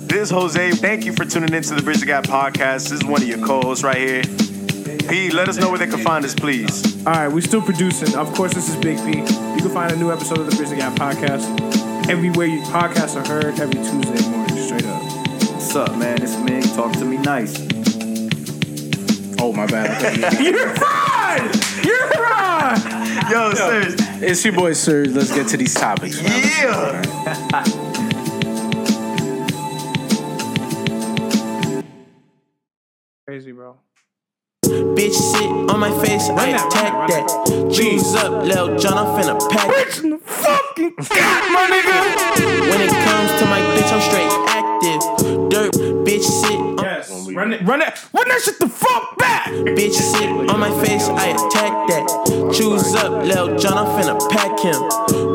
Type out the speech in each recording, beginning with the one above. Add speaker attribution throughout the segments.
Speaker 1: is Jose. Thank you for tuning in to the Bridge of God podcast. This is one of your co-hosts right here. P, let us know where they can find us, please.
Speaker 2: All right, we're still producing. Of course, this is Big P. You can find a new episode of the Bridge of God podcast everywhere your podcasts are heard every Tuesday morning, straight up.
Speaker 3: What's up, man? It's Mig. Talk to me nice.
Speaker 2: Oh, my bad. You're fine! You're fine!
Speaker 1: Yo, serious.
Speaker 4: It's your boy Serge. Let's get to these topics.
Speaker 1: Yeah.
Speaker 2: Crazy, bro.
Speaker 5: Bitch, sit on my face. I
Speaker 2: that,
Speaker 5: attack
Speaker 2: run that.
Speaker 5: that. Choose up, Lil John. I'm finna pack. Bitch, fucking my nigga. When it comes to my bitch, I'm straight active. Dirt, bitch, sit. On,
Speaker 2: Yes. Run it, run it, run that shit the fuck back!
Speaker 5: Bitch, sit on my face. I attack that. Choose up, Lil John. I'm finna pack him.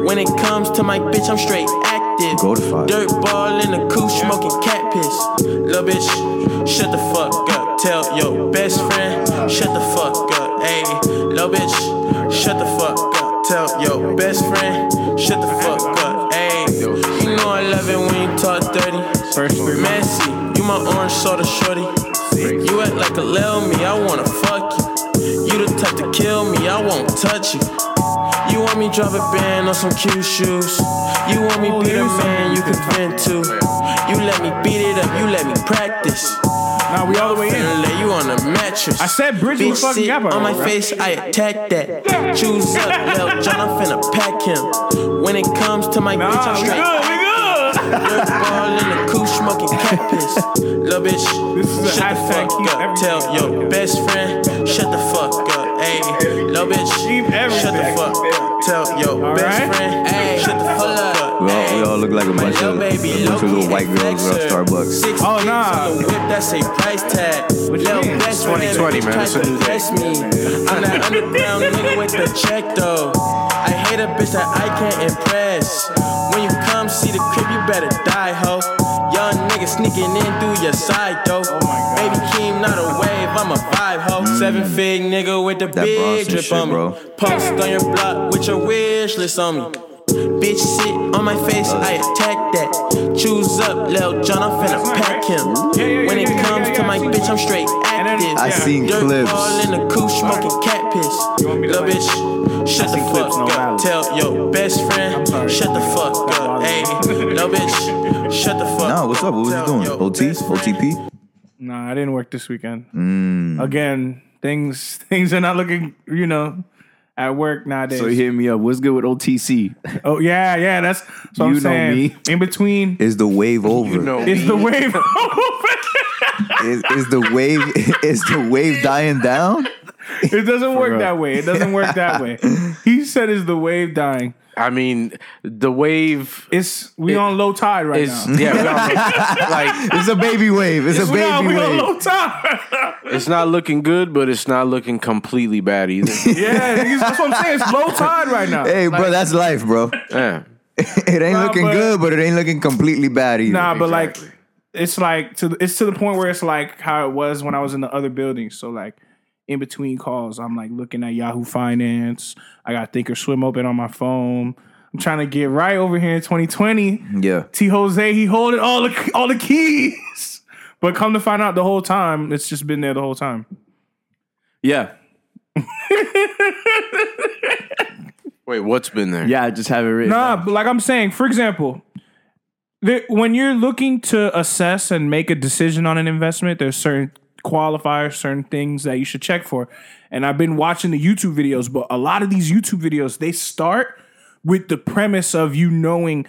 Speaker 5: When it comes to my bitch, I'm straight active.
Speaker 3: Go to five.
Speaker 5: Dirt ball in the coupe, smoking cat piss. Lil bitch, shut the fuck up. Tell your best friend, shut the fuck up. Hey, lil bitch, shut the fuck up. Tell your best friend, shut the fuck up. Hey, you know I love it when you talk dirty. Messy, you my orange soda shorty. You act like a lil me, I wanna fuck you. You the type to kill me, I won't touch you. You want me drop a band on some cute shoes. You want
Speaker 2: Oh,
Speaker 5: me be the man you can vent to. You let me beat it up, you let me practice.
Speaker 2: Now we all the way in.
Speaker 5: And lay you on a mattress.
Speaker 2: I said bridge
Speaker 5: Bitch,
Speaker 2: was fucking
Speaker 5: sit
Speaker 2: gap
Speaker 5: on my
Speaker 2: bro.
Speaker 5: face, I attack that. Choose up, Lil John, I'm finna pack him. When it comes to my bitch, I'm
Speaker 2: we
Speaker 5: straight.
Speaker 2: good, we good!
Speaker 5: Dirt ball in the coupe, smoking cat piss. Lil bitch,
Speaker 2: is a
Speaker 5: shut the
Speaker 2: hashtag
Speaker 5: fuck
Speaker 2: keep
Speaker 5: up.
Speaker 2: everything.
Speaker 5: Tell your best friend, shut the fuck up. Hey, lil bitch,
Speaker 2: Keep
Speaker 5: shut the
Speaker 2: everything.
Speaker 5: fuck up. Tell your
Speaker 2: right.
Speaker 5: best friend, hey, shut the fuck up.
Speaker 3: We all, we all look like a bunch of, a bunch of little white girls at Starbucks.
Speaker 2: Oh, nah.
Speaker 5: Whip that say price tag. Lil
Speaker 2: mean?
Speaker 5: best
Speaker 4: 2020, man. It's a new day.
Speaker 5: Bless me. I'm that underground nigga with the check though. I hate a bitch that I can't impress. When you come see the crib, you better die, ho. Young nigga sneaking in through your side door. Baby Keem, not a wave, I'm a vibe, ho. Seven fig nigga with the
Speaker 3: That
Speaker 5: big
Speaker 3: Bronson
Speaker 5: drip
Speaker 3: shit,
Speaker 5: on me.
Speaker 3: bro.
Speaker 5: Post on your block with your wish list on me. Bitch, sit on my face, I attack that. Choose up, Lil John, I'm finna pack
Speaker 2: Yeah, yeah,
Speaker 5: him.
Speaker 2: yeah,
Speaker 5: When it
Speaker 2: yeah, yeah,
Speaker 5: comes
Speaker 2: yeah,
Speaker 5: to
Speaker 2: yeah,
Speaker 5: my
Speaker 2: I seen
Speaker 5: bitch,
Speaker 2: that.
Speaker 5: I'm straight
Speaker 2: And then-
Speaker 5: active.
Speaker 3: I
Speaker 2: Yeah.
Speaker 3: seen
Speaker 5: Dirt ball
Speaker 3: clips.
Speaker 5: in the coupe, smoking cat piss.
Speaker 2: want me to
Speaker 5: Lil
Speaker 2: like-
Speaker 5: bitch, shut the fuck
Speaker 2: clips, no
Speaker 5: up.
Speaker 2: valid.
Speaker 5: Tell your best friend, shut the fuck up.
Speaker 2: valid.
Speaker 5: Hey, lil bitch, shut the fuck.
Speaker 3: Nah, Oh, what's up? What was you
Speaker 5: Tell
Speaker 3: doing?
Speaker 5: your
Speaker 3: OT?
Speaker 5: best friend-
Speaker 3: OTP?
Speaker 2: Nah, I didn't work this weekend.
Speaker 4: Mm.
Speaker 2: Again, things things are not looking, you know, at work nowadays.
Speaker 6: So hit me up. What's good with OTC?
Speaker 2: Oh yeah, yeah. That's so I'm
Speaker 6: You know
Speaker 2: saying.
Speaker 6: me.
Speaker 2: In between
Speaker 3: Is the wave over?
Speaker 2: is the wave.
Speaker 3: Is, is the wave is the wave dying down?
Speaker 2: it doesn't work
Speaker 6: real.
Speaker 2: that way. It doesn't work that way. He said, "Is the wave dying?
Speaker 4: I mean, the wave
Speaker 2: It's we on low tide right
Speaker 4: is
Speaker 2: now.
Speaker 4: yeah, we all- like
Speaker 3: It's a baby wave. It's a
Speaker 2: We on,
Speaker 3: baby
Speaker 2: we on
Speaker 3: wave.
Speaker 2: low tide.
Speaker 4: it's not looking good, but it's not looking completely bad either.
Speaker 2: yeah, niggas, that's what I'm saying. It's low tide right now.
Speaker 3: Hey, bro, that's life, bro.
Speaker 4: yeah.
Speaker 3: It ain't
Speaker 2: Nah,
Speaker 3: looking
Speaker 2: but-
Speaker 3: good, but it ain't looking completely bad either.
Speaker 2: nah, but like
Speaker 4: exactly.
Speaker 2: it's like to the- it's to the point where it's like how it was when I was in the other building. So like in between calls, I'm like looking at Yahoo Finance. I got Thinkorswim open on my phone. I'm trying to get right over here in 2020.
Speaker 3: yeah.
Speaker 2: T Jose, he holding all the all the keys. But come to find out, the whole time it's just been there the whole time.
Speaker 6: Yeah.
Speaker 4: Wait, what's been there?
Speaker 6: Yeah, I just have it written.
Speaker 2: Nah, but like I'm saying, for example, there, when you're looking to assess and make a decision on an investment, there's certain qualifiers, certain things that you should check for. And I've been watching the YouTube videos, but a lot of these YouTube videos they start with the premise of you knowing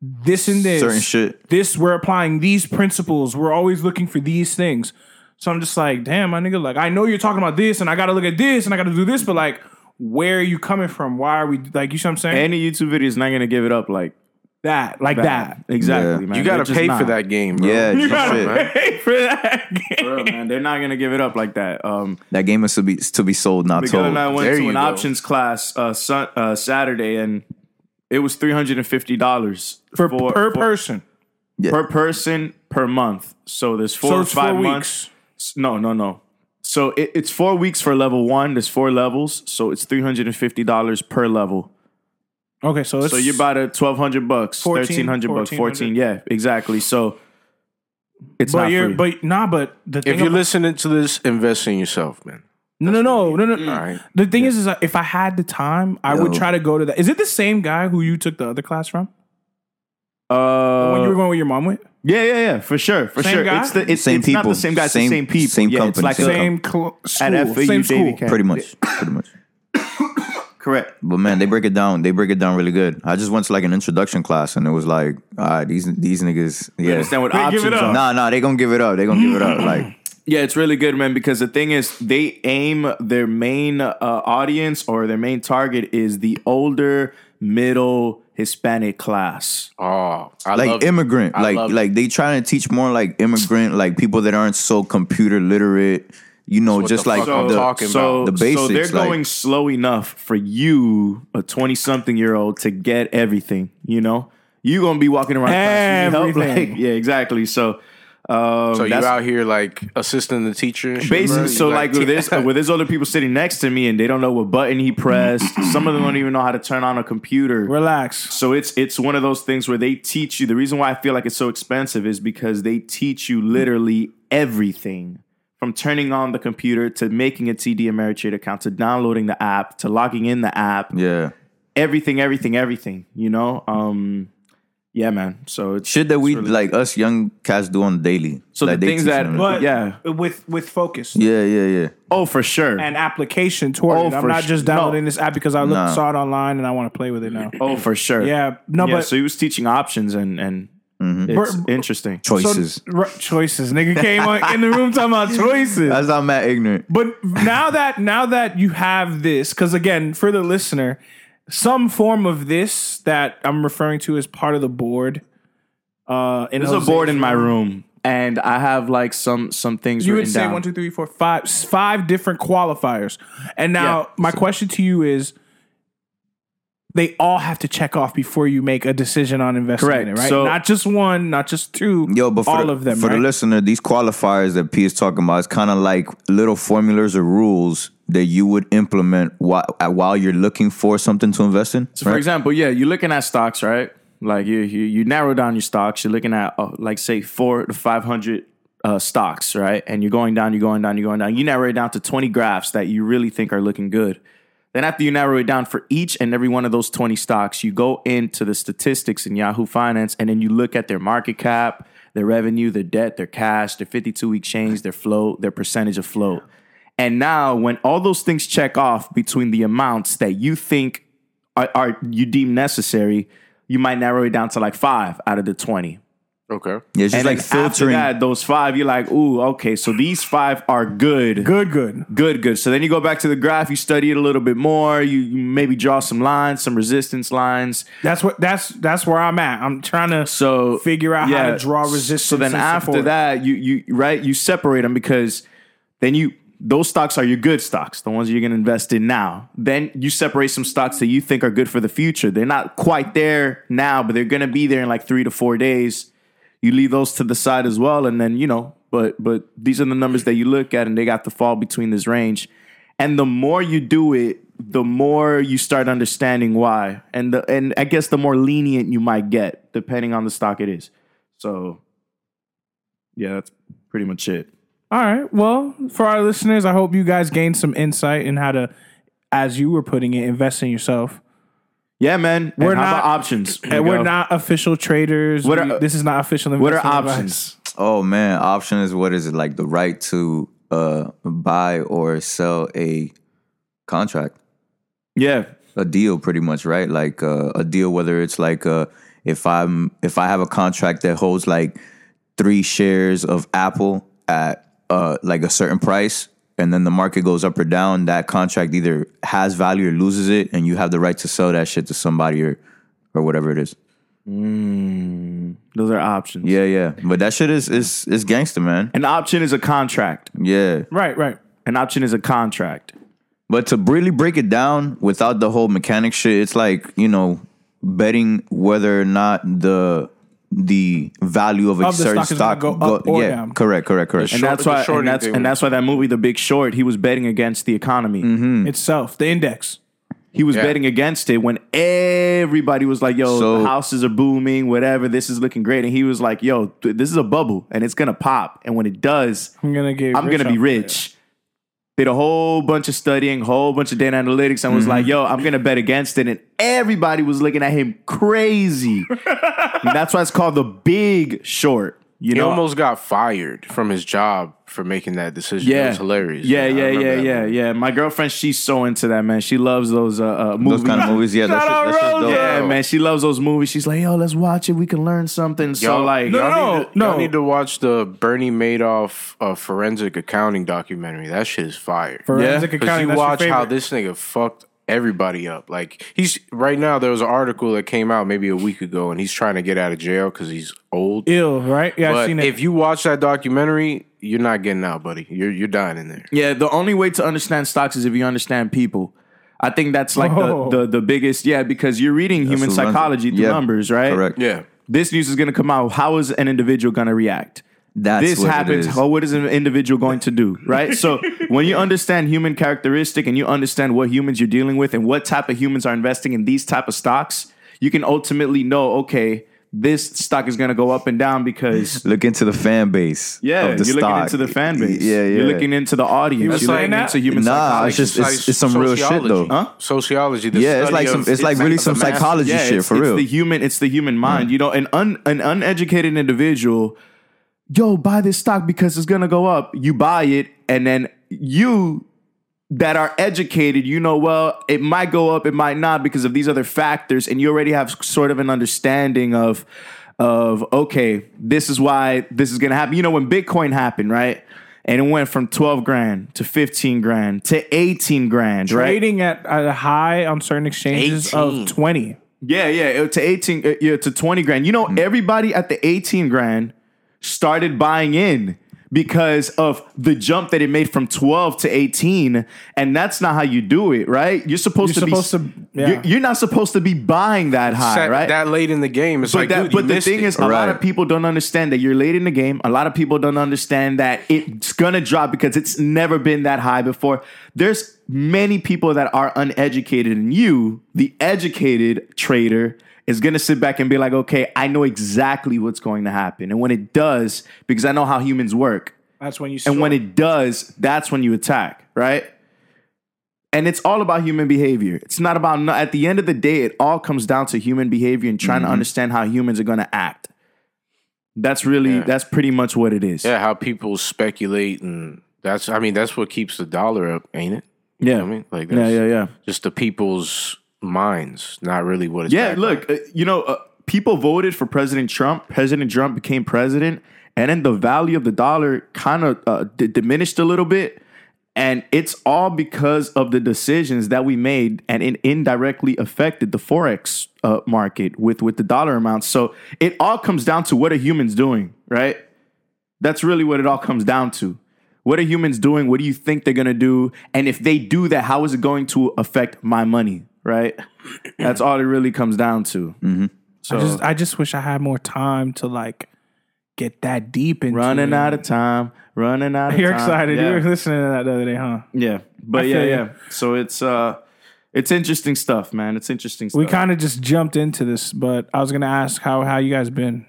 Speaker 2: this and this
Speaker 3: Certain shit.
Speaker 2: This we're applying these principles. We're always looking for these things. So I'm just like, damn, my nigga, like I know you're talking about this, and I got to look at this, and I got to do this, but like. Where are you coming from? Why are we like you? See what I'm saying?
Speaker 6: Any YouTube video is not gonna give it up like
Speaker 2: that like that.
Speaker 6: that. Exactly,
Speaker 3: Yeah.
Speaker 6: man.
Speaker 4: you gotta
Speaker 6: They're just
Speaker 4: pay for
Speaker 6: not.
Speaker 4: that game, bro.
Speaker 3: Yeah,
Speaker 2: You
Speaker 3: just
Speaker 2: gotta
Speaker 3: shit.
Speaker 2: pay for that. game.
Speaker 6: Bro, man, they're not gonna give it up like that. Um,
Speaker 3: That game is to be to be sold, not
Speaker 6: Miguel
Speaker 3: told.
Speaker 6: and I went
Speaker 4: There
Speaker 6: to
Speaker 4: you
Speaker 6: an
Speaker 4: go.
Speaker 6: options class uh, sun, uh Saturday, and it was three hundred and fifty dollars
Speaker 2: for, per person.
Speaker 6: per person per month. So there's four
Speaker 2: So
Speaker 6: or
Speaker 2: it's four
Speaker 6: five
Speaker 2: weeks.
Speaker 6: months. S- No, no, no. So it, it's four weeks for level one. There's four levels, so it's three hundred and fifty dollars per level.
Speaker 2: Okay, so it's
Speaker 6: So you're about at twelve hundred bucks,
Speaker 2: 14,
Speaker 6: thirteen hundred bucks,
Speaker 2: 1400.
Speaker 6: fourteen. Yeah, exactly. So It's
Speaker 2: But
Speaker 6: not
Speaker 2: you're
Speaker 6: free.
Speaker 2: but nah, but the thing
Speaker 4: If you're
Speaker 2: about-
Speaker 4: listening to this, invest in yourself, man.
Speaker 2: No, no, no, no, no.
Speaker 4: right.
Speaker 2: The thing is, is uh, if I had the time, I would
Speaker 3: Yo.
Speaker 2: try to go to that. Is it the same guy who you took the other class from?
Speaker 6: uh,
Speaker 2: when you were going with your mom went?
Speaker 6: yeah, yeah, yeah, for sure, for
Speaker 2: Same
Speaker 6: sure.
Speaker 2: guy?
Speaker 6: It's the it's,
Speaker 3: Same
Speaker 6: it's not
Speaker 3: people.
Speaker 6: the same guy. It's
Speaker 3: Same-
Speaker 6: the same people.
Speaker 3: same
Speaker 6: yeah, it's
Speaker 3: company,
Speaker 6: like
Speaker 3: same
Speaker 6: a,
Speaker 2: Same cl- school.
Speaker 6: at FAU
Speaker 2: same
Speaker 6: Davy
Speaker 2: school.
Speaker 6: County.
Speaker 3: Pretty much. Pretty much.
Speaker 6: correct.
Speaker 3: But man, they break it down. They break it down really good. I just went to like an introduction class and it was like, all right, these these niggas, yeah.
Speaker 6: Understand what
Speaker 2: Wait, give
Speaker 6: options
Speaker 2: it up.
Speaker 6: are.
Speaker 3: Nah, nah, they gonna give it up. They gonna give it up. Like
Speaker 6: Yeah, it's really good, man. Because the thing is, they aim their main uh, audience or their main target is the older, middle Hispanic class.
Speaker 4: Oh, I
Speaker 3: like
Speaker 4: love it.
Speaker 3: immigrant.
Speaker 4: I
Speaker 3: Like
Speaker 4: love it.
Speaker 3: like they trying to teach more like immigrant, like people that aren't so computer literate. You know,
Speaker 4: what
Speaker 3: just
Speaker 4: the
Speaker 3: like
Speaker 4: fuck I'm
Speaker 3: the
Speaker 4: talking
Speaker 6: So,
Speaker 3: about. The
Speaker 6: so they're
Speaker 3: basics, like-
Speaker 6: going slow enough for you, a twenty-something-year-old, to get everything. You know, you gonna be walking around. class, you need help,
Speaker 2: Everything.
Speaker 6: like- yeah, exactly. So,
Speaker 4: So
Speaker 6: um, that's-
Speaker 4: you're out here like assisting the teacher. And shit, bro?
Speaker 6: Basically, so
Speaker 4: You
Speaker 6: like, with there's with there's other people sitting next to me and they don't know what button he pressed. Some of them don't even know how to turn on a computer.
Speaker 2: Relax.
Speaker 6: So it's it's one of those things where they teach you. The reason why I feel like it's so expensive is because they teach you literally everything from turning on the computer to making a TD Ameritrade account to downloading the app to logging in the app.
Speaker 3: yeah.
Speaker 6: Everything, everything, everything. You know, um, yeah, man. So it's
Speaker 3: Shit that we like us young cats do on the daily.
Speaker 6: So
Speaker 3: like,
Speaker 6: the
Speaker 3: they
Speaker 6: things
Speaker 3: teach
Speaker 6: that-
Speaker 3: them.
Speaker 2: But
Speaker 6: Yeah.
Speaker 2: with with focus
Speaker 3: yeah, yeah, yeah.
Speaker 6: oh for sure.
Speaker 2: and application toward
Speaker 6: Oh,
Speaker 2: it. I'm
Speaker 6: for
Speaker 2: not
Speaker 6: sh-
Speaker 2: just downloading
Speaker 6: no.
Speaker 2: this app because I looked,
Speaker 3: Nah.
Speaker 2: saw it online and I want to play with it now.
Speaker 6: oh for sure.
Speaker 2: Yeah, no,
Speaker 6: yeah.
Speaker 2: but Mm-hmm.
Speaker 6: so he was teaching options and and it's
Speaker 2: Bro-
Speaker 6: interesting.
Speaker 3: Choices.
Speaker 2: So, r- choices. Nigga came on, in the room talking about choices.
Speaker 3: That's not mad ignorant.
Speaker 2: But now that now that you have this, because again, for the listener, some form of this that I'm referring to is part of the board. Uh, and
Speaker 6: There's a board in my room and I have like some some things
Speaker 2: You would
Speaker 6: written
Speaker 2: say
Speaker 6: down.
Speaker 2: one, two, three, four, five, s- five different qualifiers. And now
Speaker 6: Yeah.
Speaker 2: my question to you is. They all have to check off before you make a decision on investing in
Speaker 6: Correct.
Speaker 2: it, right?
Speaker 6: So-
Speaker 2: not just one, not just two.
Speaker 3: Yo, but for
Speaker 2: all
Speaker 3: the,
Speaker 2: of them,
Speaker 3: for
Speaker 2: right?
Speaker 3: the listener, these qualifiers that P is talking about is kind of like little formulas or rules that you would implement while while you're looking for something to invest in.
Speaker 6: So for example, yeah, you're looking at stocks, right? Like you you, you narrow down your stocks. You're looking at uh, like say four to five hundred uh, stocks, right? And you're going down, you're going down, you're going down. You narrow it down to twenty graphs that you really think are looking good. Then after you narrow it down for each and every one of those twenty stocks, you go into the statistics in Yahoo Finance, and then you look at their market cap, their revenue, their debt, their cash, their 52 week change, their flow, their percentage of flow. And now, when all those things check off between the amounts that you think are, are you deem necessary, you might narrow it down to like five out of the twenty.
Speaker 4: okay.
Speaker 3: yeah, it's just
Speaker 6: And
Speaker 3: like
Speaker 6: like after
Speaker 3: filtering.
Speaker 6: that, those five, you're like, ooh, okay, so these five are good,
Speaker 2: good, good.
Speaker 6: good, good. So then you go back to the graph, you study it a little bit more, you, you maybe draw some lines, some resistance lines.
Speaker 2: That's what that's that's where I'm at. I'm trying to
Speaker 6: So
Speaker 2: figure out how to draw resistance.
Speaker 6: So then
Speaker 2: and
Speaker 6: after
Speaker 2: support.
Speaker 6: that, you you right, you separate them because then you those stocks are your good stocks, the ones you're gonna invest in now. Then you separate some stocks that you think are good for the future. They're not quite there now, but they're gonna be there in like three to four days. You leave those to the side as well, and then you know, but but these are the numbers that you look at, and they got to fall between this range. And the more you do it, the more you start understanding why, and the and I guess the more lenient you might get, depending on the stock it is. So, yeah, that's pretty much it.
Speaker 2: all right. Well, for our listeners, I hope you guys gained some insight in how to, as you were putting it, invest in yourself.
Speaker 6: Yeah, man.
Speaker 2: We're
Speaker 6: and how
Speaker 2: not-
Speaker 6: about options. Here
Speaker 2: And
Speaker 6: we
Speaker 2: we're
Speaker 6: go.
Speaker 2: not official traders.
Speaker 6: What
Speaker 2: We-
Speaker 6: are-
Speaker 2: this is not official.
Speaker 6: What are
Speaker 2: investment advice.
Speaker 6: options?
Speaker 3: oh man, option is what is it like the right to uh, buy or sell a contract.
Speaker 6: Yeah,
Speaker 3: a deal pretty much right like uh, a deal whether it's like uh, if i'm if i have a contract that holds like three shares of apple at uh, like a certain price and then the market goes up or down that contract either has value or loses it and you have the right to sell that shit to somebody or or whatever it is
Speaker 6: those are options.
Speaker 3: yeah yeah but that shit is is is gangster man
Speaker 6: An option is a contract.
Speaker 3: yeah
Speaker 2: Right, right.
Speaker 6: An option is a contract.
Speaker 3: But to really break it down without the whole mechanic shit, it's like you know betting whether or not the the value of a
Speaker 2: Of the
Speaker 3: certain
Speaker 2: stock is gonna
Speaker 3: stock
Speaker 2: go up or
Speaker 3: yeah,
Speaker 2: down.
Speaker 3: correct, correct, correct.
Speaker 6: And
Speaker 4: Short-
Speaker 6: that's
Speaker 4: the
Speaker 6: why.
Speaker 4: shorting
Speaker 6: And that's,
Speaker 4: thing.
Speaker 6: Hmm. and that's why that movie, The Big Short, he was betting against the economy.
Speaker 2: Itself, the index.
Speaker 6: He
Speaker 4: Mm-hmm.
Speaker 6: was
Speaker 4: Yeah.
Speaker 6: betting against it when everybody was like, "Yo,
Speaker 3: So-
Speaker 6: the houses are booming, whatever. This is looking great." And he was like, "Yo, th- this is a bubble, and it's gonna pop. And when it does,
Speaker 2: I'm gonna get.
Speaker 6: I'm gonna
Speaker 2: off
Speaker 6: be
Speaker 2: of
Speaker 6: rich. Did a whole bunch of studying, whole bunch of data analytics,
Speaker 4: Mm-hmm.
Speaker 6: and was like, "Yo, I'm gonna bet against it." And everybody was looking at him crazy. And that's why it's called the Big Short.
Speaker 4: He
Speaker 6: You know,
Speaker 4: almost got fired from his job for making that decision.
Speaker 6: yeah,
Speaker 4: it was hilarious. I
Speaker 6: Yeah, yeah,
Speaker 4: remember
Speaker 6: yeah,
Speaker 4: that
Speaker 6: yeah,
Speaker 4: movie.
Speaker 6: yeah. My girlfriend, she's so into that man. She loves those uh, uh
Speaker 3: Those
Speaker 6: movies.
Speaker 3: kind of movies, yeah, that's,
Speaker 2: out
Speaker 3: that's just dope.
Speaker 2: Rosa.
Speaker 6: yeah, man, she loves those movies. She's like, "Yo, let's watch it. We can learn something." So
Speaker 4: Y'all-
Speaker 6: like,
Speaker 2: No, no,
Speaker 4: y'all
Speaker 2: no,
Speaker 4: need to,
Speaker 2: Oh, no.
Speaker 4: y'all need to watch the Bernie Madoff uh, forensic accounting documentary. That shit is fire.
Speaker 2: Forensic
Speaker 4: Because
Speaker 2: accounting.
Speaker 4: you
Speaker 2: that's your
Speaker 4: watch how
Speaker 2: favorite.
Speaker 4: this nigga fucked everybody up. Like he's right now. There was an article that came out maybe a week ago, and he's trying to get out of jail because he's old.
Speaker 2: ill, right? Yeah, I've
Speaker 4: but
Speaker 2: seen it.
Speaker 4: if you watch that documentary, you're not getting out, buddy. You're you're dying in there.
Speaker 6: Yeah, the only way to understand stocks is if you understand people. I think that's like
Speaker 2: Oh.
Speaker 6: the, the the biggest yeah because you're reading human
Speaker 3: what runs it.
Speaker 6: psychology through
Speaker 3: Yeah,
Speaker 6: numbers, right?
Speaker 3: Correct.
Speaker 4: Yeah.
Speaker 6: This news is going to come out. How is an individual going to react?
Speaker 3: That's
Speaker 6: this
Speaker 3: what it
Speaker 6: happens.
Speaker 3: is.
Speaker 6: How, what is an individual going to do? Right. So when you understand human characteristic and you understand what humans you're dealing with and what type of humans are investing in these type of stocks, you can ultimately know okay, this stock is going to go up and down because.
Speaker 3: Look into the fan base.
Speaker 6: Yeah,
Speaker 3: of the
Speaker 6: you're
Speaker 3: stock.
Speaker 6: looking into the fan
Speaker 3: Y-
Speaker 6: base.
Speaker 3: Yeah, yeah.
Speaker 6: You're looking into the audience.
Speaker 2: was
Speaker 6: You're
Speaker 2: saying
Speaker 6: looking
Speaker 2: that?
Speaker 6: into human
Speaker 3: Nah,
Speaker 6: psychology.
Speaker 3: it's just it's, it's some real shit though.
Speaker 4: Sociology. Sociology. the
Speaker 3: Yeah, it's like
Speaker 4: study
Speaker 3: some
Speaker 4: of-
Speaker 3: it's like really some
Speaker 4: the math-
Speaker 3: psychology shit
Speaker 6: it's,
Speaker 3: for
Speaker 6: it's
Speaker 3: real.
Speaker 6: The human, it's the human mind. You know, an un, an uneducated individual, yo, buy this stock because it's gonna go up. You buy it, and then you that are educated, you know, well, it might go up, it might not because of these other factors, and you already have sort of an understanding of of okay, this is why this is gonna happen. You know, when Bitcoin happened, right? And it went from 12 grand to 15 grand to 18 grand, right?
Speaker 2: trading at at a high on certain exchanges of
Speaker 4: 18.
Speaker 2: twenty.
Speaker 6: Yeah, yeah, it- to eighteen, uh, yeah, to twenty grand. You know,
Speaker 2: Mm-hmm.
Speaker 6: everybody at the eighteen grand started buying in because of the jump that it made from twelve to eighteen, and that's not how you do it, right? You're supposed
Speaker 2: You're
Speaker 6: to
Speaker 2: supposed to-
Speaker 6: be,
Speaker 2: yeah.
Speaker 6: you're, you're not supposed to be buying that high,
Speaker 4: Set
Speaker 6: right?
Speaker 4: That late in the game, it's
Speaker 6: but
Speaker 4: like,
Speaker 6: that,
Speaker 4: dude,
Speaker 6: but
Speaker 4: you
Speaker 6: the
Speaker 4: missed
Speaker 6: thing
Speaker 4: it.
Speaker 6: is, a lot of
Speaker 3: Right.
Speaker 6: people don't understand that you're late in the game. A lot of people don't understand that it's gonna drop because it's never been that high before. There's many people that are uneducated, and you, the educated trader, is gonna sit back and be like, okay, I know exactly what's going to happen, and when it does, because I know how humans work,
Speaker 2: That's when you.
Speaker 6: and when it does, that's when you attack, right? And it's all about human behavior. It's not about, no- at the end of the day, it all comes down to human behavior and trying
Speaker 4: Mm-hmm.
Speaker 6: to understand how humans are going to act. That's really, that's pretty much what it is.
Speaker 4: yeah, how people speculate and that's I mean that's what keeps the dollar up, ain't it? You
Speaker 6: Yeah.
Speaker 4: know what I mean, like
Speaker 6: yeah,
Speaker 4: that's
Speaker 6: yeah. yeah.
Speaker 4: just the people's minds, not really what it's.
Speaker 6: Yeah,
Speaker 4: backed
Speaker 6: look, uh, you know, uh, people voted for President Trump. President Trump became president, and then the value of the dollar kind of uh, d- diminished a little bit. And it's all because of the decisions that we made, and it indirectly affected the forex uh, market with with the dollar amounts. So it all comes down to what are humans doing, right? That's really what it all comes down to. What are humans doing? What do you think they're gonna do? And if they do that, how is it going to affect my money? Right? That's all it really comes down to.
Speaker 2: I just, I just wish I had more time to like get that deep into
Speaker 6: Running
Speaker 2: it.
Speaker 6: out of time. Running out of
Speaker 2: You're
Speaker 6: time.
Speaker 2: excited.
Speaker 6: Yeah.
Speaker 2: You were listening to that the other day, huh?
Speaker 6: yeah. But
Speaker 2: I
Speaker 6: yeah,
Speaker 2: feel
Speaker 6: yeah.
Speaker 2: you.
Speaker 6: So it's uh it's interesting stuff, man. It's interesting stuff.
Speaker 2: We kind of just jumped into this, but I was gonna ask how how you guys been?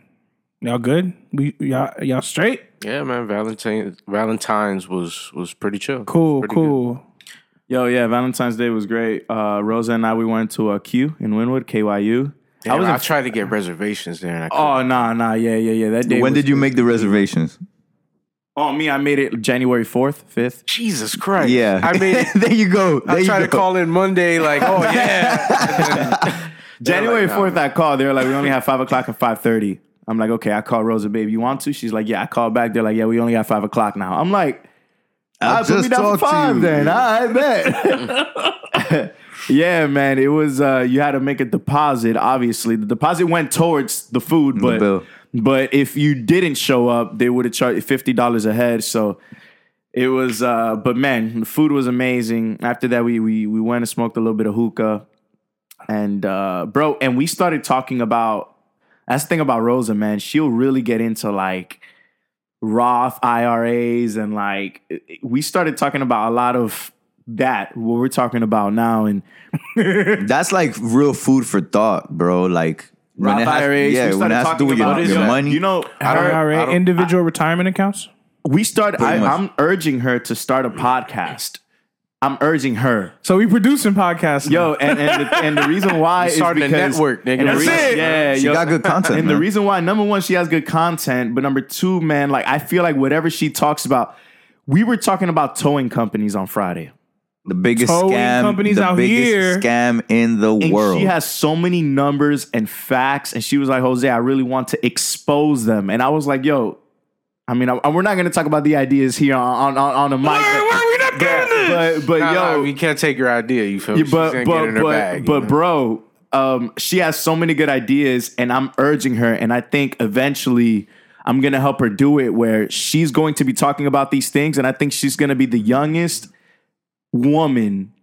Speaker 2: Y'all good? We y'all y'all straight?
Speaker 4: on. yeah, man. Valentine Valentine's was was pretty chill.
Speaker 2: Cool,
Speaker 4: Pretty
Speaker 2: cool.
Speaker 6: Yo, yeah, Valentine's Day was great. Uh Rosa and I we went to a Q in Winwood, KYU.
Speaker 4: Good. Damn, I
Speaker 6: was
Speaker 4: was.
Speaker 6: in-
Speaker 4: I tried to get reservations there. And I couldn't.
Speaker 6: Oh nah, nah, yeah, yeah, yeah. That day
Speaker 3: when
Speaker 6: was-
Speaker 3: did you make the reservations?
Speaker 6: Oh me, I made it January fourth, fifth.
Speaker 4: Jesus Christ!
Speaker 3: Yeah,
Speaker 4: I mean,
Speaker 3: there you go. There
Speaker 4: I
Speaker 3: you
Speaker 4: tried
Speaker 3: go.
Speaker 4: to call in Monday. Like, oh yeah,
Speaker 6: January
Speaker 4: nah,
Speaker 6: fourth, I called. They were like, we only have five o'clock and five thirty. I'm like, okay, I call Rosa, babe. You want to? She's like, yeah. I called back. They're like, yeah, we only have five o'clock now. I'm like, I put me
Speaker 3: just
Speaker 6: down
Speaker 3: talked
Speaker 6: for
Speaker 3: to
Speaker 6: five
Speaker 3: you.
Speaker 6: then. I bet. yeah, man. It was uh, you had to make a deposit. Obviously, the deposit went towards the food, but
Speaker 3: bill.
Speaker 6: but if you didn't show up, they would have charged fifty dollars a head. So. It was, uh, but man, the food was amazing. After that, we we we went and smoked a little bit of hookah, and uh, bro, and we started talking about. That's the thing about Rosa, man. She'll really get into like Roth IRAs and like we started talking about a lot of that what we're talking about now and
Speaker 3: That's like real food for thought, bro. Like when it has,
Speaker 6: IRAs, we
Speaker 3: yeah, when
Speaker 6: started
Speaker 3: it has to do
Speaker 6: talking
Speaker 3: with your,
Speaker 6: about it.
Speaker 3: your
Speaker 6: Yeah.
Speaker 3: money.
Speaker 6: You know,
Speaker 4: I don't-
Speaker 6: her-
Speaker 2: IRA,
Speaker 4: don't-
Speaker 2: individual retirement accounts.
Speaker 6: we start. I,
Speaker 3: much.
Speaker 6: I'm urging her to start a podcast. I'm urging her.
Speaker 2: So we producing podcasts. now.
Speaker 6: Yo, and and the, and the reason why is
Speaker 4: starting a
Speaker 6: because-
Speaker 4: network, nigga.
Speaker 6: and the
Speaker 4: That's
Speaker 6: reason-
Speaker 4: it.
Speaker 6: Yeah,
Speaker 3: she
Speaker 6: yo.
Speaker 3: got good content.
Speaker 6: And
Speaker 3: man.
Speaker 6: the reason why, number one, she has good content, but number two, man, like I feel like whatever she talks about, we were talking about towing companies on Friday.
Speaker 3: the biggest
Speaker 2: Towing
Speaker 3: scam,
Speaker 2: companies
Speaker 3: the
Speaker 2: out
Speaker 3: biggest
Speaker 2: here-
Speaker 3: scam in the
Speaker 6: And
Speaker 3: world.
Speaker 6: she has so many numbers and facts, and she was like, Jose, I really want to expose them. And I was like, yo, I mean, I, I- we're not going to talk about the ideas here on on, on, on the mic.
Speaker 2: we not
Speaker 6: but, but, but,
Speaker 4: Nah,
Speaker 6: yo,
Speaker 4: nah, you can't take your idea. You feel me?
Speaker 6: Yeah,
Speaker 4: She's
Speaker 6: but
Speaker 4: gonna
Speaker 6: but
Speaker 4: get in her
Speaker 6: but,
Speaker 4: bag,
Speaker 6: but
Speaker 4: you know?
Speaker 6: bro, um, she has so many good ideas, and I'm urging her, and I think eventually I'm gonna help her do it. Where she's going to be talking about these things, and I think she's gonna be the youngest woman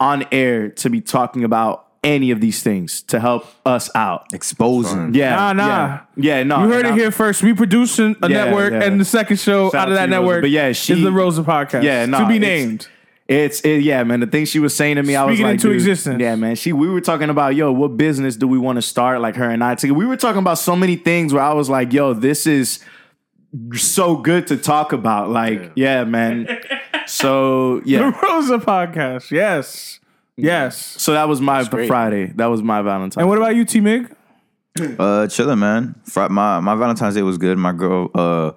Speaker 6: on air to be talking about any of these things to help us out.
Speaker 3: Exposing.
Speaker 6: Yeah,
Speaker 2: Nah, nah.
Speaker 6: yeah, yeah no.
Speaker 2: You heard
Speaker 6: and
Speaker 2: it
Speaker 6: I'm-
Speaker 2: here first. We producing a
Speaker 6: Yeah,
Speaker 2: network,
Speaker 6: yeah.
Speaker 2: and the second show
Speaker 6: Shout
Speaker 2: out of
Speaker 6: out
Speaker 2: that
Speaker 6: to you, Rosa.
Speaker 2: network
Speaker 6: But yeah,
Speaker 2: is
Speaker 6: she-
Speaker 2: the Rosa podcast.
Speaker 6: Yeah, nah,
Speaker 2: to be
Speaker 6: it's-
Speaker 2: named.
Speaker 6: It's it, yeah, man. The thing she was saying to me, I was
Speaker 2: Speaking
Speaker 6: like,
Speaker 2: into
Speaker 6: dude,
Speaker 2: existence.
Speaker 6: Yeah, man. She we were talking about yo, what business do we want to start? Like her and I, together. we were talking about so many things where I was like, yo, this is so good to talk about. Like, yeah, man. So
Speaker 2: The
Speaker 6: yeah,
Speaker 2: Rosa podcast. Yes. Yes.
Speaker 6: so that was my
Speaker 4: great.
Speaker 6: Friday. That was my Valentine.
Speaker 2: And what about you, T Mig?
Speaker 3: Uh, chilling, man. Fri- My my Valentine's Day was good. My girl, uh,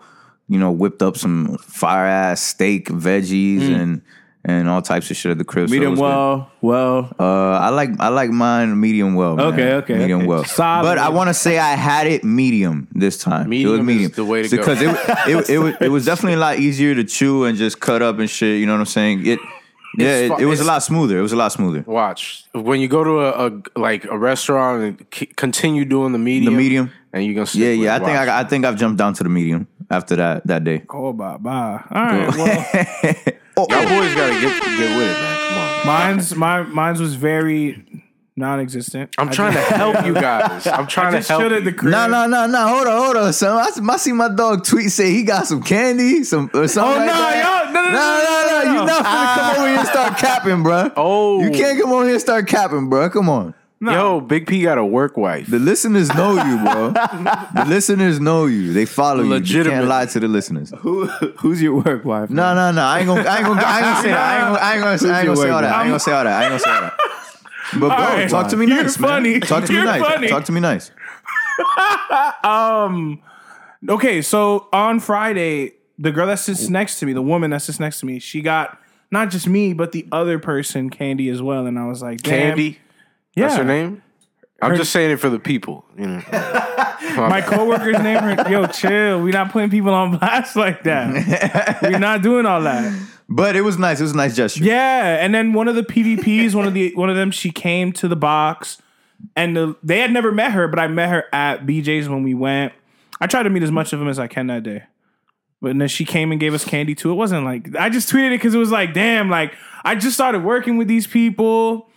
Speaker 3: you know, whipped up some fire ass steak, veggies, and and all types of shit at the crib. so it
Speaker 6: Mm. medium
Speaker 3: was good.
Speaker 6: well? Well,
Speaker 3: Uh, I like I like mine medium well. man.
Speaker 6: Okay, okay,
Speaker 3: medium
Speaker 6: okay.
Speaker 3: well.
Speaker 2: Solid.
Speaker 3: But I want to say I had it medium this time. it
Speaker 4: Medium
Speaker 3: was
Speaker 4: is
Speaker 3: medium.
Speaker 4: the way to go.
Speaker 3: because it it, it, was, it was definitely a lot easier to chew and just cut up and shit. You know what I'm saying? It yeah,
Speaker 4: It's
Speaker 3: it,
Speaker 4: fu-
Speaker 3: it was a
Speaker 4: it's-
Speaker 3: lot smoother. It was a lot smoother.
Speaker 4: Watch when you go to a, a like a restaurant and c- continue doing the medium.
Speaker 3: medium.
Speaker 4: and you're gonna. Stick
Speaker 3: Yeah,
Speaker 4: with
Speaker 3: yeah. I
Speaker 4: it.
Speaker 3: think
Speaker 4: Watch.
Speaker 3: I, I think I've jumped down to the medium after that that day.
Speaker 2: Oh, bye bye. All right. Well,
Speaker 4: Y'all boys gotta get, get with it, man. Come on.
Speaker 2: mine's my mine's was very non-existent.
Speaker 4: I'm trying to help you guys. I'm trying to
Speaker 2: just
Speaker 4: help.
Speaker 2: chilled at
Speaker 4: You.
Speaker 2: the crib.
Speaker 3: No, no, no, no. Hold on, hold on. Son. I, s- I see my dog tweet say he got some candy, some or something.
Speaker 2: Oh,
Speaker 3: like
Speaker 2: no,
Speaker 3: that.
Speaker 2: yo, no, no, no, no, no, Ah.
Speaker 3: no, no, You're not finna come over here and start capping, bruh.
Speaker 4: Oh.
Speaker 3: you can't come over here and start capping, bruh. Come on.
Speaker 4: Yo, Big P got a work wife.
Speaker 3: The listeners know you, bro. the listeners know you. They follow you. You
Speaker 4: Legitimate.
Speaker 3: can't lie to the listeners.
Speaker 6: who who's your work wife?
Speaker 3: No, no, no. I ain't gonna, I ain't gonna, I ain't gonna say that. I ain't gonna, I ain't gonna, say- I ain't gonna say all that. I ain't gonna say all that. I ain't gonna say all that. But bro,
Speaker 2: Alright.
Speaker 3: talk to me
Speaker 2: You're
Speaker 3: nice, man.
Speaker 2: funny.
Speaker 3: Talk to
Speaker 2: You're
Speaker 3: me nice.
Speaker 2: funny.
Speaker 3: Talk to me nice.
Speaker 2: Okay, so on Friday, the girl that sits next to me, the woman that sits next to me, she got not just me, but the other person candy as well. And I was like, Damn.
Speaker 4: Candy,
Speaker 2: Yeah.
Speaker 4: that's her name. I'm just saying it for the people. You know,
Speaker 2: My coworker's name, her, yo, chill. We're not putting people on blast like that. We're not doing all that.
Speaker 3: But it was nice. It was a nice gesture.
Speaker 2: Yeah, and then one of the PVPs, one of the one of them, she came to the box, and the, they had never met her, but I met her at BJ's when we went. I tried to meet as much of them as I can that day, but then she came and gave us candy too. It wasn't like I just tweeted it because it was like, damn, like I just started working with these people.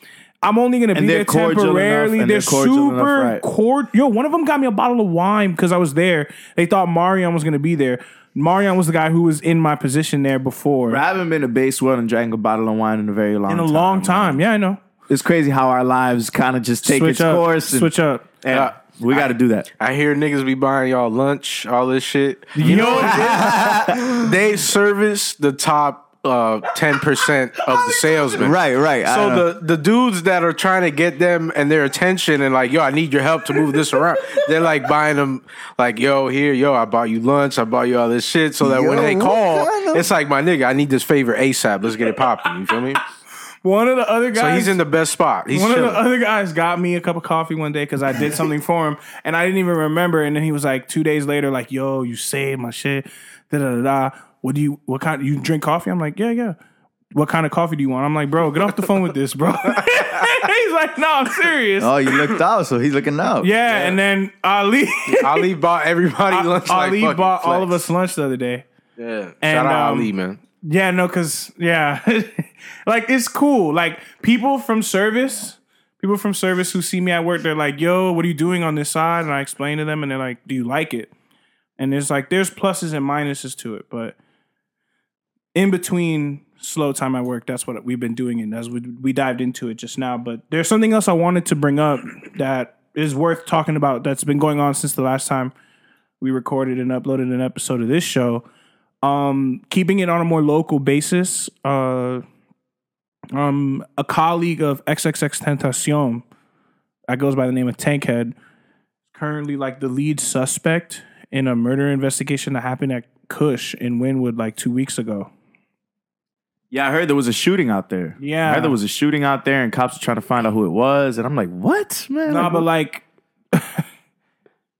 Speaker 2: I'm only gonna be
Speaker 6: they're
Speaker 2: there
Speaker 6: cordial enough,
Speaker 2: temporarily.
Speaker 6: and
Speaker 2: they're
Speaker 6: they're cordial
Speaker 2: super
Speaker 6: enough, right.
Speaker 2: cord. Yo, one of them got me a bottle of wine because I was there. They thought Marion was gonna be there. Marion was the guy who was in my position there before
Speaker 6: I haven't been to base world and drank a bottle of wine in a very long
Speaker 2: in a long time. Yeah, I know.
Speaker 6: It's crazy how our lives kind of just take its
Speaker 2: switch up,
Speaker 6: course. and-
Speaker 2: switch up.
Speaker 6: and
Speaker 4: Uh,
Speaker 6: we got to do that.
Speaker 4: I hear niggas be buying y'all lunch, all this shit.
Speaker 2: You know what
Speaker 4: They service the top uh, ten percent of the salesmen.
Speaker 3: Right, right. I don't know.
Speaker 4: So the, the dudes that are trying to get them and their attention and like, yo, I need your help to move this around. They're like buying them like, yo, here, yo, I bought you lunch, I bought you all this shit, so that when
Speaker 3: Yo,
Speaker 4: they
Speaker 3: what
Speaker 4: call,
Speaker 3: kind of-
Speaker 4: it's like my nigga, I need this favor ASAP. Let's get it popping. You feel me?
Speaker 2: One of the other guys.
Speaker 4: So he's in the best spot. He's
Speaker 2: one
Speaker 4: chilling.
Speaker 2: of the other guys got me a cup of coffee one day because I did something for him and I didn't even remember. And then he was like two days later, like, "Yo, you saved my shit." Da da da. da. What do you? What kind? You drink coffee? I'm like, yeah, yeah. What kind of coffee do you want? I'm like, bro, get off the phone with this, bro. he's like, no, I'm serious.
Speaker 3: oh, you looked out, so he's looking out.
Speaker 2: yeah, and then Ali,
Speaker 4: Ali bought everybody lunch.
Speaker 2: Ali
Speaker 4: like
Speaker 2: bought all of
Speaker 4: us.
Speaker 2: us lunch the other day.
Speaker 4: Yeah.
Speaker 2: And,
Speaker 4: Shout out
Speaker 2: um,
Speaker 4: Ali, man.
Speaker 2: Yeah, no, cause yeah, like it's cool. Like people from service, people from service who see me at work, they're like, "Yo, what are you doing on this side?" And I explain to them, and they're like, "Do you like it?" And there's like, there's pluses and minuses to it, but in between slow time at work. That's what we've been doing, and as we we dived into it just now. But there's something else I wanted to bring up that is worth talking about. That's been going on since the last time we recorded and uploaded an episode of this show. Um, keeping it on a more local basis. Uh, um, a colleague of XXX Tentacion, that goes by the name of Tankhead, currently like the lead suspect in a murder investigation that happened at Cush in Wynwood like two weeks ago.
Speaker 6: Yeah, I heard there was a shooting out there.
Speaker 2: Yeah.
Speaker 6: I heard there was a shooting out there, and cops were trying to find out who it was. And I'm like, what, man?
Speaker 2: Nah, but like,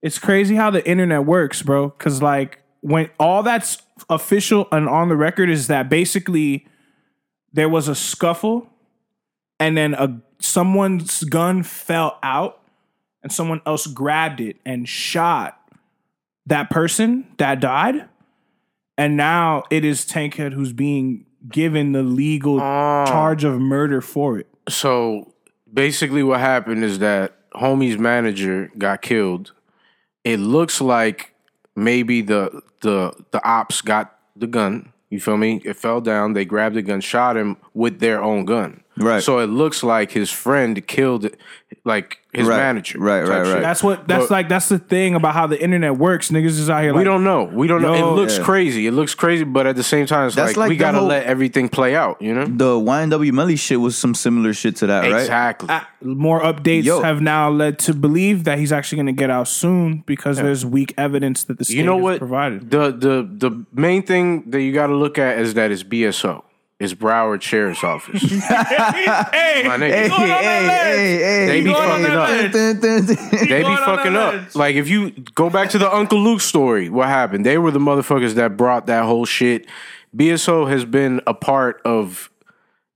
Speaker 2: it's crazy how the internet works, bro. Because like, when all that's official and on the record is that basically there was a scuffle, and then a someone's gun fell out, and someone else grabbed it and shot that person that died, and now it is Tankhead who's being given the legal charge of murder for it.
Speaker 4: So basically, what happened is that homie's manager got killed. It looks like maybe the the the ops got the gun. You feel me? It fell down. They grabbed the gun, shot him with their own gun.
Speaker 3: Right.
Speaker 4: So it looks like his friend killed, like his
Speaker 3: Right.
Speaker 4: manager.
Speaker 3: Right,
Speaker 4: type
Speaker 3: right,
Speaker 4: shit.
Speaker 3: right.
Speaker 2: That's what. That's
Speaker 4: But-
Speaker 2: like. That's the thing about how the internet works. Niggas is out here. Like,
Speaker 4: We don't know. We don't know.
Speaker 2: Yo.
Speaker 4: It looks
Speaker 3: Yeah.
Speaker 4: crazy. It looks crazy, but at the same time, it's
Speaker 3: That's
Speaker 4: like,
Speaker 3: like
Speaker 4: we
Speaker 3: the
Speaker 4: gotta
Speaker 3: whole-
Speaker 4: let everything play out. You know?
Speaker 3: The YNW Melly shit was some similar shit to that, right?
Speaker 4: Exactly.
Speaker 2: More updates
Speaker 3: Yo.
Speaker 2: have now led to believe that he's actually going to get out soon because there's weak evidence that the state
Speaker 4: you know
Speaker 2: has
Speaker 4: what?
Speaker 2: provided.
Speaker 4: The the the main thing that you got to look at is that it's BSO. It's Broward Sheriff's Office. My nigga.
Speaker 3: Hey, hey, hey,
Speaker 4: They
Speaker 3: hey.
Speaker 4: be fucking up. They be
Speaker 2: going on
Speaker 4: fucking
Speaker 2: that
Speaker 4: up.
Speaker 2: ledge.
Speaker 4: Like if you go back to the Uncle Luke story, what happened? They were the motherfuckers that brought that whole shit. BSO has been a part of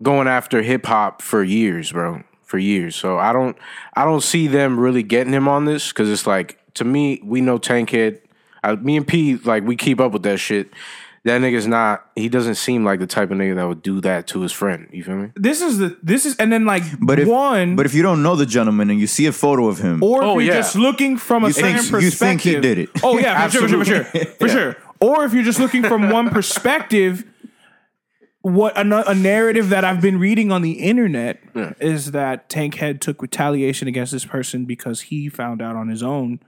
Speaker 4: going after hip hop for years, bro. For years. So I don't I don't see them really getting him on this cuz it's like to me, we know Tankhead. I, me and P like we keep up with that shit. That nigga's not he doesn't seem like the type of nigga that would do that to his friend, you feel me?
Speaker 2: This is the. This is and then like
Speaker 3: But if,
Speaker 2: one.
Speaker 3: but if you don't know the gentleman and you see a photo of him,
Speaker 2: or if
Speaker 4: Oh,
Speaker 2: you're
Speaker 4: yeah.
Speaker 2: just looking from a
Speaker 3: You
Speaker 2: certain
Speaker 3: think-
Speaker 2: perspective,
Speaker 3: you think he did it.
Speaker 2: Oh yeah, for sure, for sure, for sure, for sure. Or if you're just looking from one perspective, what a, a narrative that I've been reading on the internet is that Tankhead took retaliation against this person because he found out on his own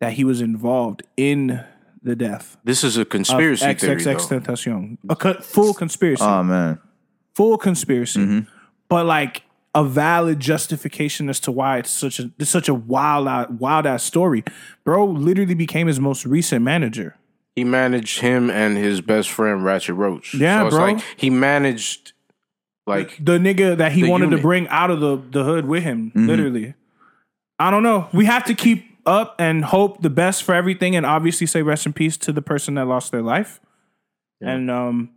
Speaker 2: that he was involved in the death
Speaker 4: This is a
Speaker 2: of
Speaker 4: conspiracy theory.
Speaker 2: XXX
Speaker 4: though.
Speaker 2: Tentacion. A co- full conspiracy
Speaker 3: oh man,
Speaker 2: full conspiracy,
Speaker 4: Mm-hmm.
Speaker 2: but like a valid justification as to why it's such a it's such a wild out wild ass story. Bro literally became his most recent manager.
Speaker 4: He managed him and his best friend Ratchet Roach.
Speaker 2: Yeah,
Speaker 4: so it's
Speaker 2: bro.
Speaker 4: Like he managed like
Speaker 2: The nigga that he
Speaker 4: The
Speaker 2: wanted
Speaker 4: unit. Mm-hmm.
Speaker 2: to bring out of the, the hood with him, literally. I don't know. We have to keep up and hope the best for everything and obviously say rest in peace to the person that lost their life. And um it-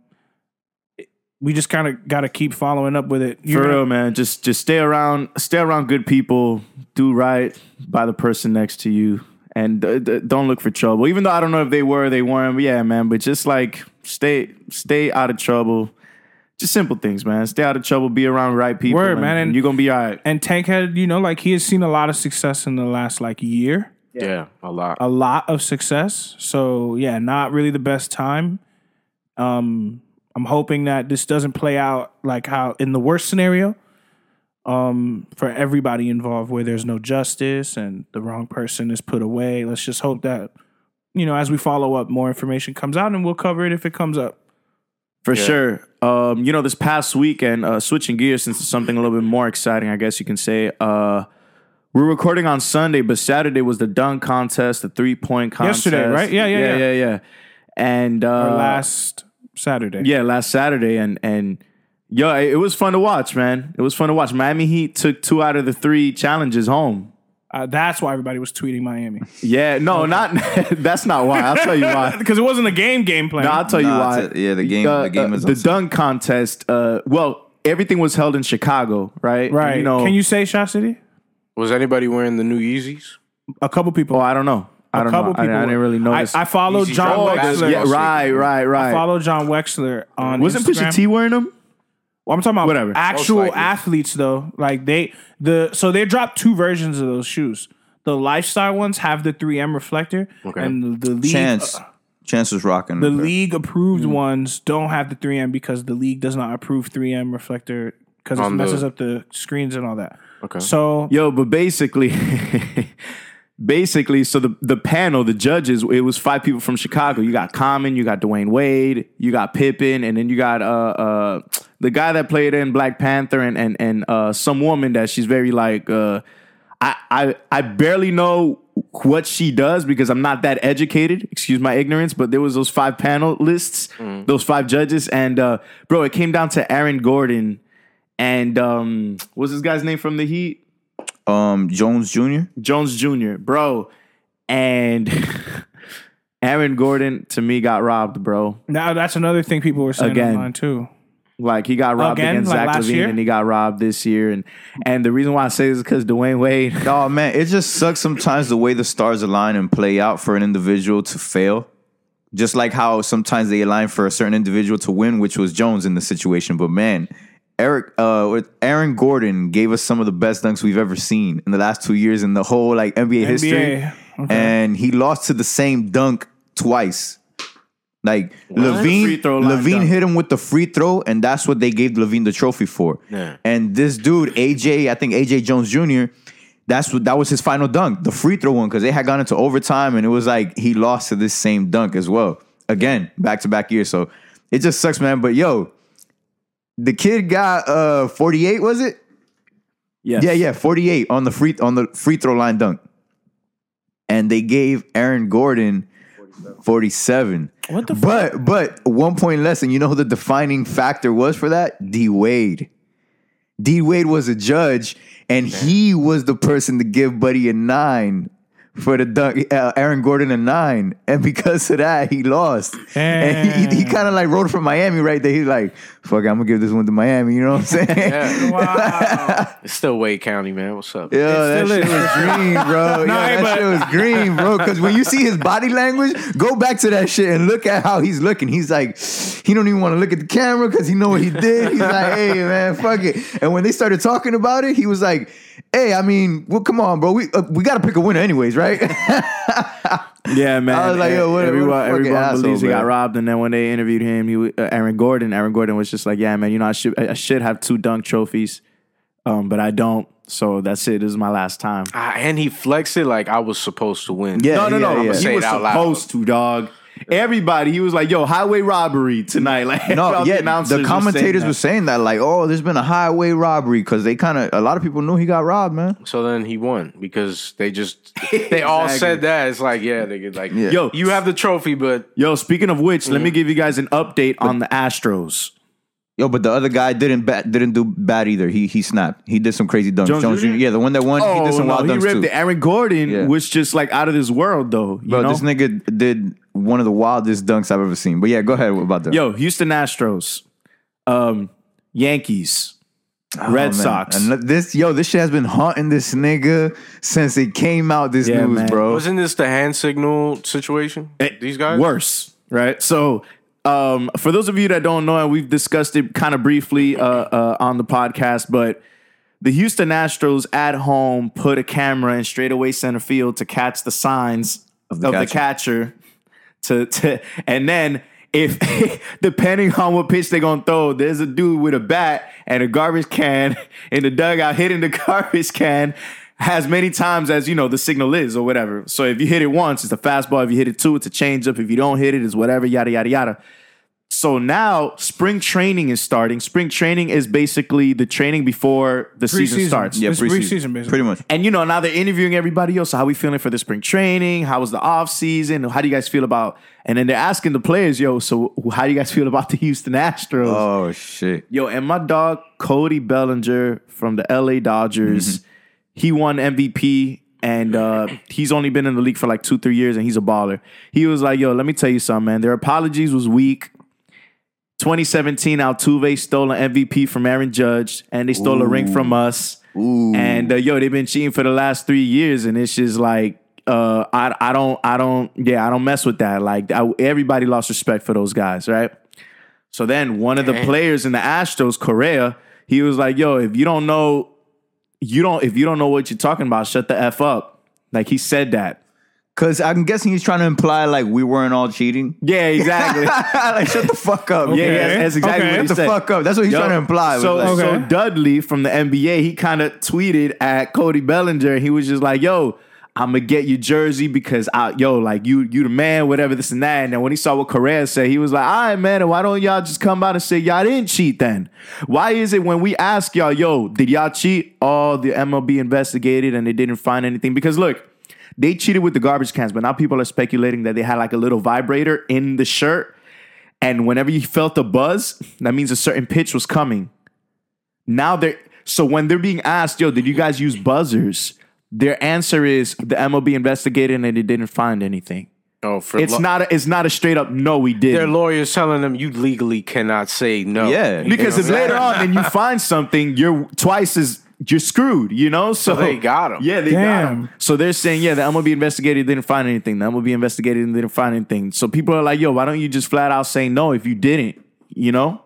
Speaker 2: we just kind of got to keep following up with it. You're
Speaker 6: For
Speaker 2: gonna-
Speaker 6: real, man. Just just stay around, stay around good people. Do right by the person next to you, and d- d- don't look for trouble. Even though I don't know if they were, or they weren't. But yeah, man. But just like stay, stay out of trouble. Just simple things, man. Stay out of trouble. Be around right people.
Speaker 2: Word,
Speaker 6: and
Speaker 2: man, and-
Speaker 6: you're gonna be all right.
Speaker 2: And Tankhead, you know, like he has seen a lot of success in the last like year.
Speaker 4: yeah, a lot.
Speaker 2: a lot of success. So yeah, not really the best time. Um, I'm hoping that this doesn't play out like how in the worst scenario, um, for everybody involved where there's no justice and the wrong person is put away. Let's just hope that you know as we follow up, more information comes out and we'll cover it if it comes up.
Speaker 6: For sure. Um, you know, this past weekend, uh, switching gears since it's something a little bit more exciting, I guess you can say. Uh, we're recording on Sunday, but Saturday was the dunk contest, the three point contest.
Speaker 2: Yesterday, right? Yeah, yeah,
Speaker 6: yeah,
Speaker 2: yeah.
Speaker 6: yeah. yeah. And uh,
Speaker 2: Or last Saturday,
Speaker 6: yeah, last Saturday, and and yo, it it was fun to watch, man. It was fun to watch. Miami Heat took two out of the three challenges home.
Speaker 2: uh, that's why everybody was tweeting Miami
Speaker 6: Yeah, no, not that's not why. I'll tell you why.
Speaker 2: because it wasn't a game game plan.
Speaker 6: No, I'll tell
Speaker 3: Nah,
Speaker 6: you
Speaker 3: it's
Speaker 6: why.
Speaker 3: a- yeah, the game- the game is
Speaker 6: the
Speaker 3: on-
Speaker 6: dunk contest. Uh, well, everything was held in Chicago, right?
Speaker 2: right?
Speaker 6: You know,
Speaker 2: Can you say Shot City?
Speaker 4: Was anybody wearing the new Yeezys?
Speaker 2: A couple people.
Speaker 6: Oh, I don't know. I
Speaker 2: A
Speaker 6: don't
Speaker 2: couple
Speaker 6: know. I-
Speaker 2: people.
Speaker 6: I, didn't
Speaker 2: were-
Speaker 6: really
Speaker 2: I,
Speaker 6: notice. Oh,
Speaker 2: I followed
Speaker 4: Easy
Speaker 2: John
Speaker 4: drop.
Speaker 2: Wexler.
Speaker 4: That's-
Speaker 6: yeah, right, right, right.
Speaker 2: I followed John Wexler on
Speaker 6: Wasn't
Speaker 2: Instagram.
Speaker 6: Pusha T wearing them?
Speaker 2: Well, I'm talking about
Speaker 6: Whatever.
Speaker 4: Most
Speaker 2: actual
Speaker 4: likely.
Speaker 2: athletes though. Like they the so they dropped two versions of those shoes. The lifestyle ones have the 3M reflector, and the, the lead,
Speaker 3: chance,
Speaker 2: uh,
Speaker 3: Chances rocking.
Speaker 2: The league approved
Speaker 6: Mm-hmm.
Speaker 2: ones don't have the 3M because the league does not approve 3M reflector because it
Speaker 4: On the-
Speaker 2: messes up the screens and all that. Okay. So
Speaker 6: Yo, but basically, basically, so the the panel, the judges, it was five people from Chicago. You got Common, you got Dwayne Wade, you got Pippen, and then you got uh uh the guy that played in Black Panther and and and uh some woman that she's very like uh I I I barely know what she does because I'm not that educated. Excuse my ignorance, but there was those five panelists, those five judges, and uh bro, it came down to Aaron Gordon and um what's this guy's name from the Heat?
Speaker 3: um, Jones Jr.
Speaker 6: Jones Jr., bro. And Aaron Gordon to me got robbed, bro.
Speaker 2: now that's another thing people were saying
Speaker 6: Again.
Speaker 2: online too.
Speaker 6: Like he got robbed
Speaker 2: Again,
Speaker 6: against
Speaker 2: like
Speaker 6: Zach
Speaker 2: last
Speaker 6: Levine
Speaker 2: year?
Speaker 6: and he got robbed this year. And and the reason why I say this is because Dwayne Wade,
Speaker 3: Oh man, it just sucks sometimes the way the stars align and play out for an individual to fail. Just like how sometimes they align for a certain individual to win, which was Jones in the situation. But man, Eric, uh, with Aaron Gordon gave us some of the best dunks we've ever seen in the last two years in the whole like NBA, history,
Speaker 2: NBA,
Speaker 3: and he lost to the same dunk twice. Like
Speaker 6: Free
Speaker 3: Levine,
Speaker 6: throw line
Speaker 3: Levine
Speaker 6: dunk.
Speaker 3: hit him with the free throw, and that's what they gave Levine the trophy for. And this dude, AJ, I think AJ Jones Jr., that's what that was his final dunk, the free throw one, because they had gone into overtime, and it was like he lost to this same dunk as well. Again, back to back year, so it just sucks, man. But yo, the kid got uh 48, was it?
Speaker 6: yes.
Speaker 3: Yeah, yeah, 48 on the free on the free throw line dunk. And they gave Aaron Gordon 47. What the But but one point less and you know who the defining factor was for that? D Wade. D Wade was a judge and he was the person to give Buddy a 9 for the dunk uh, Aaron Gordon a 9 and because of that he lost. And he, he kind of like rode from Miami right there. He's like, "Fuck, it, I'm going to give this one to Miami." You know what I'm saying?
Speaker 4: It's still Wade County, man. What's up?
Speaker 3: Yo, that
Speaker 2: still
Speaker 3: shit
Speaker 2: is.
Speaker 3: was green, bro. Yo, that
Speaker 2: but-
Speaker 3: shit was green, bro. Because when you see his body language, go back to that shit and look at how he's looking. He's like, he don't even want to look at the camera because he know what he did. He's like, hey, man, fuck it. And when they started talking about it, he was like, hey, I mean, well, come on, bro. We uh, we got to pick a winner anyways, right?
Speaker 6: Yeah, man.
Speaker 3: I was like, yo, what a- what a
Speaker 6: everyone,
Speaker 3: fucking
Speaker 6: everyone
Speaker 3: asshole,
Speaker 6: believes he
Speaker 3: man.
Speaker 6: got robbed, and then when they interviewed him, he wa- uh, Aaron Gordon. Aaron Gordon was just like, yeah, man, you know, I should I should have two dunk trophies, um, but I don't. So that's it. This is my last time.
Speaker 4: Ah, and he flexed it like I was supposed to win.
Speaker 3: Yeah,
Speaker 6: No, no, no.
Speaker 3: yeah, yeah.
Speaker 6: He
Speaker 4: Say it
Speaker 6: was
Speaker 4: out loud.
Speaker 6: supposed to, dog. Everybody, he was like, "Yo, highway robbery tonight." Like, all
Speaker 3: No,
Speaker 6: the
Speaker 3: yeah,
Speaker 6: announcers
Speaker 3: the
Speaker 6: were
Speaker 3: commentators
Speaker 6: saying
Speaker 3: were saying that, like, oh, there's been a highway robbery because they kind of, a lot of people knew he got robbed, man.
Speaker 4: So then he won because they just they all said that. It's like, yeah, they could like
Speaker 3: Yeah.
Speaker 6: Yo.
Speaker 4: you have the trophy, but
Speaker 6: Yo, speaking of which,
Speaker 3: Mm-hmm.
Speaker 6: let me give you guys an update on the Astros.
Speaker 3: Yo, but the other guy didn't bat, didn't do bad either. He he snapped. He did some crazy dunks.
Speaker 6: Jones
Speaker 3: Jones,
Speaker 6: Jr.?
Speaker 3: Jr. Yeah, the one that won, he did some wild
Speaker 6: Oh, he
Speaker 3: dunks
Speaker 6: ripped
Speaker 3: too.
Speaker 6: it. Aaron Gordon
Speaker 3: Yeah.
Speaker 6: was just like out of this world, though. You
Speaker 3: Bro,
Speaker 6: know?
Speaker 3: this nigga did one of the wildest dunks I've ever seen. But yeah, go ahead about that.
Speaker 6: Yo, Houston Astros, um, Yankees,
Speaker 3: Oh, man.
Speaker 6: Red Sox.
Speaker 3: And look, this yo, this shit has been haunting this nigga since it came out. This
Speaker 6: Yeah,
Speaker 3: news,
Speaker 6: man.
Speaker 3: bro.
Speaker 4: wasn't this the hand signal situation?
Speaker 6: It-
Speaker 4: These guys
Speaker 6: worse, right? So, um, for those of you that don't know, and we've discussed it kind of briefly uh, uh, on the podcast, but the Houston Astros at home put a camera in straightaway center field to catch the signs of
Speaker 3: the
Speaker 6: the catcher. To, to and then if depending on what pitch they're gonna throw, there's a dude with a bat and a garbage can in the dugout hitting the garbage can as many times as you know the signal is or whatever. So if you hit it once, it's a fastball. If you hit it two, it's a changeup. If you don't hit it, it's whatever. Yada yada yada. So now spring training is starting. Spring training is basically the training before the season
Speaker 2: Preseason.
Speaker 6: starts.
Speaker 3: yeah,
Speaker 2: it's preseason, basically.
Speaker 3: pretty much.
Speaker 6: And you know, now they're interviewing everybody else. So how we feeling for the spring training? How was the off season? How do you guys feel about? And then they're asking the players, yo, so how do you guys feel about the Houston Astros?
Speaker 3: Oh shit.
Speaker 6: Yo, and my dog Cody Bellinger from the LA Dodgers, he won MVP and uh, he's only been in the league for like two, three years and he's a baller. He was like, yo, let me tell you something, man. Their apologies was weak. 2017, Altuve stole an MVP from Aaron Judge and they stole a ring from us. And uh, yo, they've been cheating for the last three years and it's just like, uh, I, I don't, I don't, yeah, I don't mess with that. Like, I, everybody lost respect for those guys, right? So then one of the players in the Astros, Correa, he was like, "Yo, if you don't know, you don't if you don't know what you're talking about, shut the f up." Like he said that.
Speaker 3: Cause I'm guessing he's trying to imply like we weren't all cheating.
Speaker 6: Yeah, exactly.
Speaker 3: like shut the fuck up.
Speaker 6: Yeah, yeah,
Speaker 2: Okay.
Speaker 6: that's exactly
Speaker 2: Okay.
Speaker 6: what he
Speaker 3: Shut the
Speaker 6: said.
Speaker 3: fuck up. That's what he's
Speaker 6: Yo,
Speaker 3: trying to imply. It
Speaker 6: So,
Speaker 3: was like,
Speaker 2: Okay.
Speaker 6: so Dudley from the NBA, he kind of tweeted at Cody Bellinger. He was just like, "Yo, I'm gonna get you jersey because I, yo, like you, you the man, whatever this and that." And then when he saw what Correa said, he was like, "All right, man, and why don't y'all just come out and say y'all didn't cheat then? Why is it when we ask y'all, yo, did y'all cheat? All the MLB investigated and they didn't find anything because look." They cheated with the garbage cans, but now people are speculating that they had like a little vibrator in the shirt and whenever you felt the buzz, that means a certain pitch was coming. Now they're so when they're being asked, yo, did you guys use buzzers? Their answer is the MLB investigated and they didn't find anything.
Speaker 4: Oh, for
Speaker 6: It's
Speaker 4: lo-
Speaker 6: not a, it's not a straight up no, we did.
Speaker 4: Their
Speaker 6: not
Speaker 4: lawyers telling them you legally cannot say no.
Speaker 3: Yeah.
Speaker 4: You
Speaker 6: Because
Speaker 4: know
Speaker 6: if
Speaker 4: what I'm
Speaker 6: later on and you find something, you're twice as you're screwed, you know? So
Speaker 4: they got 'em.
Speaker 6: Yeah, they got
Speaker 2: Damn.
Speaker 6: him. So they're saying, yeah, the MLB investigated didn't find anything. The MLB investigated and didn't find anything. So people are like, yo, why don't you just flat out say no if you didn't? You know?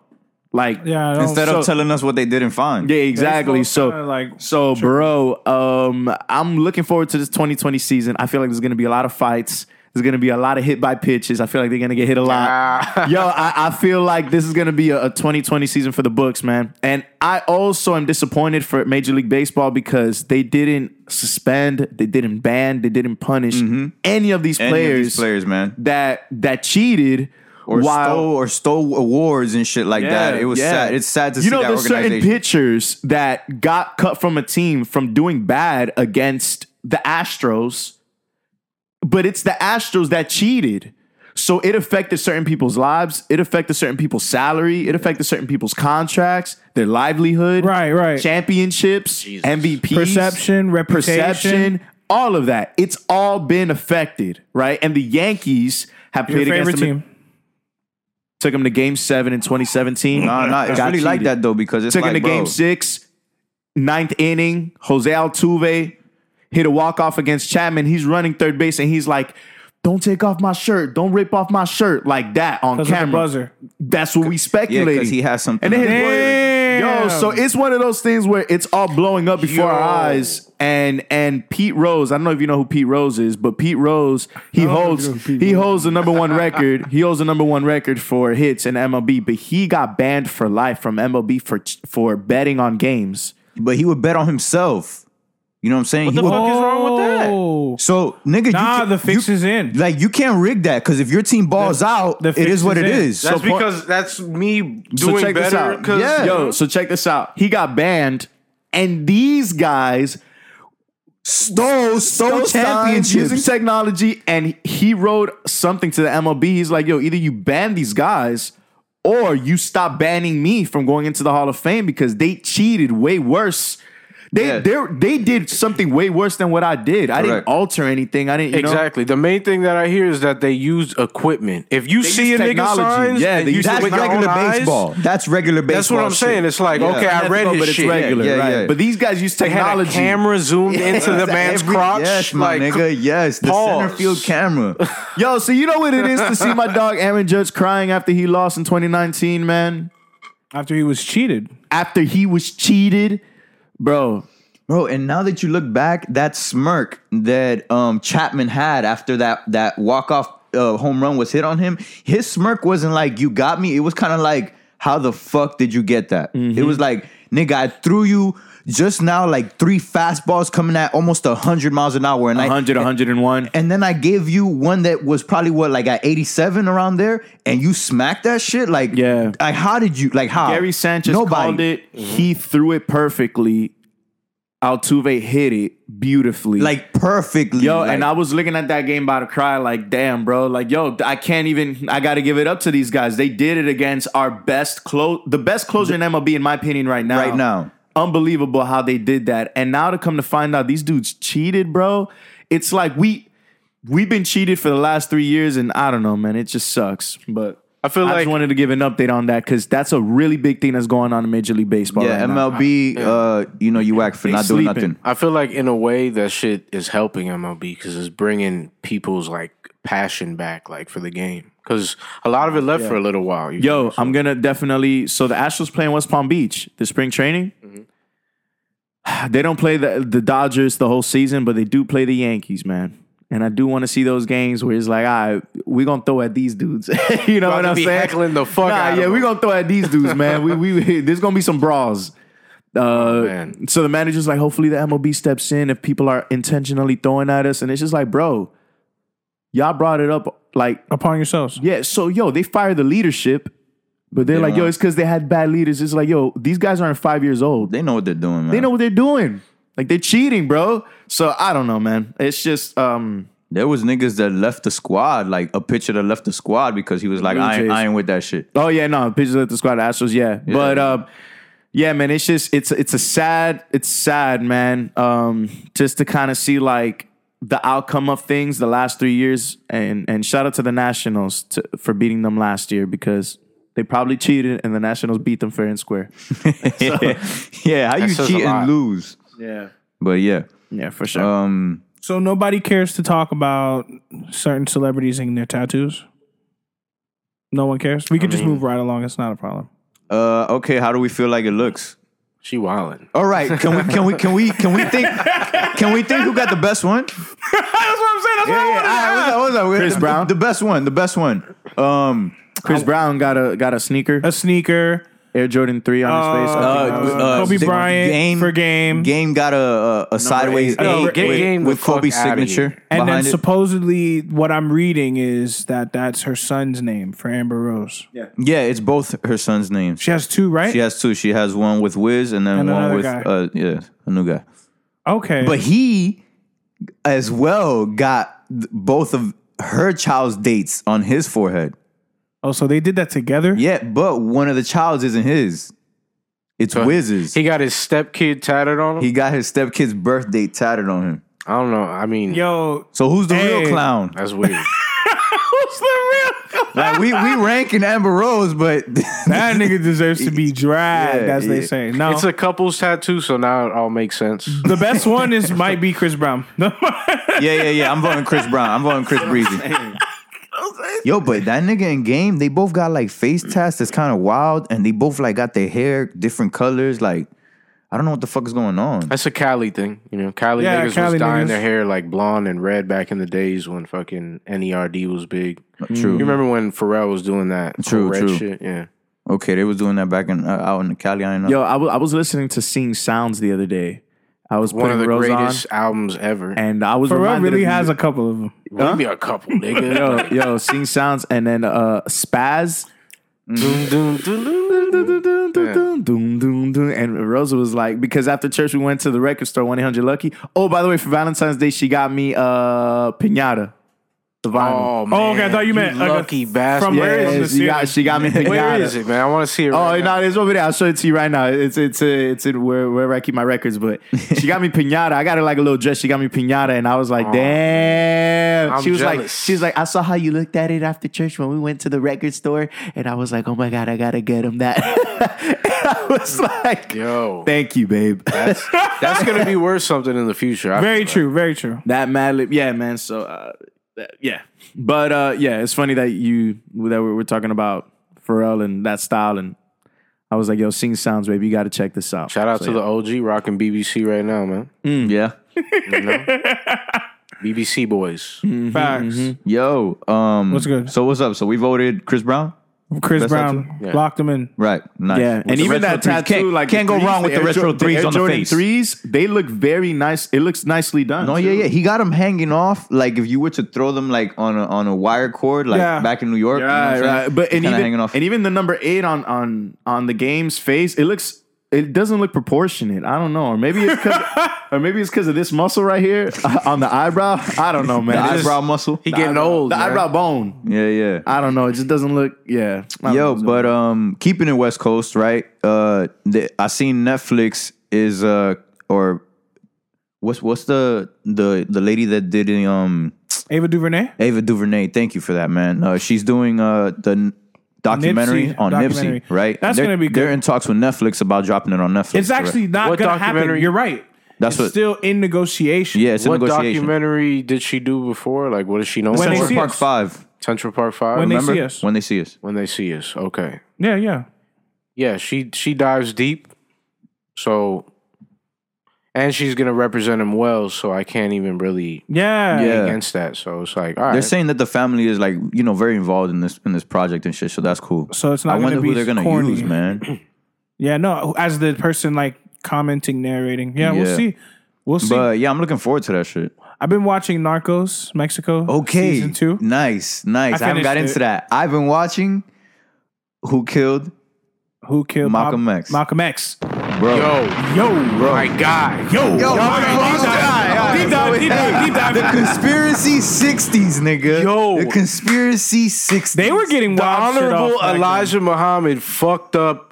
Speaker 6: Like
Speaker 2: Yeah, I don't-
Speaker 3: instead of telling us what they didn't find.
Speaker 6: um, Yeah,
Speaker 2: Baseball
Speaker 6: exactly. So
Speaker 2: kinda like-
Speaker 6: so bro, um I'm looking forward to this 2020 season. I feel like there's going to be a lot of fights. There's going to be a lot of hit by pitches. I feel like they're going to get hit a
Speaker 3: Ah.
Speaker 6: lot. Yo, I, I feel like this is going to be a, a 2020 season for the books, man. And I also am disappointed for Major League Baseball because they didn't suspend, they didn't ban, they didn't punish any of these
Speaker 3: Mm-hmm. Any of
Speaker 6: players
Speaker 3: these players, man.
Speaker 6: that that cheated
Speaker 3: Or
Speaker 6: while
Speaker 3: stole or stole awards and shit like that. It was
Speaker 6: yeah.
Speaker 3: sad. It's sad to
Speaker 6: you
Speaker 3: see
Speaker 6: know,
Speaker 3: that
Speaker 6: there's certain
Speaker 3: organization.
Speaker 6: pitchers that got cut from a team from doing bad against the Astros, but it's the Astros that cheated. So it affected certain people's lives. It affected certain people's salary. It affected certain people's contracts, their livelihood,
Speaker 2: Right, right.
Speaker 6: Championships, MVPs,
Speaker 2: Perception, reputation.
Speaker 6: perception, all of that. It's all been affected, right? And the Yankees have
Speaker 2: your
Speaker 6: played against
Speaker 2: favorite
Speaker 6: them. in-
Speaker 2: team.
Speaker 6: Took them to Game Seven in 2017.
Speaker 3: No, no, it's
Speaker 6: Got
Speaker 3: really like
Speaker 6: cheated.
Speaker 3: that though because it's
Speaker 6: Took
Speaker 3: like
Speaker 6: him to
Speaker 3: bro,
Speaker 6: game six, ninth inning. Jose Altuve hit a walk off against Chapman. He's running third base and he's like, don't take off my shirt. Don't rip off my shirt like that on
Speaker 2: That's what the
Speaker 6: camera.
Speaker 2: buzzer.
Speaker 6: That's what we
Speaker 3: Yeah,
Speaker 6: speculated.
Speaker 3: because he has something.
Speaker 6: and then his
Speaker 3: on.
Speaker 6: lawyer- yo, so it's one of those things where it's all blowing up before our
Speaker 4: Yo.
Speaker 6: eyes. And and Pete Rose, I don't know if you know who Pete Rose is, but Pete Rose, he
Speaker 2: know
Speaker 6: holds
Speaker 2: who Pete
Speaker 6: he
Speaker 2: Rose
Speaker 6: holds the number one record. He holds the number one record for hits in MLB, but he got banned for life from MLB for for betting on games.
Speaker 3: but he would bet on himself. You know what I'm saying? What
Speaker 4: the fuck is wrong with that?
Speaker 2: Oh.
Speaker 3: So nigga, you
Speaker 2: Nah,
Speaker 3: can-
Speaker 2: the fix
Speaker 3: you-
Speaker 2: is in.
Speaker 3: Like you can't rig that because if your team balls out,
Speaker 2: the
Speaker 3: it
Speaker 2: fix
Speaker 3: is what
Speaker 2: is
Speaker 3: it
Speaker 2: in.
Speaker 3: is.
Speaker 4: That's
Speaker 3: So-
Speaker 4: because that's me
Speaker 6: So
Speaker 4: doing
Speaker 6: check this
Speaker 4: better.
Speaker 6: out.
Speaker 4: 'cause-
Speaker 3: Yeah.
Speaker 6: Yo, so check this out. He got banned, and these guys
Speaker 3: stole, stole
Speaker 6: those championships using
Speaker 3: championships.
Speaker 6: technology, and he wrote something to the MLB. He's like, "Yo, either you ban these guys, or you stop banning me from going into the Hall of Fame because they cheated way worse. They
Speaker 3: Yeah.
Speaker 6: they they did something way worse than what I did. I
Speaker 3: Correct.
Speaker 6: didn't alter anything. I didn't you know?
Speaker 4: Exactly. The main thing that I hear is that they use equipment. If you see a
Speaker 6: use
Speaker 4: nigga
Speaker 6: technology.
Speaker 4: signs,
Speaker 6: Yeah,
Speaker 4: and
Speaker 6: they
Speaker 4: you
Speaker 6: use
Speaker 4: see it
Speaker 3: That's
Speaker 4: with your
Speaker 3: regular
Speaker 4: own eyes,
Speaker 3: baseball. That's regular baseball.
Speaker 4: That's what I'm
Speaker 3: shit.
Speaker 4: saying. It's like,
Speaker 3: Yeah.
Speaker 4: okay, I read
Speaker 6: But
Speaker 4: his
Speaker 6: it's
Speaker 4: shit.
Speaker 6: regular,
Speaker 3: Yeah,
Speaker 6: right?
Speaker 3: yeah.
Speaker 6: But these guys use
Speaker 4: They had a
Speaker 6: technology.
Speaker 4: camera zoomed into the man's
Speaker 3: Every-
Speaker 4: crotch.
Speaker 3: Yes, my
Speaker 4: like,
Speaker 3: nigga. Yes, the center
Speaker 4: pause.
Speaker 3: field camera.
Speaker 6: Yo, so you know what it is to see my dog Aaron Judge crying after he lost in 2019, man.
Speaker 2: After he was cheated.
Speaker 6: After he was cheated, bro.
Speaker 3: Bro, and now that you look back, that smirk that um, Chapman had after that that walk off uh, home run was hit on him, his smirk wasn't like "you got me." It was kind of like, "How the fuck did you get that?" It
Speaker 6: Mm-hmm.
Speaker 3: was like, "Nigga, I threw you just now like three fastballs coming at almost hundred miles an hour, and I
Speaker 6: 100, 101.
Speaker 3: and then I gave you one that was probably what like at eighty seven around there, and you smacked that shit like
Speaker 6: Yeah.
Speaker 3: like how did you like how
Speaker 6: Gary Sanchez called it.
Speaker 3: Mm-hmm.
Speaker 6: He threw it perfectly. Altuve hit it beautifully.
Speaker 3: like perfectly
Speaker 6: yo,
Speaker 3: like-
Speaker 6: and I was looking at that game about to cry. Like, damn, bro. Like, yo, I can't even. I got to give it up to these guys. They did it against our best close, the best closer in MLB, in my opinion, right now.
Speaker 3: right now.
Speaker 6: unbelievable how they did that. And now to come to find out these dudes cheated, bro. It's like we we've been cheated for the last three years, and I don't know, man. It just sucks. But
Speaker 4: I feel
Speaker 6: I
Speaker 4: like
Speaker 6: just wanted to give an update on that because that's a really big thing that's going on in Major League Baseball.
Speaker 3: Yeah,
Speaker 6: right now.
Speaker 3: MLB, uh, you know, you whack for not doing
Speaker 6: sleeping.
Speaker 3: nothing.
Speaker 4: I feel like in a way that shit is helping MLB because it's bringing people's like passion back, like for the game. Because a lot of it left for a little while. you
Speaker 6: Yo,
Speaker 4: know, so-
Speaker 6: I'm gonna definitely. So the Astros play in West Palm Beach the spring training.
Speaker 4: Mm-hmm.
Speaker 6: They don't play the the Dodgers the whole season, but they do play the Yankees, man. And I do want to see those games where it's like, all right, we're gonna throw at these dudes. you know
Speaker 4: About
Speaker 6: what
Speaker 4: to
Speaker 6: I'm
Speaker 4: be
Speaker 6: saying?
Speaker 4: heckling the fuck
Speaker 6: nah,
Speaker 4: out of
Speaker 6: yeah, we're
Speaker 4: them.
Speaker 6: gonna throw at these dudes, man. we we there's gonna be some brawls. Uh,
Speaker 4: man.
Speaker 6: so the manager's like, hopefully the MLB steps in if people are intentionally throwing at us, and it's just like, bro, y'all brought it up like
Speaker 2: upon yourselves.
Speaker 6: yeah, so yo, they fired the leadership, but they're like, yo, it's because they had bad leaders. It's like, yo, these guys aren't five years old. They,
Speaker 3: They know what they're doing, man.
Speaker 6: know what they're doing. Like they're cheating, bro. So I don't know, man. It's just um
Speaker 3: There was niggas that left the squad, like a pitcher that left the squad because he was like,
Speaker 6: Blue
Speaker 3: I ain't,
Speaker 6: Jays.
Speaker 3: I ain't with that shit.
Speaker 6: oh yeah, no, pitchers at the squad Astros, yeah. But um yeah, man, it's just it's it's a sad, it's sad, man. Um just to kind of see like the outcome of things the last three years and and shout out to the Nationals to, for beating them last year because they probably cheated and the Nationals beat them fair and square.
Speaker 3: yeah, how you
Speaker 4: says a
Speaker 3: cheat
Speaker 4: lot.
Speaker 3: and lose?
Speaker 6: Yeah.
Speaker 3: But yeah,
Speaker 6: Yeah, for sure.
Speaker 3: um,
Speaker 2: So nobody cares to talk about certain celebrities and their tattoos. No one cares. We could just move right along. It's not a problem.
Speaker 3: uh, okay, how do we feel like it looks?
Speaker 4: She wildin'.
Speaker 3: All right, can we can we can we can we think can we think who got the best one?
Speaker 2: That's what I'm saying. That's
Speaker 3: Yeah, yeah, all right, what's up, what's up?
Speaker 6: Chris
Speaker 3: The-
Speaker 6: Brown?
Speaker 3: the best one, the best one.
Speaker 4: Uh,
Speaker 3: Um,
Speaker 6: Chris Brown got a got a sneaker,
Speaker 2: A sneaker.
Speaker 6: Air Jordan three on his face.
Speaker 3: uh,
Speaker 6: I think that was-
Speaker 3: uh,
Speaker 2: Kobe
Speaker 3: Zig-
Speaker 2: Bryant for game.
Speaker 3: Game got a a, a sideways
Speaker 4: eight. Yo,
Speaker 3: eight
Speaker 4: get
Speaker 3: with,
Speaker 4: Game the
Speaker 3: with Kobe's
Speaker 4: fuck outta
Speaker 3: signature
Speaker 4: here.
Speaker 2: And then
Speaker 3: behind it.
Speaker 2: supposedly, what I'm reading is that that's her son's name for Amber Rose.
Speaker 3: Yeah, it's both her son's names.
Speaker 2: She has two, right?
Speaker 3: She has two. She has one with Wiz and then
Speaker 2: And
Speaker 3: one
Speaker 2: another
Speaker 3: with
Speaker 2: guy.
Speaker 3: uh yeah, a new guy.
Speaker 2: Okay.
Speaker 3: But he as well got th- both of her child's dates on his forehead.
Speaker 2: oh, so they did that together.
Speaker 3: Yeah, but one of the child's isn't his. It's Wiz's.
Speaker 4: He got his stepkid tatted on him.
Speaker 3: He got his stepkid's birth date tatted on him.
Speaker 4: I don't know. I mean,
Speaker 2: Yo,
Speaker 3: So who's the
Speaker 2: Hey.
Speaker 3: real clown?
Speaker 4: that's weird.
Speaker 2: who's the real?
Speaker 3: Like we we ranking Amber Rose, but
Speaker 2: that nigga deserves to be dragged,
Speaker 3: Yeah,
Speaker 2: as they
Speaker 3: yeah.
Speaker 2: say. No,
Speaker 4: it's a couple's tattoo, so now it all makes sense.
Speaker 2: the best one is might be Chris Brown.
Speaker 3: Yeah, yeah, yeah. I'm voting Chris Brown. I'm voting Chris Breezy. Yo, but that nigga in game, they both got like face tats that's kind of wild, and they both like got their hair different colors. Like, I don't know what the fuck is going on.
Speaker 4: That's a Cali thing. You know, Cali
Speaker 2: Yeah,
Speaker 4: niggas
Speaker 2: Cali
Speaker 4: was dyeing
Speaker 2: niggas.
Speaker 4: their hair like blonde and red back in the days when fucking NERD was big.
Speaker 3: True.
Speaker 6: Mm.
Speaker 4: You remember when Pharrell was doing that whole
Speaker 3: True,
Speaker 4: red
Speaker 3: true.
Speaker 4: shit? Yeah.
Speaker 3: Okay, they was doing that back in uh, out in the Cali. I didn't know.
Speaker 6: yo, I wa- I was listening to Sing Sounds the other day. I was
Speaker 4: One
Speaker 6: putting
Speaker 4: of the
Speaker 6: Rose
Speaker 4: greatest albums ever.
Speaker 6: on, and I was
Speaker 2: Pharrell
Speaker 6: reminded
Speaker 2: really
Speaker 6: of
Speaker 2: has
Speaker 6: you.
Speaker 2: a couple of them.
Speaker 4: Huh? Maybe a couple, nigga.
Speaker 6: yo, yo Sing Sounds, and then uh, Spaz.
Speaker 4: Doom, doom, doom, doom, doom, doom.
Speaker 6: Dun, dun, dun, dun. And Rosa was like, because after church we went to the record store, one eight hundred Lucky. Oh, by the way, for Valentine's Day she got me uh pinata, the vinyl.
Speaker 4: Oh, man.
Speaker 2: Oh, okay, I thought you meant, like, a-
Speaker 4: lucky bastard.
Speaker 2: from where is
Speaker 6: Yes,
Speaker 2: this
Speaker 6: she got she got me pinata.
Speaker 4: Where is it, man? I want to see it.
Speaker 6: Oh
Speaker 4: Right now.
Speaker 6: no, it's over there. I'll show it to you right now. It's it's uh, it's in where, wherever I keep my records. But she got me pinata. I got her like a little dress. She got me pinata, and I was like, damn.
Speaker 4: I'm
Speaker 6: she was like,
Speaker 4: jealous.
Speaker 6: she was like, I saw how you looked at it after church when we went to the record store, and I was like, oh my god, I gotta get him that. I was like,
Speaker 4: Yo,
Speaker 6: thank you, babe.
Speaker 4: that's, that's gonna be worth something in the future. I
Speaker 2: Very true. Very true.
Speaker 6: That Mad Lib, yeah, man. So, uh, that- yeah, but uh, yeah, it's funny that you that we were talking about Pharrell and that style, and I was like, "Yo, sing sounds, baby, you got to check this out."
Speaker 4: Shout out
Speaker 6: So,
Speaker 4: to
Speaker 6: yeah.
Speaker 4: the OG rocking BBC right now, man.
Speaker 3: Yeah.
Speaker 4: BBC boys.
Speaker 3: Mm-hmm,
Speaker 2: Facts.
Speaker 3: Yo. Um.
Speaker 2: What's good?
Speaker 3: So what's up? So we voted Chris Brown.
Speaker 2: Chris
Speaker 3: Best
Speaker 2: Brown
Speaker 4: Yeah.
Speaker 2: locked him in.
Speaker 3: Right. Nice.
Speaker 6: Yeah,
Speaker 3: With
Speaker 6: and
Speaker 3: the
Speaker 6: even
Speaker 3: retro
Speaker 6: that
Speaker 3: threes.
Speaker 6: tattoo,
Speaker 3: Can't-
Speaker 6: like
Speaker 3: can't
Speaker 6: the
Speaker 3: go
Speaker 6: threes,
Speaker 3: wrong with the
Speaker 6: Air
Speaker 3: retro
Speaker 6: Jordan-
Speaker 3: threes
Speaker 6: Air
Speaker 3: on the
Speaker 6: Jordan
Speaker 3: face.
Speaker 6: Threes, they look very nice. It looks nicely done.
Speaker 3: No,
Speaker 6: too.
Speaker 3: yeah, yeah. He got them hanging off. Like if you were to throw them like on a on a wire cord, like
Speaker 2: Yeah.
Speaker 3: back in New York. you know what
Speaker 6: right,
Speaker 3: I'm saying?
Speaker 6: right. But and
Speaker 3: Kinda
Speaker 6: even
Speaker 3: hanging off.
Speaker 6: and even the number eight on on on the game's face, it looks. It doesn't look proportionate. I don't know, or maybe it's cause, or maybe it's because of this muscle right here uh, on the eyebrow. I don't know, man.
Speaker 3: the
Speaker 6: It just-
Speaker 3: eyebrow muscle.
Speaker 4: He getting old.
Speaker 6: The
Speaker 4: man.
Speaker 6: eyebrow bone.
Speaker 3: yeah, yeah.
Speaker 6: I don't know. It just doesn't look. Yeah. I don't
Speaker 3: Yo,
Speaker 6: know.
Speaker 3: but um, keeping it West Coast, right? Uh, the, I seen Netflix is uh or what's what's the the the lady that did the, um
Speaker 2: Ava DuVernay.
Speaker 3: Ava DuVernay? Thank you for that, man. Uh, she's doing uh the n- documentary
Speaker 2: Nipsey
Speaker 3: on
Speaker 2: documentary.
Speaker 3: Nipsey, right?
Speaker 2: That's
Speaker 3: They're-
Speaker 2: gonna be good.
Speaker 3: They're in talks with Netflix about dropping it on Netflix.
Speaker 2: It's
Speaker 3: correct?
Speaker 2: actually not
Speaker 4: What
Speaker 2: going to happen.
Speaker 4: documentary?
Speaker 2: You're right.
Speaker 3: That's
Speaker 2: it's
Speaker 3: what-
Speaker 2: still in negotiation.
Speaker 3: yeah, it's a
Speaker 4: What
Speaker 3: negotiation.
Speaker 4: documentary did she do before? Like, what does she know?
Speaker 2: When they
Speaker 3: Central
Speaker 2: see
Speaker 3: Park
Speaker 2: us.
Speaker 3: Five.
Speaker 4: Central Park Five.
Speaker 2: When they
Speaker 4: remember?
Speaker 2: see us.
Speaker 3: When they see us.
Speaker 4: when they see us. Okay.
Speaker 2: Yeah, yeah.
Speaker 4: Yeah, she she dives deep. So and she's gonna represent him well. So I can't even really
Speaker 2: Yeah.
Speaker 4: be
Speaker 3: Yeah.
Speaker 4: against that. So it's like, all right,
Speaker 3: They're saying that the family is like you know very involved in this in this project and shit, so that's cool.
Speaker 2: So it's not
Speaker 3: I wonder
Speaker 2: gonna be
Speaker 3: who they're gonna
Speaker 2: corny.
Speaker 3: use, man.
Speaker 2: Yeah, no, as the person like commenting, narrating. Yeah, we'll
Speaker 3: Yeah.
Speaker 2: see. We'll see.
Speaker 3: But yeah, I'm looking forward to that shit.
Speaker 2: I've been watching Narcos Mexico.
Speaker 3: Okay,
Speaker 2: Season two.
Speaker 3: nice, nice.
Speaker 2: I
Speaker 3: I, haven't got
Speaker 2: finished
Speaker 3: into
Speaker 2: it.
Speaker 3: that. I've been watching Who Killed
Speaker 2: Who killed
Speaker 3: Malcolm
Speaker 2: Bob-
Speaker 3: X.
Speaker 2: Malcolm X.
Speaker 3: Bro.
Speaker 4: yo,
Speaker 2: Yo.
Speaker 3: Bro.
Speaker 4: my guy, yo,
Speaker 3: Yo,
Speaker 2: Y'all better
Speaker 3: hold
Speaker 2: deep
Speaker 3: on,
Speaker 2: dive.
Speaker 3: hold on.
Speaker 2: Deep dive, deep dive, deep dive.
Speaker 3: The conspiracy '60s, nigga.
Speaker 4: Yo.
Speaker 3: the conspiracy '60s.
Speaker 2: They were getting
Speaker 4: the
Speaker 2: wild shit off uh,
Speaker 4: honorable
Speaker 2: back then.
Speaker 4: Elijah Muhammad fucked up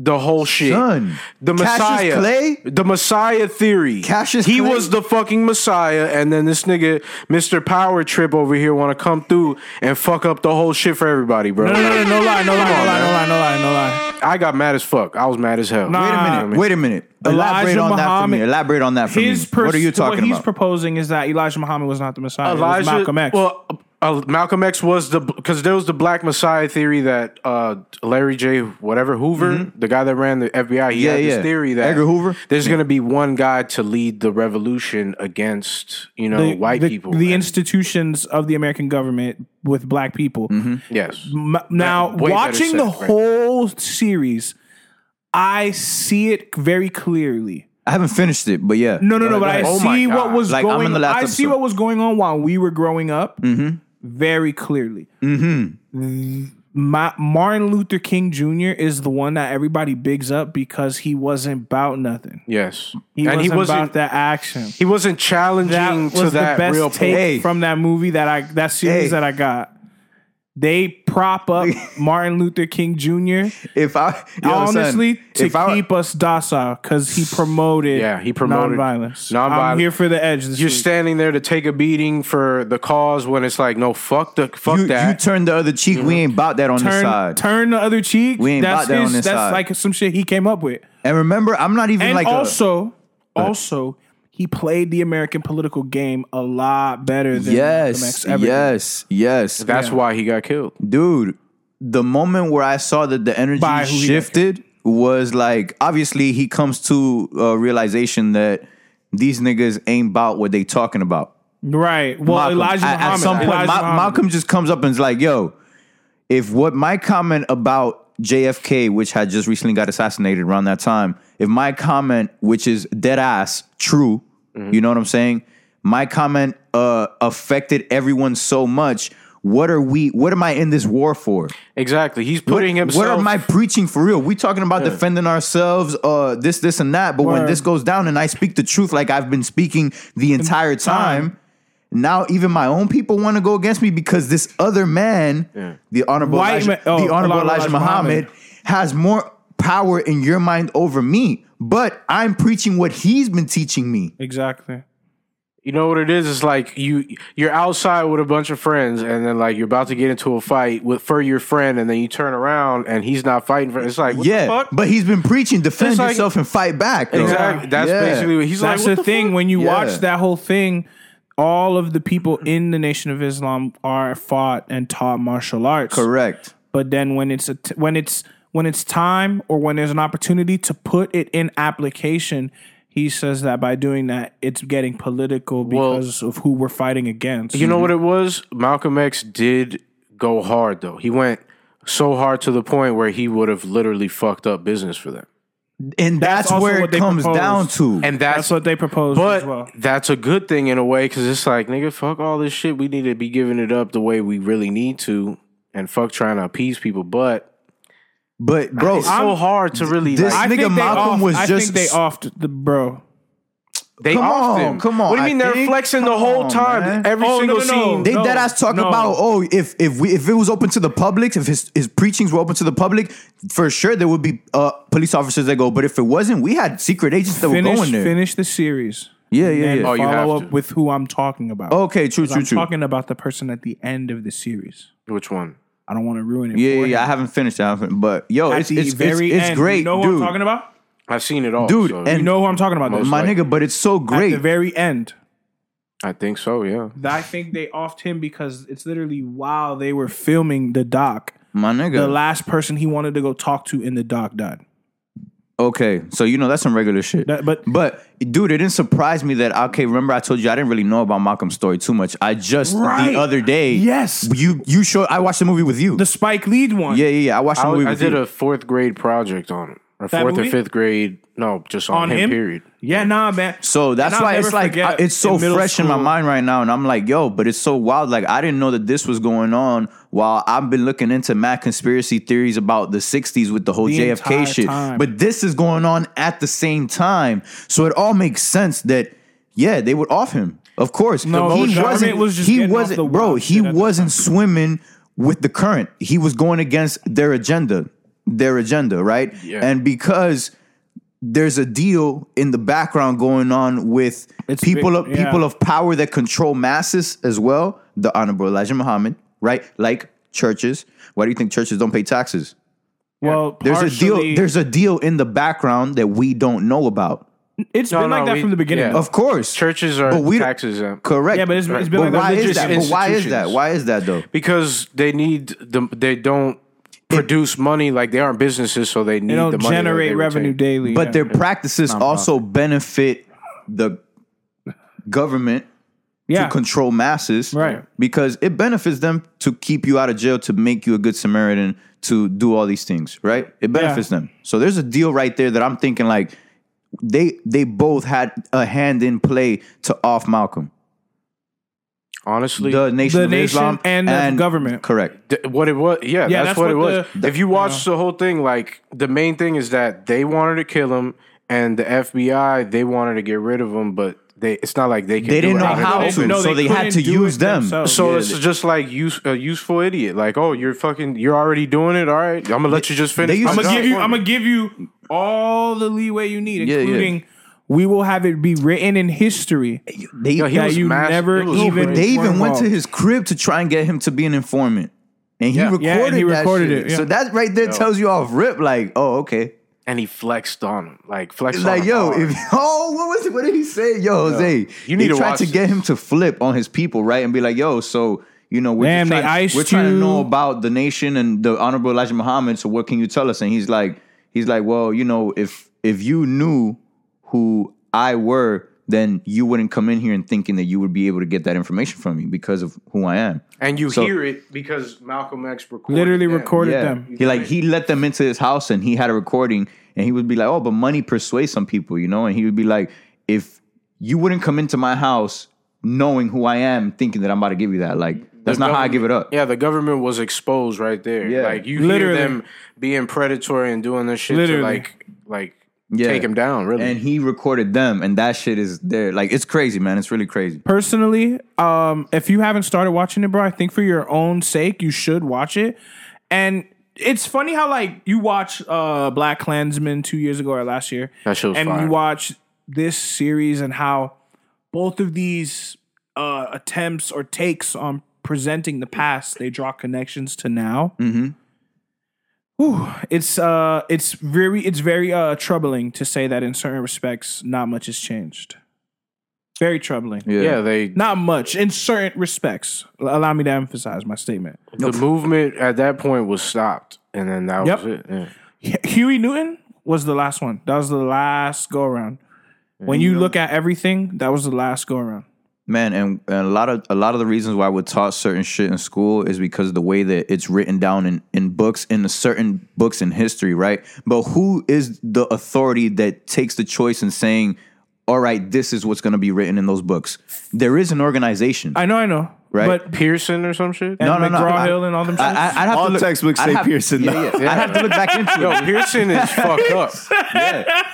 Speaker 4: the whole shit.
Speaker 3: Son.
Speaker 4: The
Speaker 3: Cassius
Speaker 4: Messiah,
Speaker 3: Clay?
Speaker 4: the Messiah theory.
Speaker 3: Cassius
Speaker 4: he
Speaker 3: Clay?
Speaker 4: was the fucking Messiah, and then this nigga, Mister Power Trip over here, want to come through and fuck up the whole shit for everybody, bro.
Speaker 2: No, no, no, no, no lie, no lie, no lie, no lie, no lie, no lie.
Speaker 4: I got mad as fuck. I was mad as hell.
Speaker 2: Nah.
Speaker 3: Wait a
Speaker 2: Ah.
Speaker 3: minute. Wait a minute. Elaborate
Speaker 2: Elijah
Speaker 3: on that for me.
Speaker 2: Muhammad-
Speaker 3: Elaborate on that for me.
Speaker 2: His pers-
Speaker 3: what are you
Speaker 2: What
Speaker 3: talking
Speaker 2: he's
Speaker 3: about?
Speaker 2: proposing is that Elijah Muhammad was not the Messiah. it was
Speaker 4: Elijah,
Speaker 2: Malcolm X.
Speaker 4: Well, uh, Malcolm X was the because there was the Black Messiah theory that uh, Larry J. whatever Hoover, the guy that ran the FBI, he
Speaker 3: Mm-hmm. Yeah,
Speaker 4: had this
Speaker 3: yeah.
Speaker 4: theory that
Speaker 3: Edgar Hoover?
Speaker 4: There's going to be one guy to lead the revolution against you know
Speaker 2: the,
Speaker 4: white
Speaker 2: the,
Speaker 4: people.
Speaker 2: the
Speaker 4: and-
Speaker 2: institutions of the American government with black people.
Speaker 3: Mm-hmm.
Speaker 4: yes,
Speaker 2: M- Now,
Speaker 4: way better
Speaker 2: watching
Speaker 4: said,
Speaker 2: the
Speaker 4: right.
Speaker 2: whole series, I see it very clearly.
Speaker 3: I haven't finished it, but yeah.
Speaker 2: No, no, no. But I
Speaker 4: Oh my
Speaker 2: see
Speaker 4: God.
Speaker 2: what was
Speaker 3: Like, I'm
Speaker 2: going.
Speaker 3: in the last
Speaker 2: I see
Speaker 3: episode.
Speaker 2: what was going on while we were growing up.
Speaker 4: Mm-hmm.
Speaker 2: Very clearly. Mm, Ma- Martin Luther King Jr. is the one that everybody bigs up because he wasn't about nothing.
Speaker 4: yes,
Speaker 2: He
Speaker 4: and
Speaker 2: wasn't,
Speaker 4: he wasn't
Speaker 2: about that action.
Speaker 4: he wasn't challenging
Speaker 2: That
Speaker 4: to
Speaker 2: was
Speaker 4: that
Speaker 2: the best
Speaker 4: real
Speaker 2: take
Speaker 4: point.
Speaker 3: Hey.
Speaker 2: from that movie that I that series
Speaker 3: Hey.
Speaker 2: that I got. They prop up Martin Luther King Jr.
Speaker 3: If I yo, son,
Speaker 2: honestly to
Speaker 3: if I,
Speaker 2: keep us docile because he promoted
Speaker 4: Yeah, he promoted
Speaker 2: nonviolence. I'm
Speaker 4: nonviolence.
Speaker 2: here for the edge. This
Speaker 4: You're
Speaker 2: week.
Speaker 4: standing there to take a beating for the cause when it's like no fuck the fuck
Speaker 3: you, you
Speaker 4: that.
Speaker 3: turn the other cheek, we ain't about that on this
Speaker 2: turn
Speaker 3: side.
Speaker 2: turn the other cheek.
Speaker 3: We ain't
Speaker 2: that's
Speaker 3: about that on
Speaker 2: his,
Speaker 3: this
Speaker 2: That's
Speaker 3: side.
Speaker 2: like some shit he came up with.
Speaker 3: And remember, I'm not even
Speaker 2: And
Speaker 3: like
Speaker 2: also, also he played the American political game a lot better
Speaker 3: a
Speaker 2: than Malcolm X
Speaker 3: yes,
Speaker 2: ever did.
Speaker 3: yes, yes,
Speaker 4: That's why he got killed.
Speaker 3: dude. The moment where I saw that the energy
Speaker 2: By who he
Speaker 3: shifted was like obviously he comes to a realization that these niggas ain't about what they talking about.
Speaker 2: Right. Well,
Speaker 3: Malcolm.
Speaker 2: Elijah
Speaker 3: at,
Speaker 2: Muhammad.
Speaker 3: at some point,
Speaker 2: Elijah
Speaker 3: Ma-
Speaker 2: Muhammad.
Speaker 3: Malcolm just comes up and is like, "Yo, if what my comment about JFK, which had just recently got assassinated around that time, if my comment, which is dead ass true,
Speaker 2: Mm-hmm.
Speaker 3: you know what I'm saying? My comment uh, affected everyone so much. What are we? What am I in this war for?
Speaker 4: Exactly. He's putting
Speaker 3: what,
Speaker 4: himself.
Speaker 3: What am I preaching for real? We talking about defending ourselves, uh, this, this, and that. But when
Speaker 2: Word.
Speaker 3: this goes down and I speak the truth like I've been speaking the entire time, now even my own people want to go against me because this other man, the honorable
Speaker 2: White
Speaker 3: Elijah,
Speaker 2: man- oh,
Speaker 3: the honorable
Speaker 2: Elijah
Speaker 3: Elijah,
Speaker 2: Muhammad.
Speaker 3: Muhammad, has more power in your mind over me. But I'm preaching what he's been teaching me.
Speaker 2: Exactly.
Speaker 4: You know what it is? It's like you you're outside with a bunch of friends, and then like you're about to get into a fight with for your friend, and then you turn around and he's not fighting for. It's like what
Speaker 3: yeah,
Speaker 4: the fuck?
Speaker 3: but he's been preaching defend
Speaker 4: It's like-
Speaker 3: yourself and fight back. though.
Speaker 4: exactly. That's
Speaker 3: Yeah.
Speaker 4: basically what he's
Speaker 2: That's
Speaker 4: like. What
Speaker 2: the, thing.
Speaker 4: fuck?
Speaker 2: When you
Speaker 3: Yeah.
Speaker 2: watch that whole thing, all of the people in the Nation of Islam are fought and taught martial arts.
Speaker 3: correct.
Speaker 2: But then when it's a t- when it's when it's time or when there's an opportunity to put it in application, he says that by doing that, it's getting political because of who we're fighting against.
Speaker 4: You know what it was? Malcolm X did go hard though. He went so hard to the point where he would have literally fucked up business for them.
Speaker 3: And
Speaker 2: That's
Speaker 3: that's,
Speaker 2: also
Speaker 3: where
Speaker 2: what
Speaker 3: it
Speaker 2: they
Speaker 3: comes
Speaker 2: proposed.
Speaker 3: down to.
Speaker 4: And
Speaker 2: that's what they proposed
Speaker 4: But
Speaker 2: as well.
Speaker 4: that's a good thing in a way because it's like, nigga, fuck all this shit. We need to be giving it up the way we really need to, and fuck trying to appease people. But
Speaker 3: But bro,
Speaker 4: it's so hard to really.
Speaker 3: this
Speaker 4: like,
Speaker 2: I
Speaker 3: nigga
Speaker 2: think they
Speaker 3: Malcolm
Speaker 2: off-
Speaker 3: was
Speaker 2: I
Speaker 3: just-
Speaker 2: think they offed the bro.
Speaker 4: they
Speaker 3: come
Speaker 4: off
Speaker 3: on,
Speaker 4: them.
Speaker 3: come on,
Speaker 4: What do you
Speaker 3: I
Speaker 4: mean they're
Speaker 3: think-
Speaker 4: flexing
Speaker 3: come
Speaker 4: the whole
Speaker 3: on,
Speaker 4: time?
Speaker 3: man.
Speaker 4: Every
Speaker 2: Oh,
Speaker 4: single
Speaker 2: no, no, no.
Speaker 4: scene.
Speaker 3: They
Speaker 2: No,
Speaker 3: dead ass talk
Speaker 2: no.
Speaker 3: about oh if if we if it was open to the public if his his preachings were open to the public for sure there would be uh police officers that go but if it wasn't we had secret agents that were
Speaker 2: Finish
Speaker 3: going there
Speaker 2: finish the series.
Speaker 3: yeah yeah
Speaker 2: And
Speaker 3: yeah
Speaker 4: Oh, you have
Speaker 2: follow up
Speaker 4: to.
Speaker 2: with who I'm talking about.
Speaker 3: okay true Oh, true
Speaker 2: I'm
Speaker 3: true
Speaker 2: talking about the person at the end of the series.
Speaker 4: Which one?
Speaker 2: I don't want to ruin it.
Speaker 3: yeah
Speaker 2: for
Speaker 3: yeah, yeah I
Speaker 2: him.
Speaker 3: haven't finished I haven't, but yo
Speaker 2: At
Speaker 3: it's
Speaker 2: the
Speaker 3: it's, it's,
Speaker 2: very
Speaker 3: it's
Speaker 2: end,
Speaker 3: great
Speaker 2: you know what
Speaker 3: dude
Speaker 2: I'm talking about?
Speaker 4: I've seen it all,
Speaker 3: dude
Speaker 4: so-
Speaker 2: You
Speaker 3: and
Speaker 2: know who I'm talking about? though.
Speaker 3: my
Speaker 4: like-
Speaker 3: nigga but it's so
Speaker 2: At
Speaker 3: great
Speaker 2: the very end,
Speaker 4: I think so. Yeah,
Speaker 2: I think they offed him because it's literally while they were filming the doc,
Speaker 3: my
Speaker 2: the
Speaker 3: nigga
Speaker 2: last person he wanted to go talk to in the doc died.
Speaker 3: Okay, so you know that's some regular shit.
Speaker 2: That- but-
Speaker 3: but dude, it didn't surprise me that okay. Remember, I told you I didn't really know about Malcolm's story too much. I just
Speaker 2: Right.
Speaker 3: the other day,
Speaker 2: Yes.
Speaker 3: you you showed. I watched the movie with you.
Speaker 2: The Spike Lee one.
Speaker 3: yeah, yeah, yeah. I watched the
Speaker 4: I,
Speaker 3: movie
Speaker 4: I
Speaker 3: with
Speaker 4: did
Speaker 3: you.
Speaker 4: a fourth grade project on him, or
Speaker 2: That
Speaker 4: fourth
Speaker 2: movie?
Speaker 4: or fifth grade. No, just on,
Speaker 2: on
Speaker 4: him,
Speaker 2: him.
Speaker 4: Period.
Speaker 2: Yeah, nah, man.
Speaker 3: so that's
Speaker 2: And I'll
Speaker 3: why
Speaker 2: never
Speaker 3: it's like I,
Speaker 2: forget
Speaker 3: it's so
Speaker 2: in middle
Speaker 3: fresh in my
Speaker 2: school-
Speaker 3: mind right now, and I'm like, yo, but it's so wild. Like I didn't know that this was going on while I've been looking into mad conspiracy theories about the '60s with the whole
Speaker 2: The
Speaker 3: JFK
Speaker 2: entire
Speaker 3: shit.
Speaker 2: time.
Speaker 3: But this is going on at the same time, so it all makes sense that yeah, they would off him. Of course,
Speaker 2: No, the
Speaker 3: he
Speaker 2: government
Speaker 3: wasn't.
Speaker 2: was just
Speaker 3: he
Speaker 2: getting off
Speaker 3: wasn't,
Speaker 2: the
Speaker 3: bro.
Speaker 2: wild
Speaker 3: He
Speaker 2: shit at the
Speaker 3: wasn't swimming with the current. He was going against their agenda, their agenda, right?
Speaker 4: Yeah.
Speaker 3: And because there's a deal in the background going on with
Speaker 2: It's
Speaker 3: people
Speaker 2: big-
Speaker 3: of
Speaker 2: yeah.
Speaker 3: people of power that control masses as well. The Honorable Elijah Muhammad, right? Like churches. Why do you think churches don't pay taxes?
Speaker 2: Well,
Speaker 3: There's a
Speaker 2: partially-
Speaker 3: deal. There's a deal in the background that we don't know about.
Speaker 2: It's
Speaker 4: No,
Speaker 2: been like
Speaker 4: no,
Speaker 2: that
Speaker 4: we-
Speaker 2: from the beginning.
Speaker 4: yeah.
Speaker 2: though.
Speaker 3: Of course,
Speaker 4: Churches are
Speaker 3: But we don't-
Speaker 4: tax exempt.
Speaker 3: correct.
Speaker 2: Yeah, but it's, it's been
Speaker 3: But
Speaker 2: like
Speaker 3: why
Speaker 2: that.
Speaker 3: is that?
Speaker 4: religious
Speaker 3: But why is that?
Speaker 4: institutions.
Speaker 3: Why is that though?
Speaker 4: because they need the they don't produce money like they aren't businesses, so they need
Speaker 2: They
Speaker 4: the
Speaker 2: don't
Speaker 4: money that
Speaker 2: generate
Speaker 4: they
Speaker 2: revenue
Speaker 4: retain.
Speaker 2: daily.
Speaker 3: But
Speaker 2: yeah.
Speaker 3: their practices also benefit the government
Speaker 2: yeah.
Speaker 3: to control masses,
Speaker 2: Right.
Speaker 3: Because it benefits them to keep you out of jail, to make you a good Samaritan, to do all these things, right? It benefits them. So there's a deal right there that I'm thinking like they they both had a hand in play to off Malcolm,
Speaker 4: Honestly,
Speaker 3: the nation,
Speaker 2: The
Speaker 3: of
Speaker 2: nation
Speaker 3: Islam
Speaker 2: and the government.
Speaker 3: correct?
Speaker 4: Th- what it was yeah, that's, what, it was if you watch the whole thing like the main thing is that they wanted to kill him and the fbi they wanted to get rid of him but they it's not like they could
Speaker 3: They
Speaker 4: do
Speaker 3: didn't
Speaker 4: it
Speaker 3: know
Speaker 4: out in the
Speaker 3: how
Speaker 4: open.
Speaker 3: to,
Speaker 2: no,
Speaker 3: so they had
Speaker 2: couldn't
Speaker 3: to
Speaker 2: do
Speaker 3: use
Speaker 2: it
Speaker 3: them.
Speaker 2: themselves.
Speaker 4: so
Speaker 2: Yeah,
Speaker 4: it's just like use a useful idiot like oh you're fucking you're already doing it all right i'm gonna let you just finish
Speaker 3: they used
Speaker 2: I'm
Speaker 3: to-
Speaker 2: gonna
Speaker 3: No,
Speaker 2: give you. I'm gonna give you all the leeway you need,
Speaker 3: yeah.
Speaker 2: including we will have it be written in history.
Speaker 3: They,
Speaker 4: Yo, he
Speaker 2: that
Speaker 4: was
Speaker 2: you
Speaker 4: massive.
Speaker 2: never
Speaker 4: It was
Speaker 2: even-
Speaker 4: crazy.
Speaker 3: they even
Speaker 2: Went
Speaker 3: went to
Speaker 2: wrong.
Speaker 3: his crib to try and get him to be an informant. And he
Speaker 4: Yeah.
Speaker 3: recorded,
Speaker 2: Yeah, and he
Speaker 3: that
Speaker 2: recorded
Speaker 3: shit.
Speaker 2: it, yeah.
Speaker 3: So that right there tells you off rip, like, oh, okay.
Speaker 4: and he flexed on him like flexed
Speaker 3: It's
Speaker 4: on
Speaker 3: like,
Speaker 4: him
Speaker 3: yo,
Speaker 4: hard.
Speaker 3: if oh, what was it? What did he say? Yo, Jose,
Speaker 4: you need
Speaker 3: they
Speaker 4: to
Speaker 3: tried
Speaker 4: watch
Speaker 3: to get him to flip on his people, right? And be like, yo, so you know, we're
Speaker 2: Damn,
Speaker 3: just
Speaker 2: they
Speaker 3: trying,
Speaker 2: iced
Speaker 3: we're trying to
Speaker 2: you.
Speaker 3: know about the nation and the honorable Elijah Muhammad. So what can you tell us? And he's like, he's like, well, you know, if if you knew who I were, then you wouldn't come in here and thinking that you would be able to get that information from me because of who I am.
Speaker 4: and you
Speaker 3: So-
Speaker 4: hear it because malcolm x recorded
Speaker 2: Literally
Speaker 4: them.
Speaker 2: recorded
Speaker 3: Yeah.
Speaker 2: them.
Speaker 3: He like he let them into his house and he had a recording and he would be like, "Oh, but money persuades some people, you know." And he would be like, "If you wouldn't come into my house knowing who I am, thinking that I'm about to give you that, like
Speaker 4: Mm-hmm.
Speaker 3: that's not how I give it up."
Speaker 4: Yeah, the government was exposed right there.
Speaker 3: Yeah.
Speaker 4: Like you
Speaker 2: Literally.
Speaker 4: hear them being predatory and doing this shit
Speaker 2: Literally.
Speaker 4: to like like
Speaker 3: Yeah.
Speaker 4: take him down, really.
Speaker 3: And he recorded them, and that shit is there. Like it's crazy, man. It's really crazy.
Speaker 2: Personally, um, if you haven't started watching it, bro, I think for your own sake, you should watch it. And it's funny how like you watch uh, Black Klansman two years ago or last year,
Speaker 4: that shit was
Speaker 2: and
Speaker 4: fire.
Speaker 2: you watch this series and how both of these uh, attempts or takes on presenting the past they draw connections to now
Speaker 4: Mm-hmm.
Speaker 2: Whew. it's uh it's very it's very uh troubling to say that in certain respects not much has changed very troubling
Speaker 4: yeah. they
Speaker 2: not much in certain respects allow me to emphasize my statement
Speaker 4: the movement at that point was stopped, and then that
Speaker 2: Yep.
Speaker 4: was it. Yeah.
Speaker 2: H- Huey Newton was the last one. That was the last go around. When you look at everything, that was the last go around.
Speaker 3: man and, and a lot of a lot of the reasons why we're taught certain shit in school is because of the way that it's written down in, in books in the certain books in history right but who is the authority that takes the choice in saying all right this is what's going to be written in those books there is an organization
Speaker 2: I know, I know.
Speaker 3: Right.
Speaker 2: But
Speaker 4: Pearson or some shit.
Speaker 2: no,
Speaker 3: no, no,
Speaker 2: McGraw
Speaker 3: I-
Speaker 2: Hill and all them
Speaker 3: I,
Speaker 2: shit.
Speaker 3: I, I'd have
Speaker 6: All
Speaker 3: to look,
Speaker 6: textbooks
Speaker 3: I'd
Speaker 6: say
Speaker 3: have-
Speaker 6: Pearson,
Speaker 3: Yeah,
Speaker 6: though.
Speaker 3: yeah, I'd have to look back into
Speaker 4: Yo,
Speaker 3: it.
Speaker 4: Pearson is fucked up.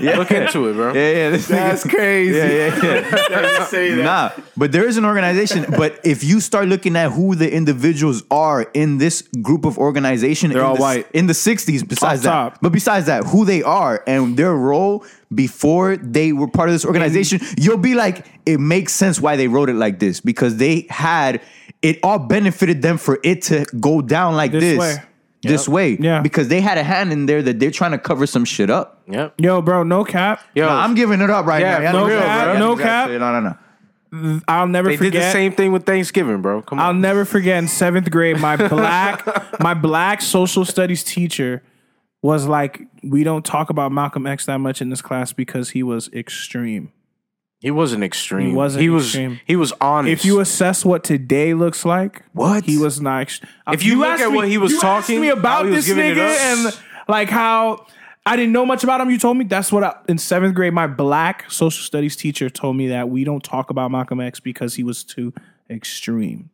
Speaker 3: Yeah.
Speaker 4: Look into it, bro.
Speaker 3: Yeah, yeah, this thing is
Speaker 6: crazy.
Speaker 3: Yeah, yeah, yeah. Nah, but there is an organization. But if you start looking at who the individuals are in this group of organization, they're in
Speaker 6: all
Speaker 3: the,
Speaker 6: white.
Speaker 3: in the '60s. Besides
Speaker 2: Off
Speaker 3: that,
Speaker 2: top.
Speaker 3: but besides that, who they are and their role before they were part of this organization, you'll be like, it makes sense why they wrote it like this because they had it all benefited them for it to go down like this.
Speaker 2: This way.
Speaker 3: This way,
Speaker 2: Yeah.
Speaker 3: because they had a hand in there that they're trying to cover some shit up.
Speaker 4: Yep.
Speaker 2: Yo, bro, no cap.
Speaker 4: Yo,
Speaker 3: Nah, I'm giving it up right
Speaker 4: Yeah,
Speaker 3: now. Y'all
Speaker 4: no
Speaker 3: niggas-
Speaker 4: cap,
Speaker 3: y'all
Speaker 2: no
Speaker 3: niggas
Speaker 2: cap.
Speaker 3: say it. No, no, no.
Speaker 2: I'll never
Speaker 4: they did
Speaker 2: forget.
Speaker 4: the same thing with Thanksgiving, bro. Come
Speaker 2: I'll
Speaker 4: on.
Speaker 2: never forget in seventh grade my black my black social studies teacher was like, we don't talk about Malcolm X that much in this class because he was extreme.
Speaker 4: He wasn't extreme.
Speaker 2: He wasn't
Speaker 4: He was.
Speaker 2: extreme.
Speaker 4: He was honest.
Speaker 2: If you assess what today looks like,
Speaker 3: What?
Speaker 2: he was not. ext-
Speaker 4: If you look
Speaker 2: asked
Speaker 4: at what he was
Speaker 2: you asked
Speaker 4: talking,
Speaker 2: me about
Speaker 4: how he was
Speaker 2: this
Speaker 4: giving it
Speaker 2: nigga
Speaker 4: up.
Speaker 2: and like how I didn't know much about him. You told me that's what I, in seventh grade my black social studies teacher told me that we don't talk about Malcolm X because he was too extreme.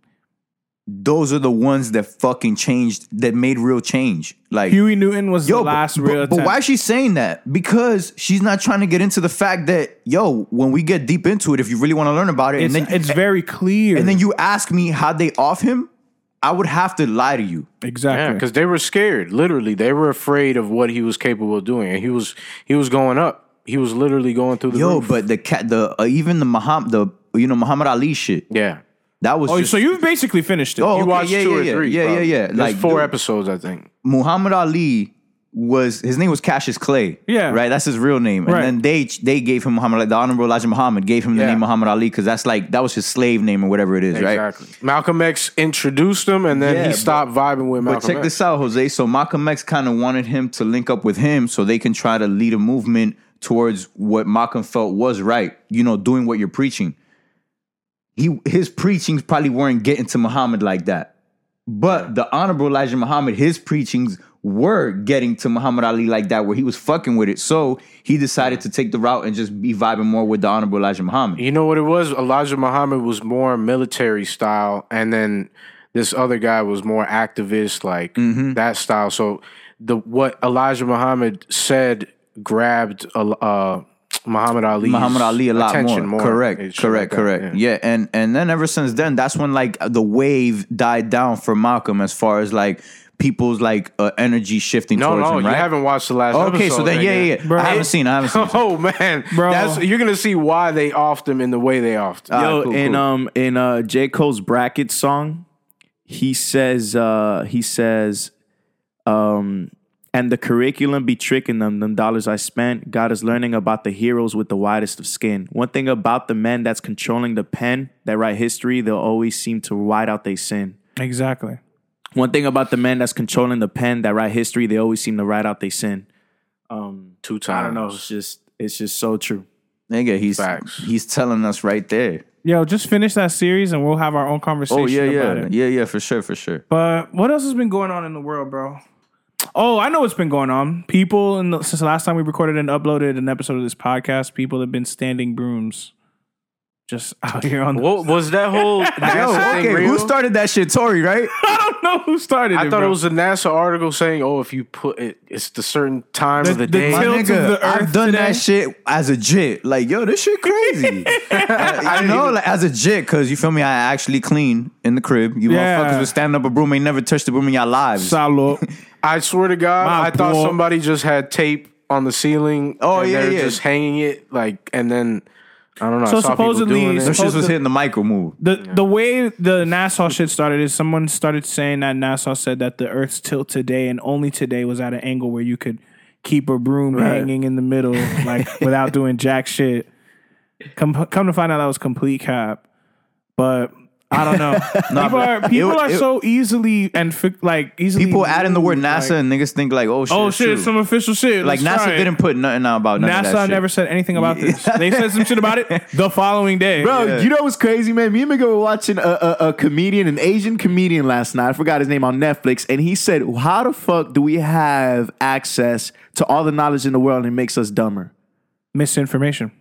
Speaker 3: Those are the ones that fucking changed, that made real change. Like
Speaker 2: Huey Newton was the
Speaker 3: but-
Speaker 2: last
Speaker 3: but,
Speaker 2: real.
Speaker 3: But,
Speaker 2: attempt.
Speaker 3: why is she saying that? Because she's not trying to get into the fact that yo, when we get deep into it, if you really want to learn about it,
Speaker 2: It's,
Speaker 3: and then
Speaker 2: it's very clear.
Speaker 3: and then you ask me how they off him, I would have to lie to you.
Speaker 4: Yeah,
Speaker 2: exactly
Speaker 4: because they were scared. Literally, they were afraid of what he was capable of doing, and he was he was going up. He was literally going through the
Speaker 3: Yo,
Speaker 4: roof.
Speaker 3: but the cat, the uh, even the Muhammad, the you know Muhammad Ali shit,
Speaker 4: yeah,
Speaker 3: that was
Speaker 2: Oh,
Speaker 3: just
Speaker 2: so you've basically finished it.
Speaker 3: Oh,
Speaker 4: you
Speaker 3: okay,
Speaker 4: watched
Speaker 3: yeah,
Speaker 4: two
Speaker 3: yeah,
Speaker 4: or
Speaker 3: yeah,
Speaker 4: three.
Speaker 3: yeah, yeah,
Speaker 4: probably.
Speaker 3: yeah.
Speaker 4: There's
Speaker 3: Like,
Speaker 4: four
Speaker 3: dude-
Speaker 4: episodes, I think.
Speaker 3: Muhammad Ali was his name was Cassius Clay.
Speaker 2: Yeah.
Speaker 3: Right? That's his real name.
Speaker 2: Right.
Speaker 3: And then they they gave him Muhammad Ali, the honorable Elijah Muhammad gave him the
Speaker 4: Yeah.
Speaker 3: name Muhammad Ali because that's like that was his slave name or whatever it is, right?
Speaker 4: Exactly. Malcolm X introduced him, and then
Speaker 3: Yeah,
Speaker 4: he
Speaker 3: but-
Speaker 4: stopped vibing with Malcolm
Speaker 3: But check
Speaker 4: X.
Speaker 3: this out, Jose. So Malcolm X kind of wanted him to link up with him so they can try to lead a movement towards what Malcolm felt was right, you know, doing what you're preaching. He his preachings probably weren't getting to Muhammad like that. But the honorable Elijah Muhammad, his preachings were getting to Muhammad Ali like that, where he was fucking with it. So he decided to take the route and just be vibing more with the honorable Elijah Muhammad.
Speaker 4: You know what it was? Elijah Muhammad was more military style, and then this other guy was more activist, like
Speaker 3: Mm-hmm.
Speaker 4: that style. So the what Elijah Muhammad said grabbed uh, Muhammad Ali.
Speaker 3: Muhammad Ali a lot more.
Speaker 4: attention and
Speaker 3: Correct,
Speaker 4: shit like
Speaker 3: correct,
Speaker 4: that,
Speaker 3: correct. Yeah. and and then ever since then, that's when like the wave died down for Malcolm as far as like people's like uh, energy shifting
Speaker 4: No,
Speaker 3: towards
Speaker 4: no,
Speaker 3: him.
Speaker 4: you
Speaker 3: Right?
Speaker 4: haven't watched the last.
Speaker 3: okay,
Speaker 4: episode,
Speaker 3: so then yeah,
Speaker 4: nigga.
Speaker 3: yeah, yeah. I haven't seen. I haven't seen.
Speaker 4: Oh man,
Speaker 2: Bro.
Speaker 4: That's, you're gonna see why they offed him in the way they offed him.
Speaker 3: Ah,
Speaker 6: Yo,
Speaker 3: cool,
Speaker 6: in
Speaker 3: cool.
Speaker 6: um in uh J. Cole's bracket song, he says uh he says um and the curriculum be tricking them, them dollars I spent. God is learning about the heroes with the widest of skin. One thing about the men that's controlling the pen that write history, they'll always seem to white out they sin.
Speaker 2: exactly.
Speaker 6: One thing about the men that's controlling the pen that write history, they always seem to write out they sin.
Speaker 4: Two times.
Speaker 6: I don't know. It's just it's just so true.
Speaker 3: Nigga, he's
Speaker 4: Facts.
Speaker 3: he's telling us right there.
Speaker 2: Yo, just finish that series and we'll have our own conversation
Speaker 3: Oh yeah,
Speaker 2: about
Speaker 3: yeah,
Speaker 2: it.
Speaker 3: yeah, yeah, for sure, for sure.
Speaker 2: But what else has been going on in the world, bro? Oh, I know what's been going on. People, in the, since the last time we recorded and uploaded an episode of this podcast, people have been standing brooms just out here on the.
Speaker 4: What was that whole? NASA thing real?
Speaker 3: Oh, started that shit, Tori? Right?
Speaker 2: I don't know who started
Speaker 4: I
Speaker 2: it.
Speaker 4: thought
Speaker 2: bro.
Speaker 4: it was a NASA article saying, "Oh, if you put it, it's the certain times
Speaker 2: The-
Speaker 4: of the,
Speaker 2: the
Speaker 4: day."
Speaker 3: My
Speaker 2: tilt- Tilt of
Speaker 3: nigga,
Speaker 2: the
Speaker 3: I've
Speaker 2: earth
Speaker 3: done
Speaker 2: today.
Speaker 3: that shit as a jit. Like, yo, this shit crazy. I know, like, as a jit, because you feel me, I actually clean in the crib. You
Speaker 2: Yeah.
Speaker 3: motherfuckers would stand up a broom, ain't never touched the broom in your lives.
Speaker 2: Salo.
Speaker 4: I swear to God,
Speaker 2: My
Speaker 4: I thought
Speaker 2: boy.
Speaker 4: somebody just had tape on the ceiling.
Speaker 3: Oh,
Speaker 4: and
Speaker 3: yeah,
Speaker 4: they're
Speaker 3: yeah.
Speaker 4: just hanging it like, and then I don't know.
Speaker 2: So
Speaker 4: I saw people
Speaker 2: supposedly-
Speaker 4: doing it.
Speaker 3: Them shits was
Speaker 2: Supposed to-
Speaker 3: hitting the micro move.
Speaker 2: The the way the Nassau shit started is someone started saying that Nassau said that the Earth's tilt today and only today was at an angle where you could keep a broom hanging in the middle, like without doing jack shit. Come come to find out that was complete cap, but I don't know. people are people
Speaker 3: it-
Speaker 2: are
Speaker 3: it-
Speaker 2: so easily and fi- like easily
Speaker 3: People adding the word
Speaker 2: moved, like,
Speaker 3: NASA and niggas think like, oh shit,
Speaker 2: oh shit,
Speaker 3: shoot.
Speaker 2: some official shit.
Speaker 3: like
Speaker 2: Let's
Speaker 3: NASA
Speaker 2: try it.
Speaker 3: didn't put nothing out about none of that
Speaker 2: NASA
Speaker 3: shit.
Speaker 2: never said anything about this. They said some shit about it the following day.
Speaker 6: Bro, you know what's crazy, man? Me and Miguel were watching a, a, a comedian, an Asian comedian last night. I forgot his name on Netflix. And he said, How the fuck do we have access to all the knowledge in the world and it makes us dumber?
Speaker 2: misinformation.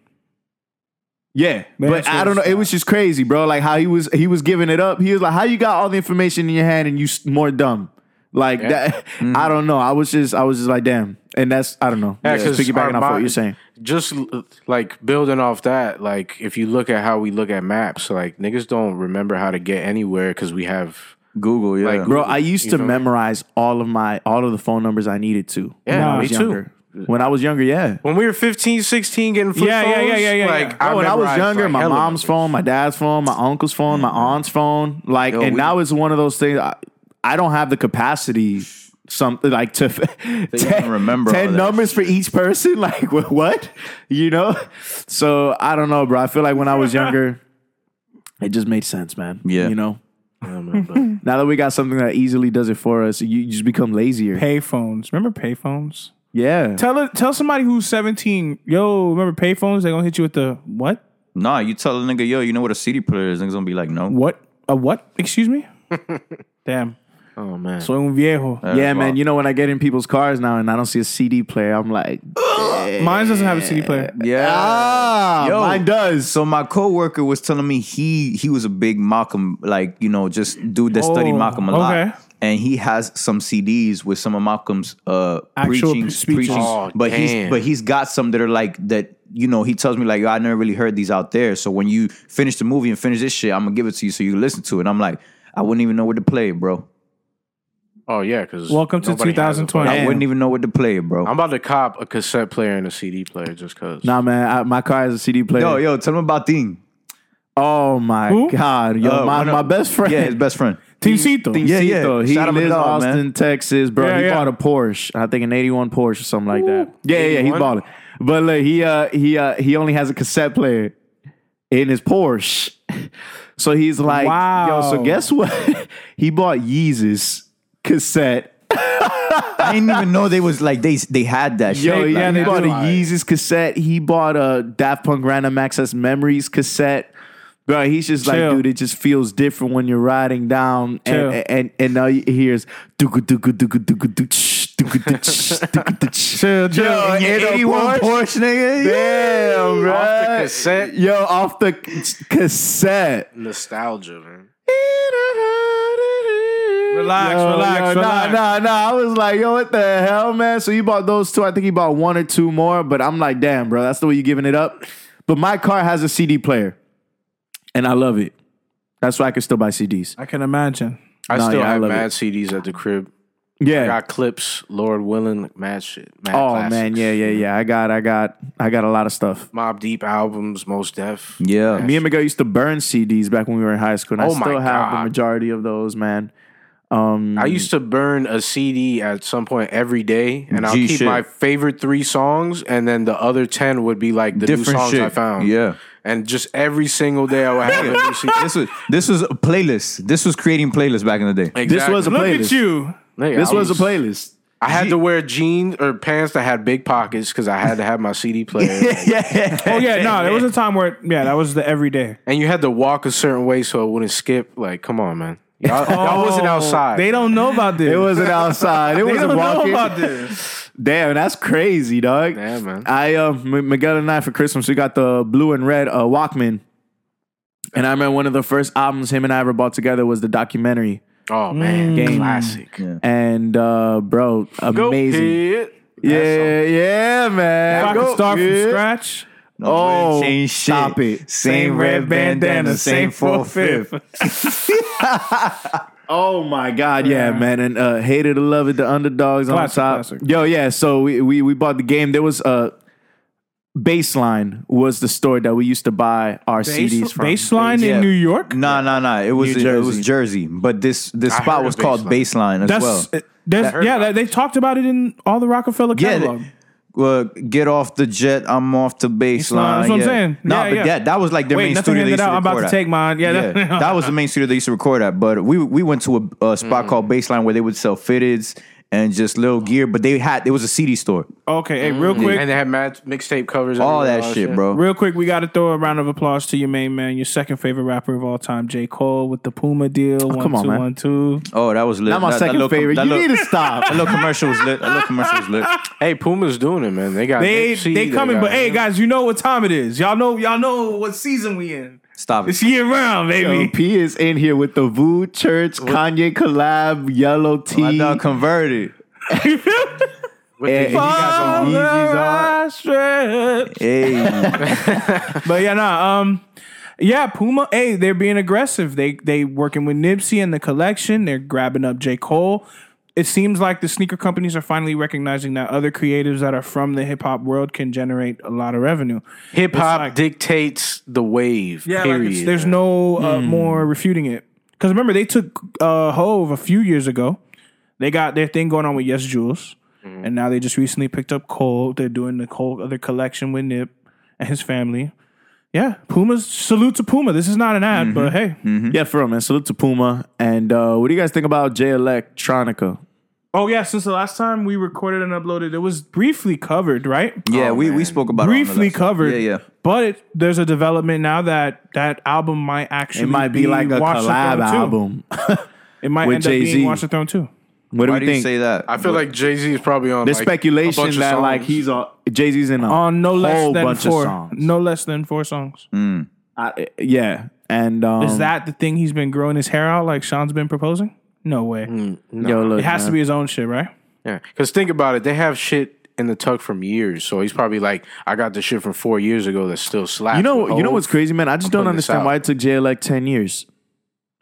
Speaker 6: Yeah.
Speaker 2: Man,
Speaker 6: but
Speaker 2: that's
Speaker 6: I don't know. It was just crazy, bro. Like how he was he was giving it up. He was like, How you got all the information in your hand and you s- more dumb? Like that I don't know. I was just I was just like, damn. And that's I don't know.
Speaker 4: Mm-hmm. Yeah,
Speaker 6: Just
Speaker 4: 'cause our
Speaker 6: piggybacking off what
Speaker 4: mind-
Speaker 6: you're saying.
Speaker 4: Just l- like building off that, like if you look at how we look at maps, like niggas don't remember how to get anywhere because we have.
Speaker 3: Google, yeah.
Speaker 4: Like,
Speaker 6: Bro, I used
Speaker 4: You
Speaker 6: to
Speaker 4: feel me?
Speaker 6: memorize all of my all of the phone numbers I needed to.
Speaker 4: Yeah,
Speaker 6: when I
Speaker 4: me
Speaker 6: was
Speaker 4: too.
Speaker 6: younger. When I was younger, yeah.
Speaker 4: When we were 15, 16 getting flip
Speaker 2: Yeah, yeah,
Speaker 4: phones,
Speaker 2: yeah, yeah, yeah,
Speaker 4: like,
Speaker 2: yeah.
Speaker 4: I
Speaker 6: Bro, Oh, when I was
Speaker 4: memorized,
Speaker 6: younger,
Speaker 4: like,
Speaker 6: my
Speaker 4: hella
Speaker 6: mom's
Speaker 4: numbers. Mm-hmm.
Speaker 6: phone, my dad's phone, my uncle's phone, my aunt's phone, like, and
Speaker 3: we-
Speaker 6: now it's one of those things. I, I don't have the capacity, something like to ten,
Speaker 3: remember all
Speaker 6: ten
Speaker 3: that
Speaker 6: numbers for each person. Like wha- what, you know? So I don't know, bro. I feel like when I was younger, it just made sense, man.
Speaker 3: Yeah.
Speaker 6: you know. Now that we got something that easily does it for us, you just become lazier.
Speaker 2: Payphones. Remember payphones?
Speaker 6: Yeah.
Speaker 2: Tell it, tell somebody who's 17, yo, remember payphones? They're going to hit you with the what?
Speaker 3: Nah, you tell a nigga, yo, you know what a CD player is? Niggas gonna be like, no.
Speaker 2: What? A what? Excuse me? Damn.
Speaker 4: Oh man.
Speaker 2: Soy un viejo.
Speaker 6: Yeah, man. You know when I get in people's cars now and I don't see a CD player, I'm like,
Speaker 2: Mine doesn't have a CD player.
Speaker 3: Yeah. Yo.
Speaker 6: Ah, mine does.
Speaker 3: So my coworker was telling me he he was a big Malcolm, like you know, just dude that studied
Speaker 2: Oh,
Speaker 3: Malcolm a lot.
Speaker 2: okay.
Speaker 3: And he has some CDs with some of Malcolm's uh,
Speaker 2: Actual
Speaker 3: preaching,
Speaker 2: speeches.
Speaker 3: preaching.
Speaker 4: Oh,
Speaker 3: but
Speaker 4: damn.
Speaker 3: he's but he's got some that are like that. You know, he tells me like, Yo, I never really heard these out there. So when you finish the movie and finish this shit, I'm gonna give it to you so you can listen to it. And I'm like, I wouldn't even know what to play, bro.
Speaker 4: Oh yeah, because
Speaker 2: Welcome to 2020.
Speaker 3: I
Speaker 2: Damn.
Speaker 3: wouldn't even know what to play, bro.
Speaker 4: I'm about to cop a cassette player and a CD player just cause.
Speaker 6: Nah, man. I, my car has a CD player.
Speaker 3: yo, yo, tell him about Thing.
Speaker 6: Oh my
Speaker 2: Who?
Speaker 6: god, yo,
Speaker 3: Uh,
Speaker 6: my,
Speaker 3: one of-
Speaker 6: my best friend.
Speaker 3: Yeah, his best friend.
Speaker 2: Tincito.
Speaker 6: Tincito,
Speaker 3: Yeah, yeah.
Speaker 6: He
Speaker 3: Shout him
Speaker 6: lives in
Speaker 3: out,
Speaker 6: Austin,
Speaker 3: man.
Speaker 6: Texas, bro.
Speaker 2: Yeah,
Speaker 6: he
Speaker 2: yeah.
Speaker 6: bought a Porsche. I think an '81 Porsche or something like that. Yeah, yeah, he
Speaker 4: 81?
Speaker 6: bought it. But like, he uh, he uh, he only has a cassette player in his Porsche. So he's like,
Speaker 2: Wow.
Speaker 6: yo. So guess what? he bought Yeezus cassette.
Speaker 3: I didn't even know they was like they they had that shit.
Speaker 6: Yo,
Speaker 3: like,
Speaker 6: yeah, he
Speaker 2: they
Speaker 6: bought
Speaker 2: do.
Speaker 6: a Yeezus cassette. He bought a Daft Punk Random Access Memories cassette. Bro, he's just like,
Speaker 2: Chill.
Speaker 6: dude, it just feels different when you're riding down
Speaker 2: Chill.
Speaker 6: and and and now you hears dooku dooku dooku dooku doo tsh, dooku doo tsh, dooku doo tsh.
Speaker 2: Chill, chill.
Speaker 6: Yo,
Speaker 3: in your
Speaker 6: in a
Speaker 3: 81
Speaker 6: Porsche?
Speaker 3: Porsche, nigga.
Speaker 6: Damn, bro.
Speaker 4: Off the cassette?
Speaker 6: Yo, off the c- cassette.
Speaker 4: Nostalgia, man.
Speaker 2: Relax, relax, relax.
Speaker 6: Nah, nah, nah. I was like, yo, what the hell, man? So you bought those two. I think he bought one or two more, but I'm like, damn, bro, that's the way you giving it up. But my car has a CD player, and I love it. That's why I can still buy CDs.
Speaker 2: I can imagine.
Speaker 4: I
Speaker 6: Nah,
Speaker 4: still
Speaker 6: yeah, I
Speaker 4: have
Speaker 6: love
Speaker 4: mad CDs at the crib.
Speaker 6: Yeah.
Speaker 4: Got clips, Lord willing, like, mad shit. Mad
Speaker 6: oh
Speaker 4: classics.
Speaker 6: man, yeah, yeah, yeah. I got, I got, I got a lot of stuff.
Speaker 4: Mob Deep albums, Most Def.
Speaker 3: Yeah.
Speaker 6: Me and Miguel used to burn CDs back when we were in high school, and I
Speaker 4: Oh, my
Speaker 6: still have the
Speaker 4: God.
Speaker 6: majority of those, man. Um,
Speaker 4: I used to burn a CD at some point every day, and I'll
Speaker 3: Gee,
Speaker 4: keep
Speaker 3: shit.
Speaker 4: my favorite three songs, and then the other ten would be like the new
Speaker 3: Different
Speaker 4: songs
Speaker 3: shit.
Speaker 4: I found.
Speaker 3: Yeah.
Speaker 4: and just every single day I would have a new CD.
Speaker 3: this was this was a playlist. This was creating playlists back in the day.
Speaker 6: this was a
Speaker 2: Look
Speaker 6: playlist.
Speaker 2: at you.
Speaker 4: Nigga,
Speaker 6: This
Speaker 4: I
Speaker 6: was a playlist.
Speaker 4: I had to wear jeans or pants that had big pockets because I had to have my CD player.
Speaker 2: Oh, yeah, no, there was a time where, yeah, that was the everyday.
Speaker 4: and you had to walk a certain way so it wouldn't skip. Like, come on, man. Y'all, y'all wasn't outside.
Speaker 2: They don't know about this.
Speaker 6: It wasn't outside. It
Speaker 2: they
Speaker 6: wasn't
Speaker 2: don't
Speaker 6: walking.
Speaker 2: know about this.
Speaker 6: Damn, that's crazy, dog.
Speaker 4: Yeah, man.
Speaker 6: I um, M- Miguel and I for Christmas we got the blue and red uh, Walkman, and I remember one of the first albums him and I ever bought together was the documentary,
Speaker 4: oh man,
Speaker 6: Game.
Speaker 4: classic.
Speaker 6: and uh, bro,
Speaker 4: Go
Speaker 6: amazing.
Speaker 4: Pit.
Speaker 6: Yeah, yeah, man.
Speaker 2: If I could
Speaker 6: Go
Speaker 2: start
Speaker 6: Pit.
Speaker 2: from scratch.
Speaker 6: Oh,
Speaker 3: Change shit.
Speaker 6: stop it.
Speaker 3: Same red bandana, same four fifth.
Speaker 6: Oh my god, yeah, man, and uh, hated to love it. The underdogs
Speaker 2: Classic,
Speaker 6: on top.
Speaker 2: classic.
Speaker 6: Yo, yeah. So we, we we bought the game. There was a baseline was the store that we used to buy our CDs from.
Speaker 2: Baseline
Speaker 3: Yeah.
Speaker 2: in New York.
Speaker 3: Nah, nah, nah. It was
Speaker 6: New
Speaker 3: it was
Speaker 6: Jersey.
Speaker 3: Jersey, but this this
Speaker 4: I
Speaker 3: spot
Speaker 4: heard
Speaker 3: was
Speaker 4: of
Speaker 3: called Baseline as
Speaker 2: That's
Speaker 3: well.
Speaker 2: uh, that's yeah. That, they talked about it in all the Rockefeller
Speaker 3: Yeah.
Speaker 2: catalog.
Speaker 3: Well, get off the jet. I'm off to baseline.
Speaker 2: That's what I'm
Speaker 3: yeah.
Speaker 2: saying.
Speaker 3: No,
Speaker 2: Yeah,
Speaker 3: but
Speaker 2: yeah.
Speaker 3: that that was like their
Speaker 2: Wait,
Speaker 3: main
Speaker 2: nothing
Speaker 3: studio. They
Speaker 2: handed
Speaker 3: used to
Speaker 2: out. I'm about to
Speaker 3: record at.
Speaker 2: take mine. Yeah, that-
Speaker 3: that was the main studio they used to record at. But we we went to a, a spot called Baseline where they would sell fitteds and just little gear. But they had it was a CD store.
Speaker 2: Okay, hey, real quick,
Speaker 4: And they had mad mixtape covers.
Speaker 3: All
Speaker 4: everywhere,
Speaker 3: that shit, bro.
Speaker 2: real quick, we got to throw a round of applause to your main man, your second favorite rapper of all time, J. Cole, with the Puma deal. One two one two.
Speaker 6: come on, man.
Speaker 3: Oh, that was lit.
Speaker 6: Not my
Speaker 3: That- that
Speaker 6: second
Speaker 3: little com-
Speaker 6: favorite.
Speaker 3: that
Speaker 6: you
Speaker 3: little-
Speaker 6: need to stop.
Speaker 3: That little commercial was lit. That little commercial was lit.
Speaker 4: Hey, Puma's doing it, man. They got
Speaker 2: They
Speaker 4: Nipsey,
Speaker 2: they coming,
Speaker 4: got-
Speaker 2: but hey, guys, you know what time it is. Y'all know y'all know what season we in.
Speaker 3: Stop it.
Speaker 2: It's year round, baby.
Speaker 6: P is in here with the Voo Church Kanye collab yellow tea.
Speaker 3: My dog converted.
Speaker 4: with
Speaker 6: and
Speaker 4: the-
Speaker 6: he got some Yeezys on.
Speaker 3: Hey,
Speaker 2: But yeah, nah. Um, yeah, Puma. Hey, they're being aggressive. They they working with Nipsey and the collection. They're grabbing up J Cole. It seems like the sneaker companies are finally recognizing that other creatives that are from the hip hop world can generate a lot of revenue.
Speaker 4: Hip hop
Speaker 2: It's like-
Speaker 4: dictates the wave.
Speaker 2: Yeah, like,
Speaker 4: period.
Speaker 2: it's- there's no uh,
Speaker 6: Hmm.
Speaker 2: more refuting it. Because remember, they took uh, Hove a few years ago. They got their thing going on with Yes Jules,
Speaker 6: Hmm.
Speaker 2: and now they just recently picked up Cole. They're doing the Cole other collection with Nip and his family. yeah, Puma's salute to Puma. This is not an ad,
Speaker 6: Mm-hmm.
Speaker 2: but hey,
Speaker 6: Yeah, for real, man. Salute to Puma. And uh, what do you guys think about J Electronica?
Speaker 2: oh yeah. Since the last time we recorded and uploaded, it was briefly covered, right?
Speaker 3: Yeah,
Speaker 6: Oh,
Speaker 3: we, we spoke about it on the
Speaker 2: briefly
Speaker 3: last-
Speaker 2: covered.
Speaker 3: Yeah, yeah.
Speaker 2: But it, there's a development now that that album might actually
Speaker 6: It might be like a
Speaker 2: Watch the
Speaker 6: collab
Speaker 2: Throne 2.
Speaker 6: album.
Speaker 2: It might
Speaker 6: with
Speaker 2: end up
Speaker 6: Jay-Z.
Speaker 2: being Watch the Throne too.
Speaker 6: What do
Speaker 3: Why do
Speaker 6: we
Speaker 3: you
Speaker 6: think?
Speaker 3: say that?
Speaker 4: I feel like Jay Z is probably on.
Speaker 6: There's
Speaker 4: like, a bunch
Speaker 6: speculation
Speaker 4: of
Speaker 6: that like
Speaker 4: songs.
Speaker 6: he's on Jay Z's in a
Speaker 2: On Uh, no less
Speaker 6: whole
Speaker 2: than
Speaker 6: bunch
Speaker 2: four,
Speaker 6: of songs.
Speaker 2: no less than four songs.
Speaker 6: I, yeah, and um,
Speaker 2: Is that the thing he's been growing his hair out like Sean's been proposing? No way.
Speaker 6: yo? Look,
Speaker 2: It has to
Speaker 6: Mm, man.
Speaker 2: be his own shit, right?
Speaker 4: Yeah, because think about it, they have shit in the tuck from years, so he's probably like, I got this shit from four years ago that still slaps.
Speaker 6: You know, you know what's crazy, man. I just don't
Speaker 4: putting this
Speaker 6: understand
Speaker 4: out.
Speaker 6: why it took J Elect ten years.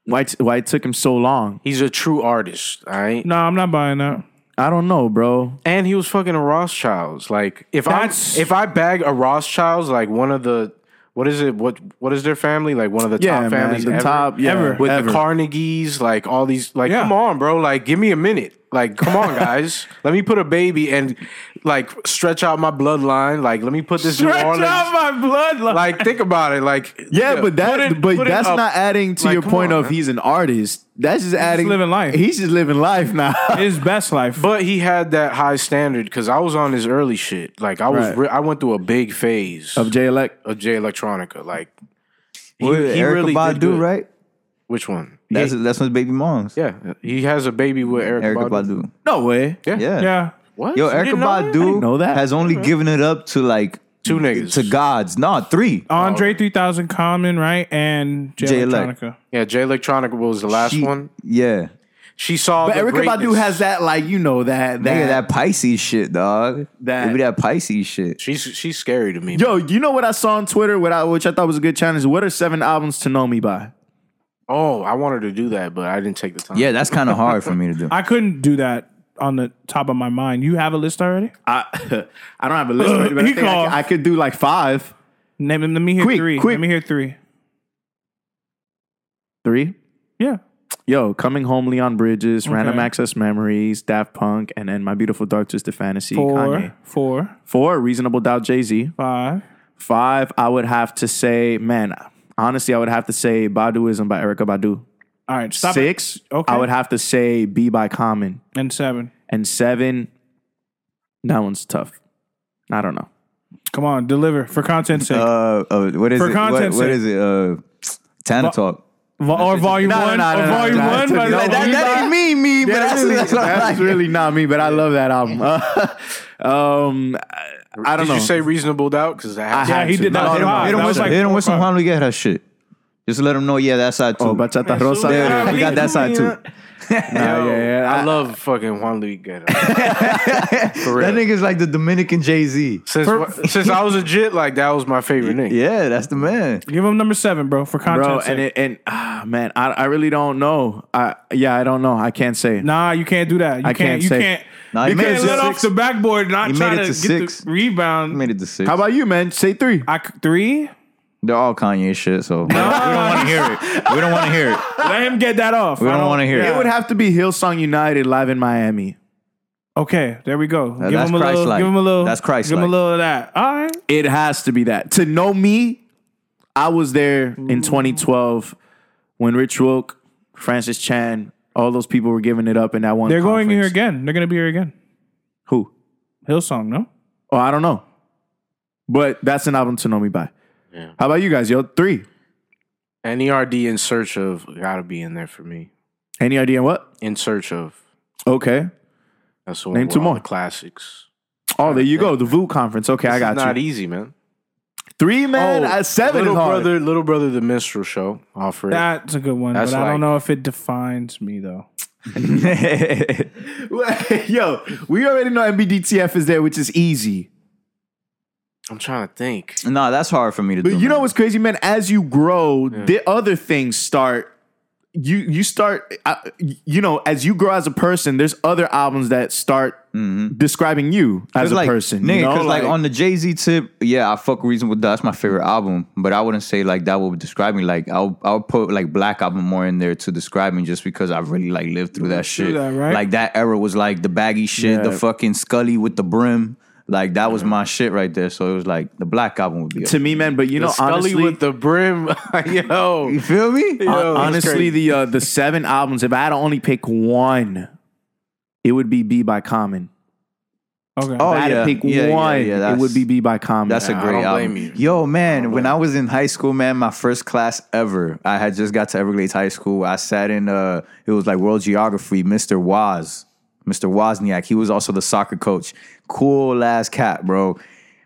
Speaker 6: Why it, why it took him so long?
Speaker 4: He's a true artist, all right.
Speaker 2: No, I'm not buying that.
Speaker 6: I don't know, bro.
Speaker 4: And he was fucking a Rothschilds. Like if I
Speaker 2: That's-
Speaker 4: if I bag a Rothschilds, like one of the what is it? What what is their family? Like one of the
Speaker 6: Yeah,
Speaker 4: top
Speaker 6: man,
Speaker 4: families
Speaker 6: the
Speaker 4: ever?
Speaker 6: top, yeah,
Speaker 4: ever with
Speaker 6: ever.
Speaker 4: the Carnegies, like all these. Like
Speaker 2: Yeah.
Speaker 4: come on, bro. Like give me a minute. Like come on, guys. let me put a baby and like stretch out my bloodline. Like let me put this New Orleans.
Speaker 2: my bloodline.
Speaker 4: like think about it. Like
Speaker 6: Yeah, but that
Speaker 4: put it-
Speaker 6: but
Speaker 4: put it
Speaker 6: that's
Speaker 4: up.
Speaker 6: not adding to
Speaker 4: Like,
Speaker 6: your
Speaker 4: come
Speaker 6: point
Speaker 4: on,
Speaker 6: of
Speaker 4: man.
Speaker 6: he's an artist. That's just adding
Speaker 2: living life.
Speaker 6: He's just living life now.
Speaker 2: his best life.
Speaker 4: But he had that high standard because I was on his early shit. Like I was,
Speaker 6: Right.
Speaker 4: re- I went through a big phase
Speaker 6: of J Elect,
Speaker 4: of J Electronica. Like
Speaker 3: Well, Erykah Badu,
Speaker 4: good.
Speaker 3: right?
Speaker 4: Which one?
Speaker 3: That's that's his baby mom's.
Speaker 4: Yeah, he has a baby with Eric,
Speaker 3: Erykah
Speaker 4: Badu.
Speaker 3: Badu.
Speaker 6: no way.
Speaker 4: Yeah.
Speaker 3: Yeah.
Speaker 2: yeah,
Speaker 4: What?
Speaker 3: Yo,
Speaker 4: You
Speaker 3: Erykah
Speaker 4: didn't know that?
Speaker 3: Badu
Speaker 6: know that.
Speaker 3: has only given it up to like
Speaker 4: Two niggas. Oh,
Speaker 3: to gods. No, three.
Speaker 2: Andre 3000 Common, right, and Jay
Speaker 3: Jay Elect.
Speaker 2: Electronica.
Speaker 4: Yeah, J Electronica was the last
Speaker 3: She-
Speaker 4: one.
Speaker 3: Yeah.
Speaker 4: She saw.
Speaker 6: But
Speaker 4: the
Speaker 6: Erica
Speaker 4: greatness.
Speaker 6: Badu has that like you know that that,
Speaker 3: Nigga, that Pisces shit, dog.
Speaker 6: That-
Speaker 3: Maybe that Pisces shit.
Speaker 4: She's she's scary to me.
Speaker 6: Yo, you know what I saw on Twitter, what I, which I thought was a good challenge. What are seven albums to know me by?
Speaker 4: Oh, I wanted to do that, but I didn't take the time.
Speaker 3: Yeah, that's kind of hard for me to do.
Speaker 2: I couldn't do that on the top of my mind. You have a list already?
Speaker 6: I I don't have a list, right, but I,
Speaker 2: Uh, He
Speaker 6: think I
Speaker 2: called.
Speaker 6: could- I could do like five,
Speaker 2: Name them. Let me hear
Speaker 6: Quick,
Speaker 2: three.
Speaker 6: quick.
Speaker 2: Let me hear three.
Speaker 6: three.
Speaker 2: Yeah.
Speaker 6: Yo, coming home, Leon Bridges, Random
Speaker 2: Okay.
Speaker 6: Access Memories, Daft Punk, and then My Beautiful Dark Twisted Fantasy. Kanye.
Speaker 2: Four, four,
Speaker 6: Four, Reasonable Doubt, Jay Z.
Speaker 2: five.
Speaker 6: Five, I would have to say, man, honestly, I would have to say Baduism by Erica Badu.
Speaker 2: All right. Stop it.
Speaker 6: Six,
Speaker 2: Okay.
Speaker 6: I would have to say B by Common.
Speaker 2: And seven.
Speaker 6: And seven, that one's tough. I don't know.
Speaker 2: Come on, deliver for content's sake.
Speaker 3: Uh, uh, what is
Speaker 2: For
Speaker 3: it? What-
Speaker 2: content's
Speaker 3: what
Speaker 2: sake.
Speaker 3: is it? Uh, Tana Talk.
Speaker 2: Vo- or volume
Speaker 6: No, no,
Speaker 2: one.
Speaker 6: no,
Speaker 2: or
Speaker 6: no, no,
Speaker 2: volume
Speaker 6: no,
Speaker 2: one.
Speaker 6: no,
Speaker 2: by
Speaker 6: no,
Speaker 2: the
Speaker 6: that-
Speaker 2: way.
Speaker 6: that
Speaker 3: ain't me, me, but
Speaker 6: that's, that's, really not me, but I love that album. um, I don't
Speaker 4: did
Speaker 6: know.
Speaker 4: you say reasonable doubt? Because I
Speaker 6: had
Speaker 2: yeah, he
Speaker 6: to.
Speaker 2: did
Speaker 6: No,
Speaker 2: that.
Speaker 3: Hit
Speaker 6: no,
Speaker 2: five.
Speaker 3: him
Speaker 2: That
Speaker 3: with
Speaker 2: was
Speaker 3: some-
Speaker 2: like
Speaker 3: hit him
Speaker 2: four
Speaker 3: with some Juan Luis Guerra shit. Just let him know, yeah, that side too.
Speaker 6: oh, Bachata Rosa?
Speaker 3: yeah, we got that side too.
Speaker 4: yeah,
Speaker 6: yeah, yeah,
Speaker 4: I,
Speaker 6: I-
Speaker 4: love fucking Juan Luis Guerra. For real.
Speaker 3: That nigga's like the Dominican Jay Z.
Speaker 4: since since I was a jit, like that was my favorite nigga.
Speaker 3: Yeah, that's the man.
Speaker 2: Give him number seven, bro, for content's
Speaker 6: bro.
Speaker 2: sake.
Speaker 6: And it, and ah, man, I I really don't know. I yeah, I don't know. I can't say.
Speaker 2: nah, you can't do that. You
Speaker 6: I
Speaker 2: can't,
Speaker 6: can't
Speaker 2: You
Speaker 6: say-
Speaker 2: can't.
Speaker 3: Nah, he
Speaker 2: you
Speaker 3: made it
Speaker 2: can't
Speaker 3: to
Speaker 2: let off
Speaker 3: six.
Speaker 2: the backboard not
Speaker 3: He made
Speaker 2: try
Speaker 3: it
Speaker 2: to,
Speaker 3: to
Speaker 2: get
Speaker 3: six.
Speaker 2: the rebound.
Speaker 3: He made it to six.
Speaker 6: How about you, man? Say three.
Speaker 2: I c- three.
Speaker 3: They're all Kanye shit, so we don't want to hear it. We don't want to hear it.
Speaker 2: Let him get that off.
Speaker 3: We
Speaker 2: I
Speaker 3: don't want to hear
Speaker 2: yeah.
Speaker 3: it.
Speaker 6: It would have to be Hillsong United live in Miami.
Speaker 2: Okay, there we go. give
Speaker 3: that's
Speaker 2: him a little.
Speaker 3: Christ-like.
Speaker 2: Give him a little.
Speaker 3: That's
Speaker 2: Give him a
Speaker 3: Christ-like.
Speaker 2: little of that. All right.
Speaker 6: It has to be that. To know me, I was there in
Speaker 2: Mm.
Speaker 6: 2012 when Rich Wilk, Francis Chan, all those people were giving it up in that one.
Speaker 2: They're going here
Speaker 6: conference.
Speaker 2: again. They're going to be here again.
Speaker 6: Who?
Speaker 2: Hillsong, no?
Speaker 6: Oh, I don't know. But that's an album to know me by. How about you guys? Yo, three.
Speaker 4: NERD E in search of gotta be in there for me.
Speaker 6: Any idea what?
Speaker 4: In search of
Speaker 6: Okay.
Speaker 4: that's the one
Speaker 6: Name
Speaker 4: with
Speaker 6: two
Speaker 4: all
Speaker 6: more.
Speaker 4: the classics.
Speaker 6: Oh, there you go. The VU conference. Okay, I
Speaker 4: This is
Speaker 6: got you.
Speaker 4: not easy, man.
Speaker 6: Three man
Speaker 4: Oh,
Speaker 6: at seven
Speaker 4: little
Speaker 6: is hard.
Speaker 4: brother, little brother, the minstrel show offered.
Speaker 2: That's a good one,
Speaker 4: That's
Speaker 2: but I
Speaker 4: like-
Speaker 2: don't know if it defines me though.
Speaker 6: Yo, we already know MBDTF is there, which is easy.
Speaker 4: I'm trying to think.
Speaker 3: no, that's hard for me to do.
Speaker 6: But you know
Speaker 3: man.
Speaker 6: what's crazy, man? As you grow, the other things start. You you start. I, you know, as you grow as a person, there's other albums that start describing you as
Speaker 3: 'Cause,
Speaker 6: a
Speaker 3: Mm-hmm. like,
Speaker 6: person.
Speaker 3: nigga.
Speaker 6: you know?
Speaker 3: Because like, on the Jay Z tip, yeah, I fuck Reasonable Doubt. That's my favorite album, but I wouldn't say like that would describe me. Like I'll I'll put like Black album more in there to describe me, just because I've really like lived through that shit.
Speaker 2: that, right?
Speaker 3: Like that era was like the baggy shit, the
Speaker 6: Yeah.
Speaker 3: fucking Scully with the brim. Like that was my shit right there. So it was like the Black Album would be.
Speaker 6: to me, man. But you know,
Speaker 4: Scully
Speaker 6: honestly,
Speaker 4: with the brim, yo.
Speaker 3: you feel me?
Speaker 6: Hon-
Speaker 4: Yo, that's
Speaker 6: honestly,
Speaker 4: crazy.
Speaker 6: the uh, the seven albums. If I had to only pick one, it would be "Be" by Common.
Speaker 2: Okay.
Speaker 3: Oh,
Speaker 6: If I had
Speaker 3: yeah.
Speaker 6: to pick
Speaker 3: Yeah, yeah,
Speaker 6: one,
Speaker 3: yeah, that's-
Speaker 6: it would be "Be" by Common.
Speaker 3: That's a
Speaker 4: Nah, Um, I
Speaker 3: great
Speaker 4: don't
Speaker 3: album.
Speaker 4: blame you.
Speaker 3: Yo, man, when I was in high school, man, my first class ever, I had just got to Everglades High School. I sat in, uh, it was like World Geography, Mr. Woz, Mr. Wozniak. He was also the soccer coach. Cool ass cat, bro.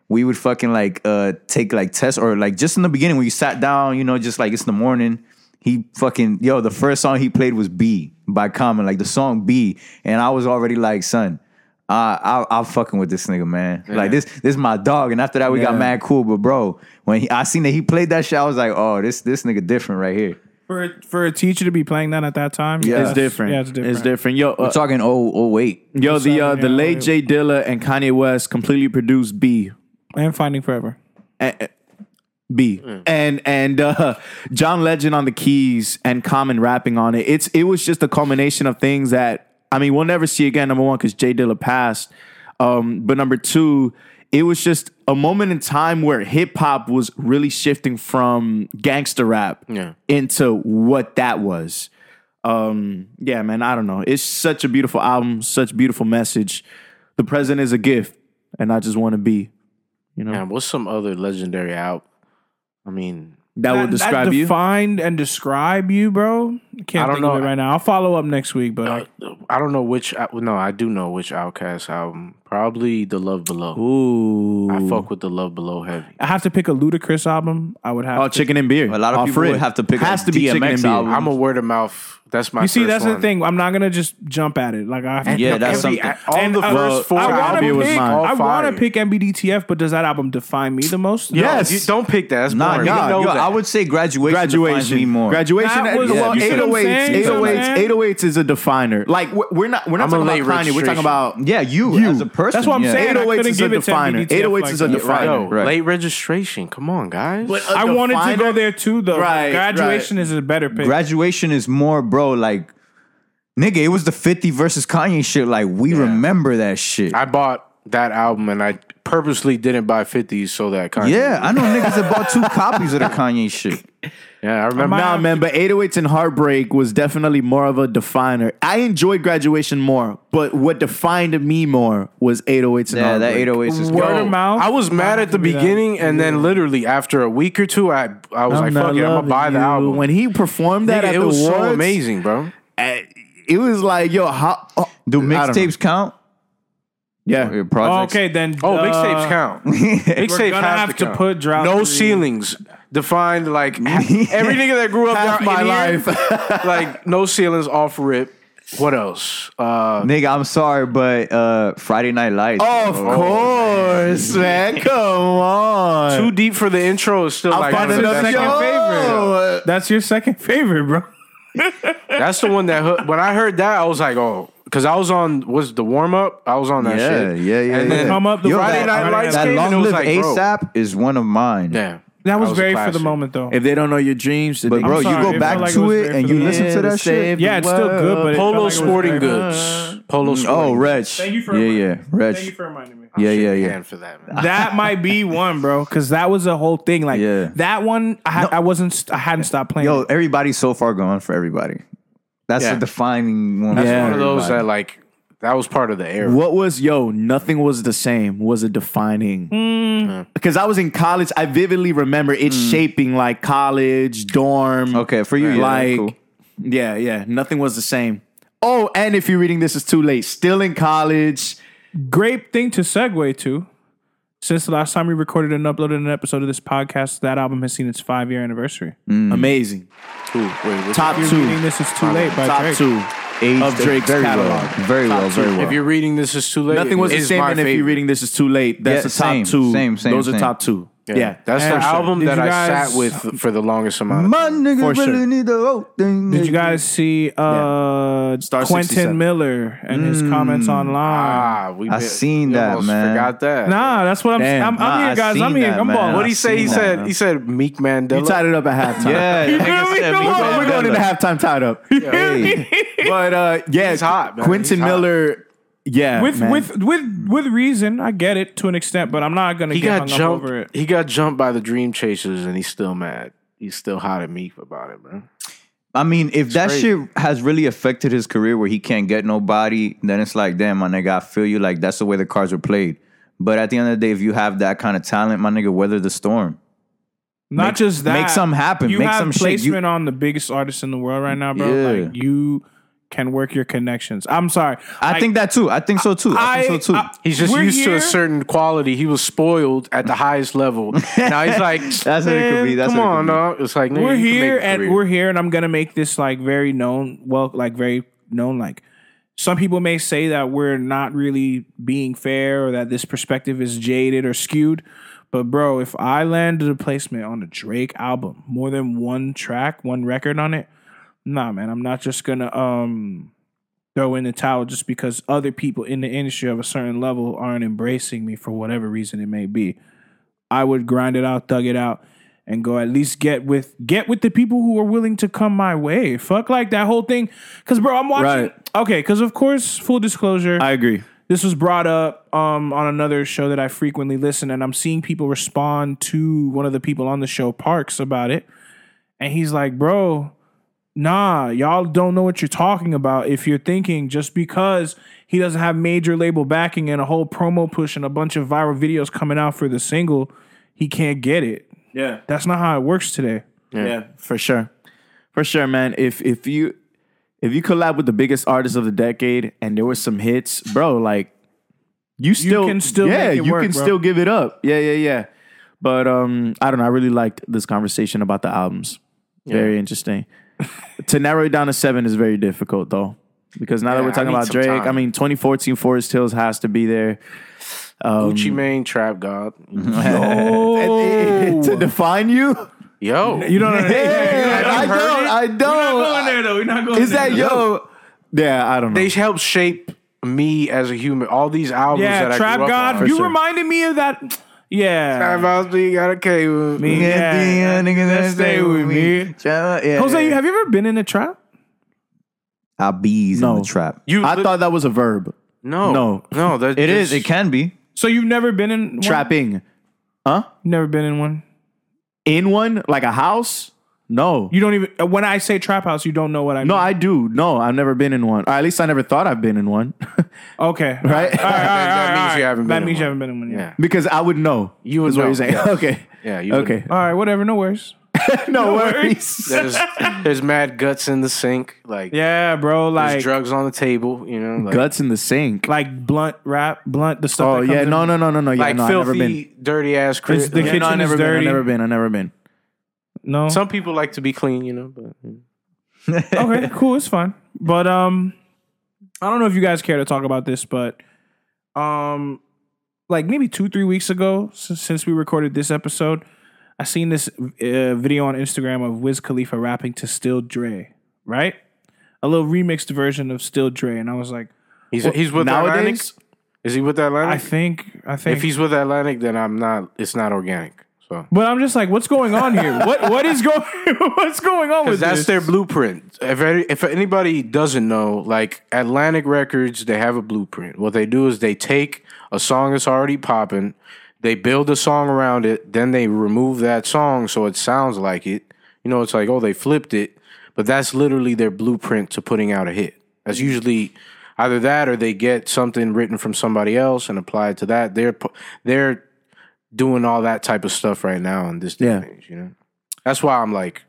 Speaker 3: We would fucking like uh, take like tests or like just in the beginning when you sat down, you know, just like it's in the morning. He fucking yo, the first song he played was B by Common, like the song B, and I was already like, son, I, I I'm fucking with this nigga, man. Like this, this is my dog. And after that, we got
Speaker 6: Yeah.
Speaker 3: mad cool. But bro, when he, I seen that he played that shit, I was like, oh, this this nigga different right here.
Speaker 2: For for a teacher to be playing that at that time,
Speaker 3: Yeah.
Speaker 6: It's different.
Speaker 2: Yeah, it's different.
Speaker 6: It's different. Yo, uh,
Speaker 3: We're talking oh oh wait,
Speaker 6: yo, the uh,
Speaker 2: Yeah,
Speaker 6: the late
Speaker 2: wait.
Speaker 6: Jay Dilla and Kanye West completely produced "Be."
Speaker 2: And Finding Forever.
Speaker 6: A- B and and uh, John Legend on the keys and Common rapping on it. It's it was just a culmination of things that I mean we'll never see again. Number one, because Jay Dilla passed, um, but number two, it was just a moment in time where hip hop was really shifting from gangster rap
Speaker 4: Yeah.
Speaker 6: into what that was. Um, yeah, man, I don't know. It's such a beautiful album, such beautiful message. The present is a gift, and I just want to be. You know
Speaker 4: Man, what's some other legendary out? I mean,
Speaker 6: that, will describe you.
Speaker 2: Find and describe you, bro. I can't
Speaker 4: I don't
Speaker 2: think of
Speaker 4: know.
Speaker 2: it right now. I'll follow up next week,
Speaker 6: Uh,
Speaker 2: but I-
Speaker 4: I don't know which. I- No, I do know which Outcast album. Probably the Love Below.
Speaker 6: Ooh.
Speaker 4: I fuck with the Love Below heavy.
Speaker 2: I have to pick a Ludacris album. I would have.
Speaker 6: Oh,
Speaker 2: to.
Speaker 6: chicken and beer.
Speaker 3: A lot of
Speaker 6: Off
Speaker 3: people would
Speaker 6: rip.
Speaker 3: have to pick
Speaker 6: Has
Speaker 3: a
Speaker 6: to be chicken
Speaker 3: DMX
Speaker 6: and beer.
Speaker 3: album.
Speaker 4: I'm a word of mouth. That's my.
Speaker 2: You see,
Speaker 4: first
Speaker 2: that's
Speaker 4: one.
Speaker 2: the thing. I'm not gonna just jump at it. Like I have to.
Speaker 3: yeah, that's
Speaker 4: Every-
Speaker 3: something.
Speaker 4: All
Speaker 2: And,
Speaker 4: the
Speaker 2: uh,
Speaker 4: first four
Speaker 2: I
Speaker 6: wanna
Speaker 4: albums.
Speaker 6: was
Speaker 2: pick,
Speaker 6: mine.
Speaker 4: all
Speaker 2: I
Speaker 4: fire.
Speaker 2: want to pick MBDTF, but does that album define me the most?
Speaker 4: No,
Speaker 6: Yes.
Speaker 4: you don't pick that. That's
Speaker 3: Nah,
Speaker 4: boring.
Speaker 3: nah,
Speaker 4: You know
Speaker 3: yo,
Speaker 4: that.
Speaker 3: I would say graduation. defines
Speaker 6: Graduation.
Speaker 3: me more.
Speaker 6: Graduation.
Speaker 2: That was-
Speaker 6: uh,
Speaker 3: yeah,
Speaker 6: well,
Speaker 3: you see what I'm
Speaker 6: 808s,
Speaker 2: saying? You see what I'm
Speaker 6: 808s,
Speaker 2: saying?
Speaker 6: 808s is a definer. Like we're we're not we're not
Speaker 4: I'm a
Speaker 6: talking
Speaker 4: late
Speaker 6: about Kanye. We're talking
Speaker 4: registration.
Speaker 6: about
Speaker 3: yeah, you, as a person.
Speaker 2: That's what I'm
Speaker 3: yeah.
Speaker 2: saying. I
Speaker 6: 808s
Speaker 2: couldn't
Speaker 6: is
Speaker 2: give
Speaker 6: a
Speaker 2: it to
Speaker 6: definer.
Speaker 2: MBDTF
Speaker 6: 808s
Speaker 2: like
Speaker 6: is a
Speaker 2: that.
Speaker 6: definer.
Speaker 4: Yo,
Speaker 3: Right.
Speaker 4: late registration. Come on, guys.
Speaker 2: I wanted to go there too, though.
Speaker 6: Right,
Speaker 2: Graduation is a better pick.
Speaker 3: Graduation is more, bro. Like, nigga, it was the 50 versus Kanye shit. Like, we remember that shit.
Speaker 4: I bought that album and I purposely didn't buy 50s so that Kanye.
Speaker 3: yeah, I know niggas that bought two copies of the Kanye shit.
Speaker 4: yeah, I remember.
Speaker 6: Nah, man, but 808s and Heartbreak was definitely more of a definer. I enjoyed graduation more, but what defined me more was 808s and
Speaker 3: Yeah, that
Speaker 6: Heartbreak.
Speaker 3: 808s is
Speaker 2: Word
Speaker 3: dope.
Speaker 2: of mouth.
Speaker 4: I was mad at the
Speaker 2: Give me that.
Speaker 4: beginning, and then literally after a week or two, I I was like,
Speaker 6: not
Speaker 4: "Fuck it, I'm gonna
Speaker 6: loving
Speaker 4: buy the
Speaker 6: you.
Speaker 4: album."
Speaker 6: When he performed that
Speaker 4: Nigga,
Speaker 6: at
Speaker 4: it
Speaker 6: the
Speaker 4: was so
Speaker 6: awards,
Speaker 4: amazing, bro.
Speaker 6: I- It was like, yo, how? oh,
Speaker 3: Do
Speaker 6: I don't know.
Speaker 3: mixtapes count?
Speaker 6: Yeah,
Speaker 3: Your projects?
Speaker 2: okay, then.
Speaker 4: Oh,
Speaker 2: uh,
Speaker 4: mixtapes count.
Speaker 2: We're
Speaker 4: mixtapes
Speaker 2: gonna have to
Speaker 4: count.
Speaker 2: put Drought
Speaker 4: no
Speaker 2: Three.
Speaker 4: ceilings. Defined like every nigga that grew up
Speaker 6: Half
Speaker 4: down
Speaker 6: my
Speaker 4: in here,
Speaker 6: life.
Speaker 4: like no ceilings off rip. What else? Uh,
Speaker 3: Nigga, I'm sorry, but uh, Friday Night Lights.
Speaker 4: Oh,
Speaker 6: Of course, man. Come on.
Speaker 4: too deep for the intro is still like
Speaker 2: find
Speaker 4: one of the
Speaker 2: another
Speaker 4: best
Speaker 2: second
Speaker 4: albums. oh, uh,
Speaker 6: favorite.
Speaker 2: That's your second favorite, bro.
Speaker 4: That's the one that hook- when I heard that I was like, oh, because I was on was the warm up. I was on that
Speaker 3: Yeah,
Speaker 4: shit.
Speaker 3: yeah, yeah.
Speaker 4: And
Speaker 3: yeah.
Speaker 4: then
Speaker 2: Come up the
Speaker 3: Yo,
Speaker 2: Friday
Speaker 3: that-
Speaker 2: Night Lights
Speaker 3: That
Speaker 4: came and it
Speaker 3: long
Speaker 4: was
Speaker 3: live
Speaker 4: like, bro.
Speaker 3: ASAP is one of mine.
Speaker 4: Yeah,
Speaker 2: That was,
Speaker 4: was a
Speaker 2: very for the
Speaker 4: classic.
Speaker 2: moment, though.
Speaker 6: If they don't know your dreams,
Speaker 3: But bro,
Speaker 2: sorry,
Speaker 3: you
Speaker 2: it
Speaker 3: go
Speaker 2: felt
Speaker 3: back
Speaker 2: like it
Speaker 3: to
Speaker 2: was
Speaker 3: it,
Speaker 2: there for
Speaker 3: and
Speaker 2: the
Speaker 3: you
Speaker 2: moment.
Speaker 3: listen to that shit.
Speaker 2: yeah, it's still good, but it felt
Speaker 4: Polo
Speaker 2: like it was
Speaker 4: Sporting
Speaker 2: very-
Speaker 4: Goods. Polo
Speaker 3: Oh,
Speaker 4: Sporting.
Speaker 3: Reg.
Speaker 2: Thank you for
Speaker 3: yeah,
Speaker 2: reminding
Speaker 3: yeah,
Speaker 2: me.
Speaker 3: Reg.
Speaker 2: Thank you for reminding me.
Speaker 3: Yeah, yeah, yeah.
Speaker 4: Hand for that, man.
Speaker 2: that might be one, bro, because that was a whole thing. Like
Speaker 3: Yeah.
Speaker 2: that one, I, ha- I wasn't, st- I hadn't stopped playing.
Speaker 3: Yo, everybody's so far gone for everybody. That's
Speaker 4: Yeah.
Speaker 3: the defining one.
Speaker 4: That's
Speaker 3: for
Speaker 4: one of those
Speaker 3: everybody.
Speaker 4: that like that was part of the era.
Speaker 6: What was yo? Nothing was the same. Was a defining
Speaker 3: Hmm.
Speaker 6: because I was in college. I vividly remember it shaping like college dorm.
Speaker 3: Okay, for you, yeah,
Speaker 6: like
Speaker 3: cool.
Speaker 6: yeah, yeah. Nothing was the same. Oh, and if you're reading this, it's too late. Still in college.
Speaker 2: Great thing to segue to. Since the last time we recorded and uploaded an episode of this podcast, that album has seen its five year anniversary.
Speaker 3: Hmm.
Speaker 6: Amazing.
Speaker 4: Ooh, wait, what's-
Speaker 6: Top
Speaker 2: You're reading
Speaker 6: two.
Speaker 2: this is too late by
Speaker 6: Top
Speaker 2: Drake.
Speaker 6: two.
Speaker 3: Aged
Speaker 6: of Drake's
Speaker 3: very
Speaker 6: catalog.
Speaker 3: Well. Very
Speaker 6: Top
Speaker 3: well,
Speaker 6: two.
Speaker 3: very well.
Speaker 4: If you're reading this, is too late.
Speaker 6: Nothing was the
Speaker 4: is
Speaker 6: same.
Speaker 4: my
Speaker 6: And if you're
Speaker 4: favorite.
Speaker 6: reading this, is too late. That's
Speaker 3: Yeah,
Speaker 6: the top
Speaker 3: same,
Speaker 6: two.
Speaker 3: same, same,
Speaker 6: Those are
Speaker 3: same.
Speaker 6: top two. Yeah,
Speaker 4: that's the
Speaker 6: And-
Speaker 4: album
Speaker 2: Did
Speaker 4: that
Speaker 2: you
Speaker 4: I
Speaker 2: guys-
Speaker 4: sat with for the longest amount. of
Speaker 3: My
Speaker 4: time.
Speaker 3: nigga
Speaker 6: For
Speaker 3: really
Speaker 6: sure.
Speaker 3: need the whole thing.
Speaker 2: Did you guys see uh,
Speaker 6: Star
Speaker 2: Quentin
Speaker 6: 67.
Speaker 2: Miller and his comments online?
Speaker 4: Ah, we
Speaker 3: I
Speaker 4: been-
Speaker 3: seen
Speaker 4: we
Speaker 3: that,
Speaker 4: almost
Speaker 3: man.
Speaker 4: Forgot that.
Speaker 2: Nah, that's what I'm.
Speaker 6: Damn,
Speaker 2: I'm, I'm
Speaker 3: nah, I
Speaker 2: here, guys. I'm
Speaker 3: seen
Speaker 2: here.
Speaker 3: that,
Speaker 2: I'm
Speaker 3: man.
Speaker 2: balling.
Speaker 4: What he
Speaker 3: I
Speaker 4: say? He
Speaker 3: seen that,
Speaker 4: said
Speaker 3: man.
Speaker 4: he said Meek Mandela.
Speaker 6: You tied it up at halftime.
Speaker 3: Yeah,
Speaker 2: You
Speaker 3: that nigga
Speaker 2: feel me?
Speaker 3: said
Speaker 2: Come
Speaker 3: me
Speaker 2: on,
Speaker 3: too.
Speaker 6: We're going into halftime tied up.
Speaker 3: Hey.
Speaker 6: But uh, yeah,
Speaker 4: He's hot, man.
Speaker 6: Quentin
Speaker 4: He's hot.
Speaker 6: Miller yeah,
Speaker 2: with
Speaker 6: man.
Speaker 2: with with with reason. I get it to an extent, but I'm not gonna
Speaker 4: He
Speaker 2: get
Speaker 4: got
Speaker 2: hung up
Speaker 4: jumped.
Speaker 2: over it.
Speaker 4: He got jumped by the Dream Chasers, and he's still mad. He's still hot at me about it, bro.
Speaker 3: I mean, if that
Speaker 4: crazy.
Speaker 3: shit has really affected his career where he can't get nobody, then it's like, damn, my nigga, I feel you. Like, that's the way the cards were played. But at the end of the day, if you have that kind of talent, my nigga, weather the storm.
Speaker 2: Not
Speaker 3: Make-
Speaker 2: just that.
Speaker 3: make something happen.
Speaker 2: You
Speaker 3: Make
Speaker 2: have
Speaker 3: some shit. You-
Speaker 2: placement on the biggest artists in the world right now, bro.
Speaker 3: Yeah.
Speaker 2: Like you can work your connections. I'm sorry.
Speaker 3: I think that too. I think so too. I, think so too.
Speaker 2: I-
Speaker 4: He's just
Speaker 2: we're
Speaker 4: used to
Speaker 2: here-
Speaker 4: a certain quality. He was spoiled at the highest level. Now he's like,
Speaker 3: That's what it could
Speaker 4: "Man,
Speaker 3: be. That's
Speaker 4: come
Speaker 3: what it could
Speaker 4: on,
Speaker 3: be."
Speaker 4: dog. It's like nigga,
Speaker 2: we're
Speaker 4: you can make
Speaker 2: here
Speaker 4: a
Speaker 2: and
Speaker 4: career.
Speaker 2: we're here and i'm gonna make this like very known well like very known like some people may say that we're not really being fair or that this perspective is jaded or skewed but bro if i landed a placement on a drake album more than one track one record on it nah man i'm not just gonna um throw in the towel just because other people in the industry of a certain level aren't embracing me for whatever reason it may be I would grind it out, thug it out, and go at least get with get with the people who are willing to come my way. Fuck like that whole thing, because bro, I'm watching.
Speaker 6: Right.
Speaker 2: Okay, because of course, full disclosure,
Speaker 6: I agree.
Speaker 2: this was brought up um, on another show that I frequently listen, and I'm seeing people respond to one of the people on the show, Parks, about it, and he's like, "Bro, nah, y'all don't know what you're talking about. If you're thinking just because he doesn't have major label backing and a whole promo push and a bunch of viral videos coming out for the single, he can't get it.
Speaker 6: Yeah,
Speaker 2: That's not how it works today."
Speaker 6: yeah, for sure, for sure, man. If if you if you collab with the biggest artist of the decade and there was some hits, bro, like you still
Speaker 2: can still
Speaker 6: yeah,
Speaker 2: make it
Speaker 6: you
Speaker 2: work,
Speaker 6: can
Speaker 2: bro.
Speaker 6: still give it up. Yeah, yeah, yeah. But um, I don't know. I really liked this conversation about the albums. Very interesting. to narrow it down to seven is very difficult though, because now that
Speaker 4: Yeah,
Speaker 6: we're
Speaker 4: I
Speaker 6: talking
Speaker 4: need
Speaker 6: about
Speaker 4: some
Speaker 6: Drake,
Speaker 4: time.
Speaker 6: I mean, 2014 Forest Hills has to be there.
Speaker 4: Gucci Mane, Trap God.
Speaker 6: to define you.
Speaker 4: Yo,
Speaker 2: You don't
Speaker 6: Yeah, I don't. I don't.
Speaker 2: there though. We're not going
Speaker 6: Is that yo? Yeah, I don't know.
Speaker 4: they helped shape me as a human. All these albums
Speaker 2: Yeah,
Speaker 4: that I
Speaker 2: Trap
Speaker 4: grew up
Speaker 2: God.
Speaker 4: on.
Speaker 2: You
Speaker 6: sure.
Speaker 2: reminded me of that. Yeah.
Speaker 4: About you got a K with me.
Speaker 2: Yeah.
Speaker 3: nigga, that
Speaker 2: stay with me.
Speaker 3: Yeah.
Speaker 2: Jose, you- have you ever been in a trap?
Speaker 3: I bees in
Speaker 6: No.
Speaker 3: the trap.
Speaker 4: You
Speaker 6: I thought that was a verb.
Speaker 4: no,
Speaker 6: No.
Speaker 4: no. That
Speaker 3: It is. It can be.
Speaker 2: So you've never been in one?
Speaker 6: Trapping
Speaker 2: Never been in one.
Speaker 6: in one like a house? No,
Speaker 2: You don't even. uh, When I say trap house, you don't know what I mean.
Speaker 6: no, I do. No, I've never been in one. Or at least I never thought I've been in one,
Speaker 2: okay.
Speaker 6: right?
Speaker 4: That, that means you haven't.
Speaker 2: That
Speaker 4: been
Speaker 2: means you
Speaker 4: in
Speaker 2: haven't been in one.
Speaker 4: Yeah.
Speaker 6: because I would know.
Speaker 4: You would
Speaker 6: is what
Speaker 4: know,
Speaker 6: you're saying.
Speaker 4: yes.
Speaker 6: Okay.
Speaker 4: Yeah, you would
Speaker 6: okay.
Speaker 2: All right. Whatever. No worries.
Speaker 6: no worries.
Speaker 4: one. There's, there's mad guts in the sink. Like
Speaker 2: Yeah, bro.
Speaker 4: there's
Speaker 2: Like
Speaker 4: drugs on the table. You know, like,
Speaker 6: Guts in the sink.
Speaker 2: like blunt rap, blunt the stuff.
Speaker 6: oh
Speaker 2: that
Speaker 6: yeah,
Speaker 2: comes
Speaker 6: no,
Speaker 2: in-
Speaker 6: no, no, no, no. Yeah,
Speaker 4: like
Speaker 6: no, I've never been.
Speaker 4: filthy, dirty ass.
Speaker 2: It's the
Speaker 6: Yeah, no,
Speaker 2: Kitchen
Speaker 6: I've
Speaker 2: is
Speaker 6: never been. I've
Speaker 2: dirty.
Speaker 6: never been. I've never been.
Speaker 2: no.
Speaker 4: Some people like to be clean, you know, but
Speaker 2: okay, cool. It's fine. But um, I don't know if you guys care to talk about this, but um, like maybe two, three weeks ago, since, since we recorded this episode, I seen this uh, video on Instagram of Wiz Khalifa rapping to Still Dre, right? A little remixed version of Still Dre, and I was like,
Speaker 4: he's he's with Atlantic.
Speaker 6: Nowadays,
Speaker 4: Is he with
Speaker 2: I
Speaker 4: Atlantic?
Speaker 2: think, I think.
Speaker 4: if he's with Atlantic, then I'm not. It's not organic. So
Speaker 2: but I'm just like, what's going on here? what what is going? what's going on with
Speaker 4: that's
Speaker 2: this?
Speaker 4: their blueprint. If any, if anybody doesn't know, like Atlantic Records, they have a blueprint. What they do is they take a song that's already popping, they build a song around it, then they remove that song so it sounds like it. You know, it's like oh they flipped it, but that's literally their blueprint to putting out a hit. That's usually either that or they get something written from somebody else and apply it to that. They're pu- they're doing all that type of stuff right now in this day and
Speaker 6: Yeah.
Speaker 4: age. You know, that's why I'm like.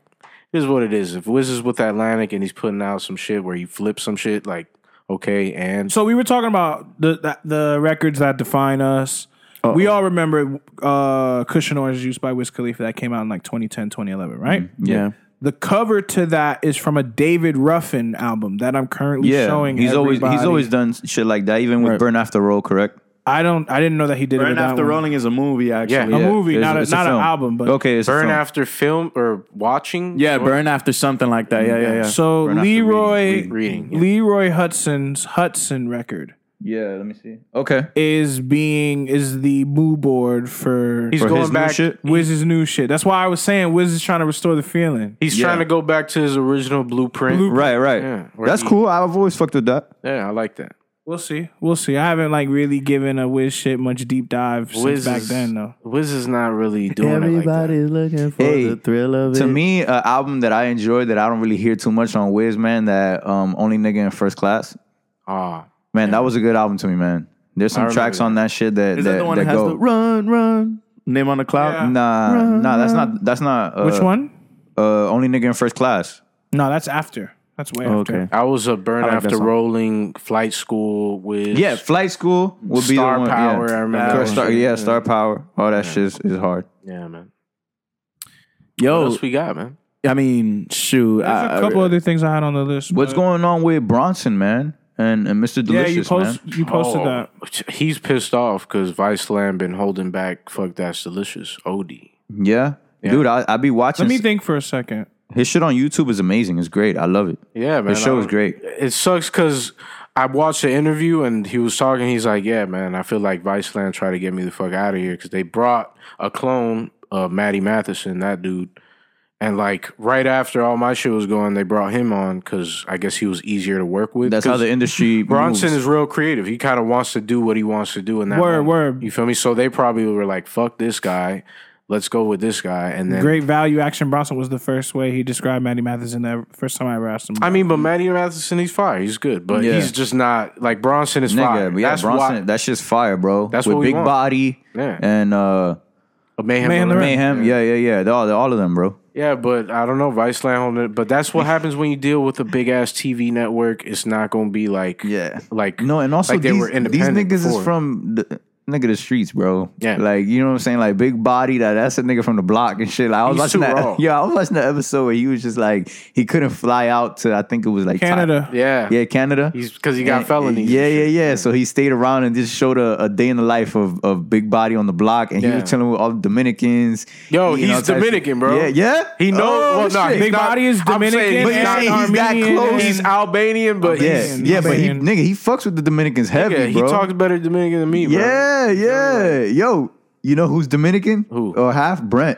Speaker 4: This is what it is. If Wiz is with Atlantic and he's putting out some shit where he flips some shit, like okay, and
Speaker 2: So we were talking about the the, the records that define us. We all remember uh, Cushion Orange Juice by Wiz Khalifa that came out in like 2010, 2011, right?
Speaker 3: Mm-hmm.
Speaker 6: Yeah.
Speaker 2: The cover to that is from a David Ruffin album that I'm currently
Speaker 3: Yeah.
Speaker 2: showing.
Speaker 3: he's always he's
Speaker 2: everybody.
Speaker 3: always done shit like that, even with
Speaker 2: Right.
Speaker 3: Burn After Roll, correct?
Speaker 2: I don't. I didn't know that he did it.
Speaker 6: Burn
Speaker 2: with that
Speaker 6: After
Speaker 2: one.
Speaker 6: Rolling is a movie, actually.
Speaker 4: Yeah.
Speaker 2: a movie,
Speaker 3: It's-
Speaker 2: not a,
Speaker 3: it's a
Speaker 2: not an
Speaker 3: film.
Speaker 2: album, but
Speaker 3: okay, it's a
Speaker 4: burn
Speaker 3: film.
Speaker 4: after film or watching.
Speaker 6: Yeah, burn after something like that. Yeah, yeah, yeah.
Speaker 2: So
Speaker 3: Burn After
Speaker 2: Leroy
Speaker 3: Reading,
Speaker 4: reading, yeah.
Speaker 2: Leroy Hudson's Hudson record
Speaker 3: Yeah, let me see. Okay.
Speaker 2: is being is the moo board for
Speaker 4: He's
Speaker 2: for
Speaker 4: going
Speaker 2: his new
Speaker 4: back-
Speaker 2: shit. Wiz's new shit. That's why I was saying Wiz is trying to restore the feeling.
Speaker 4: He's
Speaker 3: Yeah.
Speaker 4: trying to go back to his original blueprint.
Speaker 3: Right, right.
Speaker 4: Yeah, where
Speaker 3: That's
Speaker 4: he-
Speaker 3: cool. I've always fucked with that.
Speaker 4: Yeah, I like that.
Speaker 2: We'll see. We'll see. I haven't like really given a Wiz shit much deep dive since
Speaker 4: Wiz
Speaker 2: back
Speaker 4: is-
Speaker 2: then though.
Speaker 4: Wiz is not really doing it like that.
Speaker 6: looking for
Speaker 3: Hey,
Speaker 6: thrill of
Speaker 3: To me, an album that I enjoy that I don't really hear too much on Wiz, man, that um, Only Nigga in First Class.
Speaker 4: Ah,
Speaker 3: Man, that was a good album to me, man. There's some
Speaker 4: remember
Speaker 3: tracks on that shit that
Speaker 6: Is that, the one that has
Speaker 3: go.
Speaker 6: the run, run name on the cloud?
Speaker 2: Yeah.
Speaker 3: nah, nah, that's not that's not uh,
Speaker 2: Which one?
Speaker 3: Uh, Only Nigga in First Class.
Speaker 2: No, that's after. That's way after.
Speaker 6: Okay.
Speaker 4: I was a burn
Speaker 6: I like that
Speaker 4: after
Speaker 6: song.
Speaker 4: rolling flight school with
Speaker 3: Yeah, Flight School would be
Speaker 4: Star
Speaker 3: the one.
Speaker 4: Power,
Speaker 3: yeah.
Speaker 4: I remember
Speaker 3: Star-
Speaker 4: that
Speaker 3: Star-
Speaker 4: one.
Speaker 3: yeah, Star Power. All that shit is, is hard.
Speaker 4: yeah man. What
Speaker 6: Yo,
Speaker 4: else we got, man?
Speaker 6: I mean, shoot,
Speaker 2: There's
Speaker 6: I,
Speaker 2: a couple other things I had on the list.
Speaker 3: What's going on with Bronson, man, and and Mr.
Speaker 2: Yeah,
Speaker 3: Delicious,
Speaker 2: you post
Speaker 3: man?
Speaker 2: you posted
Speaker 4: Oh,
Speaker 2: that.
Speaker 4: He's pissed off because Vice Land been holding back. Fuck that's delicious. Od.
Speaker 3: Yeah. dude, I I be watching.
Speaker 2: Let me think for a second.
Speaker 3: his shit on YouTube is amazing. It's great. I love it.
Speaker 4: Yeah, man.
Speaker 3: His show
Speaker 4: I-
Speaker 3: is great.
Speaker 4: It sucks because I watched the interview and he was talking. He's like, "Yeah, man, I feel like Vice Land tried to get me the fuck out of here because they brought a clone of Maddie Matheson, that dude." And like right after all my shit was going, they brought him on because I guess he was easier to work with.
Speaker 3: That's how
Speaker 4: 'Cause
Speaker 3: the industry.
Speaker 4: Bronson
Speaker 3: moves.
Speaker 4: is real creative. He kind of wants to do what he wants to do in that.
Speaker 2: Word,
Speaker 4: moment.
Speaker 2: word.
Speaker 4: You feel me? So they probably were like, "Fuck this guy, let's go with this guy." And then
Speaker 2: Great value action Bronson was the first way he described Maddie Matheson the first time I ever asked him.
Speaker 4: I mean, but Maddie Matheson, he's fire. He's good, but
Speaker 3: Yeah.
Speaker 4: he's just not like Bronson is fire.
Speaker 3: Nigga, but yeah,
Speaker 4: That's
Speaker 3: Bronson,
Speaker 4: why
Speaker 3: that shit's fire, bro.
Speaker 4: That's
Speaker 3: With
Speaker 4: what we
Speaker 3: Big
Speaker 4: want.
Speaker 3: Body
Speaker 4: Yeah.
Speaker 3: and uh,
Speaker 4: A Mayhem,
Speaker 2: Mayhem
Speaker 4: Lorenz.
Speaker 3: Mayhem. Yeah, yeah, yeah. They're all, they're all of them, bro.
Speaker 4: Yeah, but I don't know Vice Land holding it. But that's what happens when you deal with a big ass TV network. It's not going to be like
Speaker 3: Yeah.
Speaker 4: like
Speaker 3: No, and also
Speaker 4: like
Speaker 3: these,
Speaker 4: they were
Speaker 3: these
Speaker 4: independent.
Speaker 3: niggas
Speaker 4: before.
Speaker 3: is from the nigga the streets, bro.
Speaker 4: Yeah.
Speaker 3: Like, you know what I'm saying? Like big body, that that's a nigga from the block and shit. Like I was
Speaker 4: He's
Speaker 3: watching
Speaker 4: too
Speaker 3: that
Speaker 4: raw.
Speaker 3: yeah, I was watching that episode where he was just like he couldn't fly out to I think it was like Thai-
Speaker 2: Canada.
Speaker 4: yeah
Speaker 3: Yeah, Canada.
Speaker 4: He's because he got
Speaker 3: And-
Speaker 4: felonies.
Speaker 3: Yeah, yeah, yeah. So he stayed around and just showed a, a day in the life of, of Big Body on the block, and he
Speaker 4: Yeah.
Speaker 3: was chilling with all the Dominicans.
Speaker 4: Yo,
Speaker 3: you know,
Speaker 4: he's
Speaker 3: type shit.
Speaker 4: Dominican, bro.
Speaker 3: Yeah, yeah.
Speaker 4: He knows.
Speaker 3: Oh,
Speaker 4: well, nah,
Speaker 3: shit.
Speaker 4: he's
Speaker 2: Big
Speaker 4: not-
Speaker 2: Body is
Speaker 4: I'm saying
Speaker 2: Dominican
Speaker 4: he's,
Speaker 2: and
Speaker 4: not
Speaker 3: he's that
Speaker 4: Armenian.
Speaker 3: close.
Speaker 4: He's Albanian, but
Speaker 3: yeah,
Speaker 4: he's,
Speaker 2: Dominican.
Speaker 3: yeah. But he,
Speaker 2: Dominican.
Speaker 3: nigga, he fucks with the Dominicans heavy,
Speaker 4: yeah, he
Speaker 3: bro.
Speaker 4: talks better Dominican than me, bro.
Speaker 3: yeah, yeah. Yo, you know who's Dominican? Who or half Brent?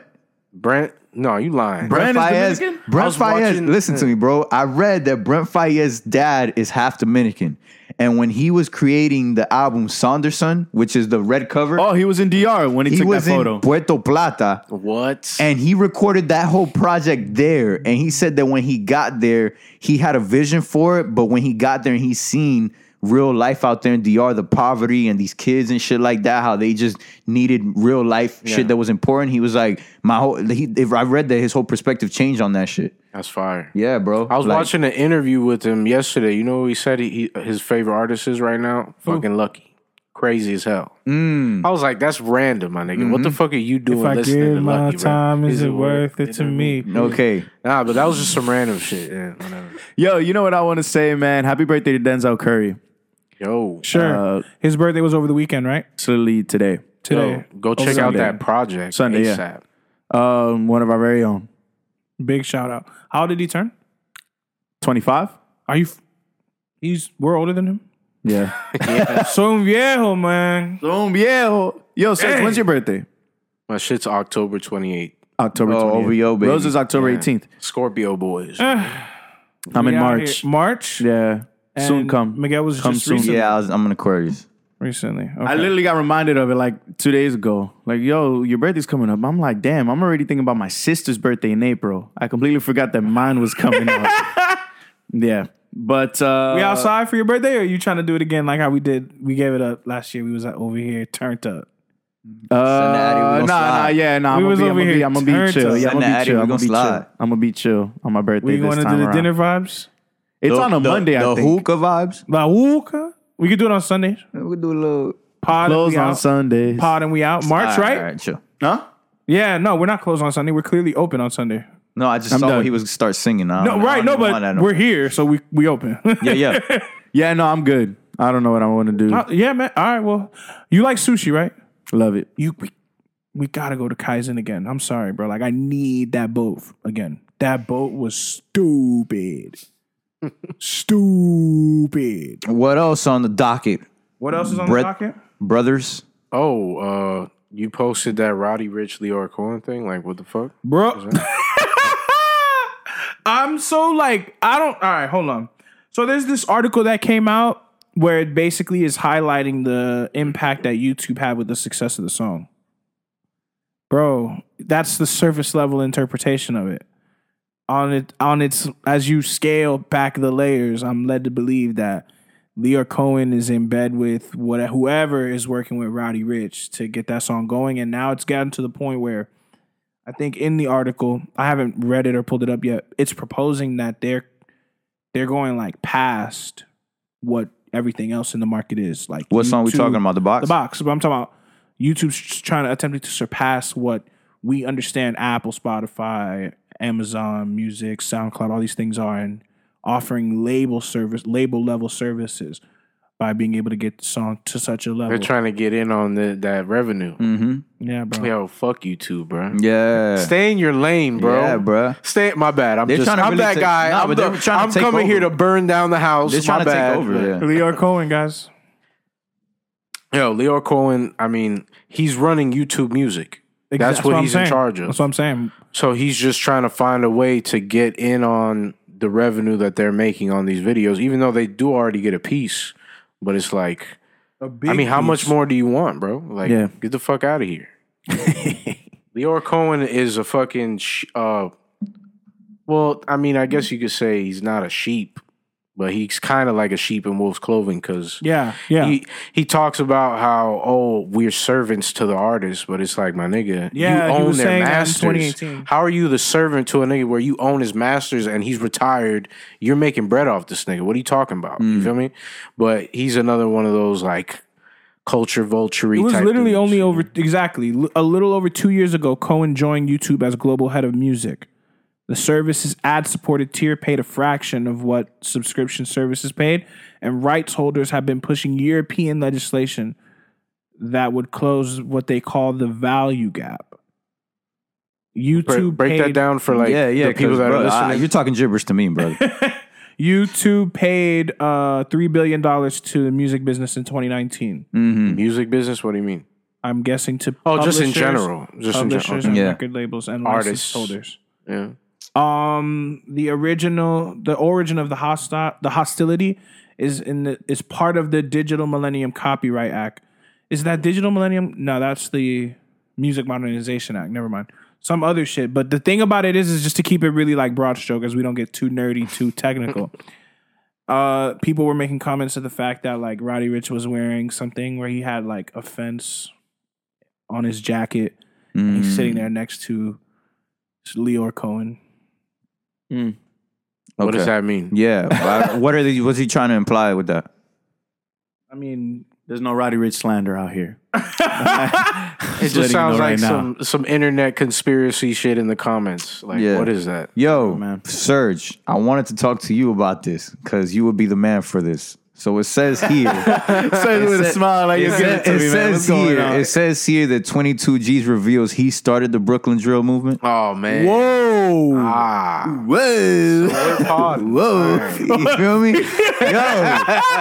Speaker 4: Brent. No, you lying.
Speaker 3: Brent Fayez.
Speaker 4: I
Speaker 3: Brent
Speaker 4: was
Speaker 3: Fayez.
Speaker 4: watching-
Speaker 3: listen to me, bro. I read that Brent Fayez's dad is half Dominican, and when he was creating the album Saunderson, which is the red cover,
Speaker 6: oh, he was in DR when he,
Speaker 3: he
Speaker 6: took
Speaker 3: was
Speaker 6: that photo.
Speaker 3: in Puerto Plata.
Speaker 4: What?
Speaker 3: And he recorded that whole project there. And he said that when he got there, he had a vision for it. But when he got there and he seen real life out there in DR, the poverty and these kids and shit like that, how they just needed real life shit that was important. He was like, my whole, he, if I read that his whole perspective changed on that shit.
Speaker 4: That's fire.
Speaker 3: Yeah, bro.
Speaker 4: I was
Speaker 3: Like,
Speaker 4: watching an interview with him yesterday. You know who he said he, he his favorite artist is right now? Fucking Lucky. Crazy as hell. I was like, that's random, my nigga. What the fuck are you doing
Speaker 2: if I
Speaker 4: listening
Speaker 2: give
Speaker 4: to
Speaker 2: my
Speaker 4: Lucky? bro?
Speaker 2: time, is it worth it to me?
Speaker 3: Okay.
Speaker 4: Nah, but that was just some random shit. Yeah, whatever.
Speaker 6: Yo, you know what I want to say, man? Happy birthday to Denzel Curry.
Speaker 4: Yo,
Speaker 2: Sure.
Speaker 6: Uh,
Speaker 2: His birthday was over the weekend, right?
Speaker 6: Literally today.
Speaker 4: yo,
Speaker 2: Today.
Speaker 4: go check out
Speaker 6: Sunday.
Speaker 4: that project
Speaker 6: Sunday, yeah.
Speaker 4: ASAP.
Speaker 6: Um, one of our very own.
Speaker 2: Big shout out. How old did he turn?
Speaker 6: 25?
Speaker 2: Are you? F- he's we're older than him.
Speaker 6: Yeah.
Speaker 2: So viejo, man.
Speaker 6: Boom, viejo. Yo, Sage, when's your birthday?
Speaker 4: My shit's October 28th.
Speaker 6: October
Speaker 3: Oh,
Speaker 6: 20th.
Speaker 3: OVO, baby.
Speaker 6: Rose is October 18th.
Speaker 4: Scorpio boys.
Speaker 3: Eh.
Speaker 6: I'm in
Speaker 2: We out
Speaker 6: March.
Speaker 2: here. March.
Speaker 6: Yeah. soon
Speaker 2: And
Speaker 6: come.
Speaker 2: Miguel was
Speaker 6: Come
Speaker 2: just
Speaker 6: soon.
Speaker 2: recent-
Speaker 3: Yeah, I was, I'm an Aquarius.
Speaker 2: recently. Okay.
Speaker 6: I literally got reminded of it like two days ago. Like, yo, your birthday's coming up. I'm like, damn, I'm already thinking about my sister's birthday in April. I completely forgot that mine was coming up. Yeah. But uh
Speaker 2: we outside for your birthday, or are you trying to do it again like how we did? We gave it up last year. We was at, over here turned up.
Speaker 3: Cincinnati, we
Speaker 6: Uh,
Speaker 3: gonna
Speaker 6: nah, nah,
Speaker 3: slide.
Speaker 6: yeah, nah.
Speaker 2: We
Speaker 6: I'm gonna
Speaker 2: was
Speaker 6: be, I'm
Speaker 2: over
Speaker 6: gonna be,
Speaker 2: here
Speaker 6: I'm gonna be
Speaker 2: turned
Speaker 6: chill.
Speaker 2: up.
Speaker 6: Yeah, I'm gonna be
Speaker 3: Cincinnati,
Speaker 6: chill.
Speaker 3: we
Speaker 6: I'm gonna
Speaker 3: gonna
Speaker 6: be chill.
Speaker 3: slide.
Speaker 6: I'm gonna be chill on my birthday.
Speaker 2: We
Speaker 6: this
Speaker 2: going to
Speaker 6: time
Speaker 2: do the
Speaker 6: around.
Speaker 2: dinner vibes.
Speaker 6: It's
Speaker 3: The-
Speaker 6: on a
Speaker 3: the-
Speaker 6: Monday,
Speaker 3: The
Speaker 6: I think.
Speaker 3: hookah vibes.
Speaker 2: La hookah. We could do it on Sundays.
Speaker 3: We do a little.
Speaker 2: Pod and
Speaker 6: Closed
Speaker 2: we
Speaker 6: on
Speaker 2: out.
Speaker 6: Sundays.
Speaker 2: Pod and we out. March,
Speaker 3: All
Speaker 2: right?
Speaker 3: All right, chill.
Speaker 6: Huh?
Speaker 2: Yeah. No, we're not closed on Sunday. We're clearly open on Sunday.
Speaker 3: No, I just
Speaker 6: I'm
Speaker 3: saw
Speaker 6: done.
Speaker 3: he was start singing. I
Speaker 2: No,
Speaker 3: don't- I
Speaker 2: right?
Speaker 3: don't
Speaker 2: No,
Speaker 3: even want that
Speaker 2: but we're here, so we we open.
Speaker 3: yeah, yeah.
Speaker 6: Yeah, no, I'm good. I don't know what I want to do.
Speaker 2: Uh, yeah, man. All right. Well, you like sushi, right?
Speaker 6: Love it.
Speaker 2: You we, we gotta go to Kaizen again. I'm sorry, bro. Like I need that boat again. That boat was stupid. stupid.
Speaker 3: What else on the docket?
Speaker 2: What else is on
Speaker 3: Brett-
Speaker 2: the docket?
Speaker 3: Brothers.
Speaker 4: oh, uh, you posted that Roddy Rich Leor Cohen thing? Like, what the fuck?
Speaker 2: Bro. I'm so like, I don't all right, hold on. So there's this article that came out where it basically is highlighting the impact that YouTube had with the success of the song. Bro, that's the surface level interpretation of it. On it on its as you scale back the layers, I'm led to believe that Leo Cohen is in bed with what whoever is working with Rowdy Rich to get that song going and now it's gotten to the point where I think in the article, I haven't read it or pulled it up yet. It's proposing that they're they're going like past what everything else in the market is. Like
Speaker 3: What song we talking about? The box?
Speaker 2: The box. But I'm talking about YouTube's trying to attempting to surpass what we understand Apple, Spotify, Amazon Music, SoundCloud, all these things are, and offering label service, label level services by being able to get the song to such a level.
Speaker 4: They're trying to get in on the, that revenue.
Speaker 2: yeah, bro.
Speaker 4: Yo, fuck YouTube, bro.
Speaker 3: Mm-hmm. Yeah.
Speaker 4: Stay in your lane, bro.
Speaker 3: Yeah, bruh.
Speaker 4: Stay. My bad. I'm
Speaker 3: They're
Speaker 4: just.
Speaker 3: trying to
Speaker 4: I'm
Speaker 3: really
Speaker 4: that
Speaker 3: take-
Speaker 4: guy.
Speaker 3: Nah,
Speaker 4: I'm,
Speaker 3: but
Speaker 4: the-
Speaker 3: they're trying to
Speaker 4: I'm
Speaker 3: take
Speaker 4: coming
Speaker 3: over.
Speaker 4: here to burn down the house.
Speaker 3: They're
Speaker 4: my
Speaker 3: trying to
Speaker 4: bad.
Speaker 3: take over. Yeah.
Speaker 2: Leo Cohen, guys.
Speaker 4: Yo, Leo Cohen. I mean, he's running YouTube Music. That's, what,
Speaker 2: I'm
Speaker 4: he's
Speaker 2: saying.
Speaker 4: in charge of.
Speaker 2: That's what I'm saying.
Speaker 4: So he's just trying to find a way to get in on the revenue that they're making on these videos, even though they do already get a piece. But it's like, I mean, how much more do you want, bro? Like,
Speaker 6: Yeah.
Speaker 4: get the fuck out of here. Leor Cohen is a fucking. Sh- uh, well, I mean, I guess you could say he's not a sheep, but he's kind of like a sheep in wolf's clothing because
Speaker 2: Yeah, yeah.
Speaker 4: he he talks about how oh we're servants to the artist, but it's like my nigga,
Speaker 2: Yeah,
Speaker 4: you
Speaker 2: he
Speaker 4: own
Speaker 2: was
Speaker 4: their
Speaker 2: saying that in
Speaker 4: masters.
Speaker 2: 2018.
Speaker 4: How are you the servant to a nigga where you own his masters and he's retired? You're making bread off this nigga. What are you talking about? You
Speaker 2: Mm.
Speaker 4: feel me? But he's another one of those like culture vulture.
Speaker 2: It was literally only over exactly l- a little over two years ago. Cohen joined YouTube as global head of music. The service's ad-supported tier paid a fraction of what subscription services paid, and rights holders have been pushing European legislation that would close what they call the value gap.
Speaker 4: break,
Speaker 2: YouTube
Speaker 4: break that
Speaker 2: paid-
Speaker 4: down for like
Speaker 3: yeah, yeah.
Speaker 4: the people
Speaker 3: 'cause,
Speaker 4: that
Speaker 3: bro,
Speaker 4: are
Speaker 3: I-
Speaker 4: listening.
Speaker 3: you're talking gibberish to me, brother.
Speaker 2: YouTube paid uh, three billion dollars to the music business in 2019.
Speaker 4: Music business? What do you mean?
Speaker 2: I'm guessing to
Speaker 4: Mm. Oh, just in
Speaker 2: publishers-
Speaker 4: general, just in
Speaker 2: publishers
Speaker 4: general.
Speaker 2: and
Speaker 3: Yeah.
Speaker 2: record labels and
Speaker 4: Artists.
Speaker 2: license holders.
Speaker 4: Yeah.
Speaker 2: Um, the original, the origin of the hostile, the hostility is in the is part of the Digital Millennium Copyright Act. Is that Digital Millennium? No, that's the Music Modernization Act. Never mind. Some other shit. But the thing about it is, is just to keep it really like broad stroke, as we don't get too nerdy, too technical. uh, people were making comments to the fact that like Roddy Rich was wearing something where he had like a fence on his jacket. And he's sitting there next to Leor Cohen.
Speaker 4: What does
Speaker 3: Okay.
Speaker 4: that mean?
Speaker 3: Yeah. I- what are the, what's he trying to imply with that?
Speaker 2: I mean,
Speaker 6: There's no Roddy Rich slander out here.
Speaker 4: It just sounds like some some internet conspiracy shit in the comments. Like,
Speaker 3: Yeah.
Speaker 4: what is that?
Speaker 3: Yo,
Speaker 6: man.
Speaker 3: Serge, I wanted to talk to you about this because you would be the man for this. So it says here.
Speaker 6: Say with a smile like
Speaker 3: It,
Speaker 6: you're
Speaker 3: says-
Speaker 6: good to
Speaker 3: it
Speaker 6: me, man. What's
Speaker 3: says
Speaker 6: going
Speaker 3: here.
Speaker 6: on?
Speaker 3: It says here that 22 G's reveals he started the Brooklyn drill movement.
Speaker 4: Oh man.
Speaker 3: Whoa!
Speaker 4: Ah.
Speaker 3: Whoa! Whoa! You feel me? Yo,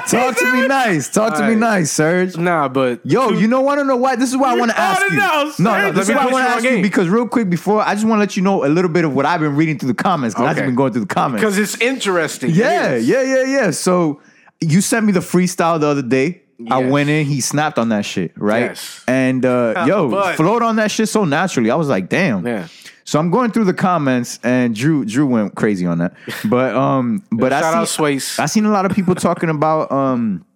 Speaker 3: talk to me nice. Talk to me
Speaker 4: Alright.
Speaker 3: nice, Serge.
Speaker 4: Nah, but
Speaker 3: Yo, you know, I don't know why. This is why I want to ask you.
Speaker 2: know,
Speaker 3: no, no,
Speaker 2: Serge.
Speaker 4: Let
Speaker 3: this is
Speaker 4: me
Speaker 3: why I
Speaker 4: put you
Speaker 3: want to
Speaker 4: on
Speaker 3: ask you
Speaker 4: game.
Speaker 3: because real quick before, I just want to let you know a little bit of what I've been reading through the comments because I've just
Speaker 4: Okay.
Speaker 3: been going through the comments.
Speaker 4: because it's interesting.
Speaker 3: Yeah, yeah, yeah, yeah. So you sent me the freestyle the other day. I
Speaker 4: Yes.
Speaker 3: went in, he snapped on that shit, right?
Speaker 4: Yes.
Speaker 3: And uh, yo,
Speaker 4: But-
Speaker 3: flowed on that shit so naturally. I was like, damn.
Speaker 4: Yeah.
Speaker 3: So I'm going through the comments, and Drew Drew went crazy on that. But um, but I
Speaker 4: Shout out
Speaker 3: see-
Speaker 4: Swayze.
Speaker 3: I seen a lot of people talking about um,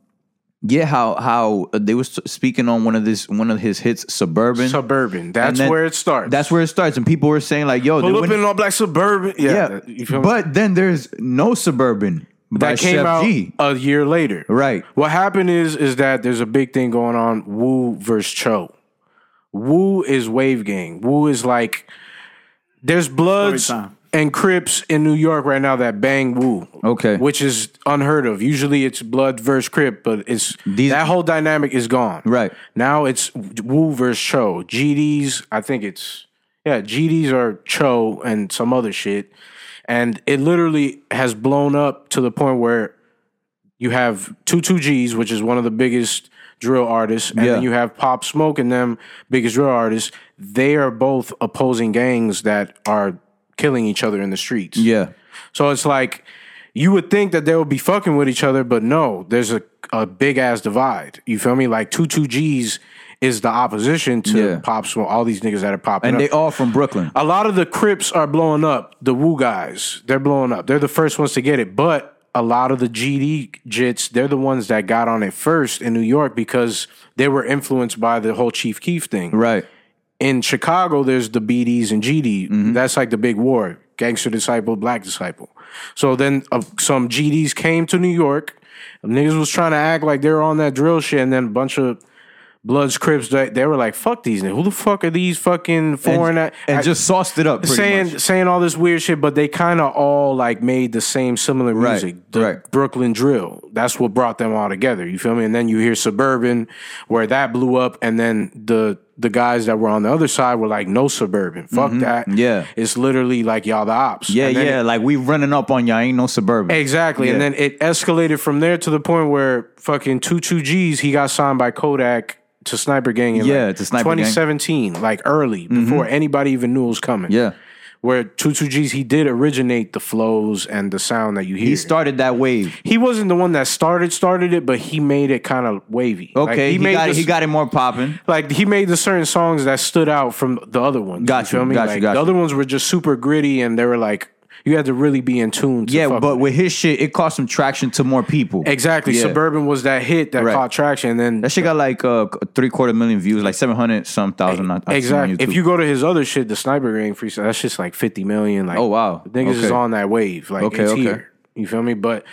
Speaker 3: yeah, how how they was speaking on one of this one of his hits, suburban.
Speaker 4: Suburban.
Speaker 3: And
Speaker 4: That's
Speaker 3: then-
Speaker 4: where it starts.
Speaker 3: That's where it starts, and people were saying like, yo, they
Speaker 4: Pull up
Speaker 3: went-
Speaker 4: in all black suburban. Yeah. uh,
Speaker 3: yeah.
Speaker 4: You feel me?
Speaker 3: But then there's no suburban by
Speaker 4: that came
Speaker 3: Chef
Speaker 4: out
Speaker 3: G.
Speaker 4: a year later.
Speaker 3: Right.
Speaker 4: What happened is is that there's a big thing going on. Wu versus Cho. Wu is Wave Gang. Wu is like there's Bloods
Speaker 6: time.
Speaker 4: and Crips in New York right now that bang Wu.
Speaker 3: Okay.
Speaker 4: Which is unheard of. Usually it's Blood versus Crip, but it's
Speaker 3: These-
Speaker 4: that whole dynamic is gone.
Speaker 3: Right.
Speaker 4: Now it's Wu versus Cho. GDs, I think it's yeah, GDs are Cho and some other shit. And it literally has blown up to the point where you have two two G's, which is one of the biggest drill artists, and
Speaker 3: Yeah.
Speaker 4: then you have Pop Smoke and them biggest drill artists. They are both opposing gangs that are killing each other in the streets.
Speaker 3: Yeah.
Speaker 4: So it's like you would think that they would be fucking with each other, but no, there's a, a big ass divide. You feel me? Like two two G's is the opposition to
Speaker 3: Yeah.
Speaker 4: Pop Smoke. All these niggas that are popping
Speaker 3: and
Speaker 4: up.
Speaker 3: they all from Brooklyn.
Speaker 4: a lot of the Crips are blowing up. The Wu guys, they're blowing up. They're the first ones to get it. But a lot of the GD Jits, they're the ones that got on it first in New York because they were influenced by the whole Chief Keef thing
Speaker 3: Right.
Speaker 4: in Chicago, there's the BDs and GD.
Speaker 3: Mm-hmm.
Speaker 4: That's like the big war: gangster disciple, black disciple. So then uh, some GDs came to New York. Niggas was trying to act like they were on that drill shit, and then a bunch of Bloods, Crips, they, they were like, "Fuck these niggas! Who the fuck are these fucking foreign?"
Speaker 3: and, and
Speaker 4: I-
Speaker 3: just sauced it up. Pretty
Speaker 4: saying
Speaker 3: much.
Speaker 4: saying all this weird shit, but they kind of all like made the same similar
Speaker 3: Right,
Speaker 4: music, the
Speaker 3: right.
Speaker 4: Brooklyn drill. That's what brought them all together. You feel me? And then you hear suburban, where that blew up, and then the the guys that were on the other side were like, no suburban, fuck that.
Speaker 3: Mm-hmm. yeah.
Speaker 4: it's literally like y'all the ops.
Speaker 3: yeah,
Speaker 4: And then
Speaker 3: yeah.
Speaker 4: it-
Speaker 3: like we running up on y'all. Ain't no suburban.
Speaker 4: Exactly. And
Speaker 3: Yeah.
Speaker 4: then it escalated from there to the point where fucking two two G's he got signed by Kodak to Sniper Gang in
Speaker 3: Yeah,
Speaker 4: like
Speaker 3: to Sniper Gang. Mm-hmm.
Speaker 4: 2017, like early, before anybody even knew it was coming
Speaker 3: yeah.
Speaker 4: where Tutu G's he did originate the flows and the sound that you hear.
Speaker 3: He started that wave.
Speaker 4: He wasn't the one that started started it, but he made it kind of wavy. Like,
Speaker 3: Okay, he,
Speaker 4: made
Speaker 3: got
Speaker 4: the-
Speaker 3: he got it more popping.
Speaker 4: like he made the certain songs that stood out from the other ones.
Speaker 3: Got you,
Speaker 4: feel me?
Speaker 3: got you,
Speaker 4: like,
Speaker 3: got
Speaker 4: the
Speaker 3: you.
Speaker 4: other ones were just super gritty, and they were like you had to really be in tune. To
Speaker 3: Yeah,
Speaker 4: fuck
Speaker 3: but
Speaker 4: with
Speaker 3: with his shit, it caused some traction to more people.
Speaker 4: it. exactly,
Speaker 3: Yeah.
Speaker 4: suburban was that hit that
Speaker 3: Right.
Speaker 4: caught traction. And then
Speaker 3: That shit got like uh, three quarter million views, like seven hundred some thousand. I- I've seen on
Speaker 4: exactly, if
Speaker 3: YouTube.
Speaker 4: you go to his other shit, the sniper gang freestyle, that's just like fifty million. Like
Speaker 3: Oh, wow.
Speaker 4: niggas is
Speaker 3: Okay.
Speaker 4: on that wave. Like
Speaker 3: Okay,
Speaker 4: it's
Speaker 3: okay.
Speaker 4: here. You feel me? But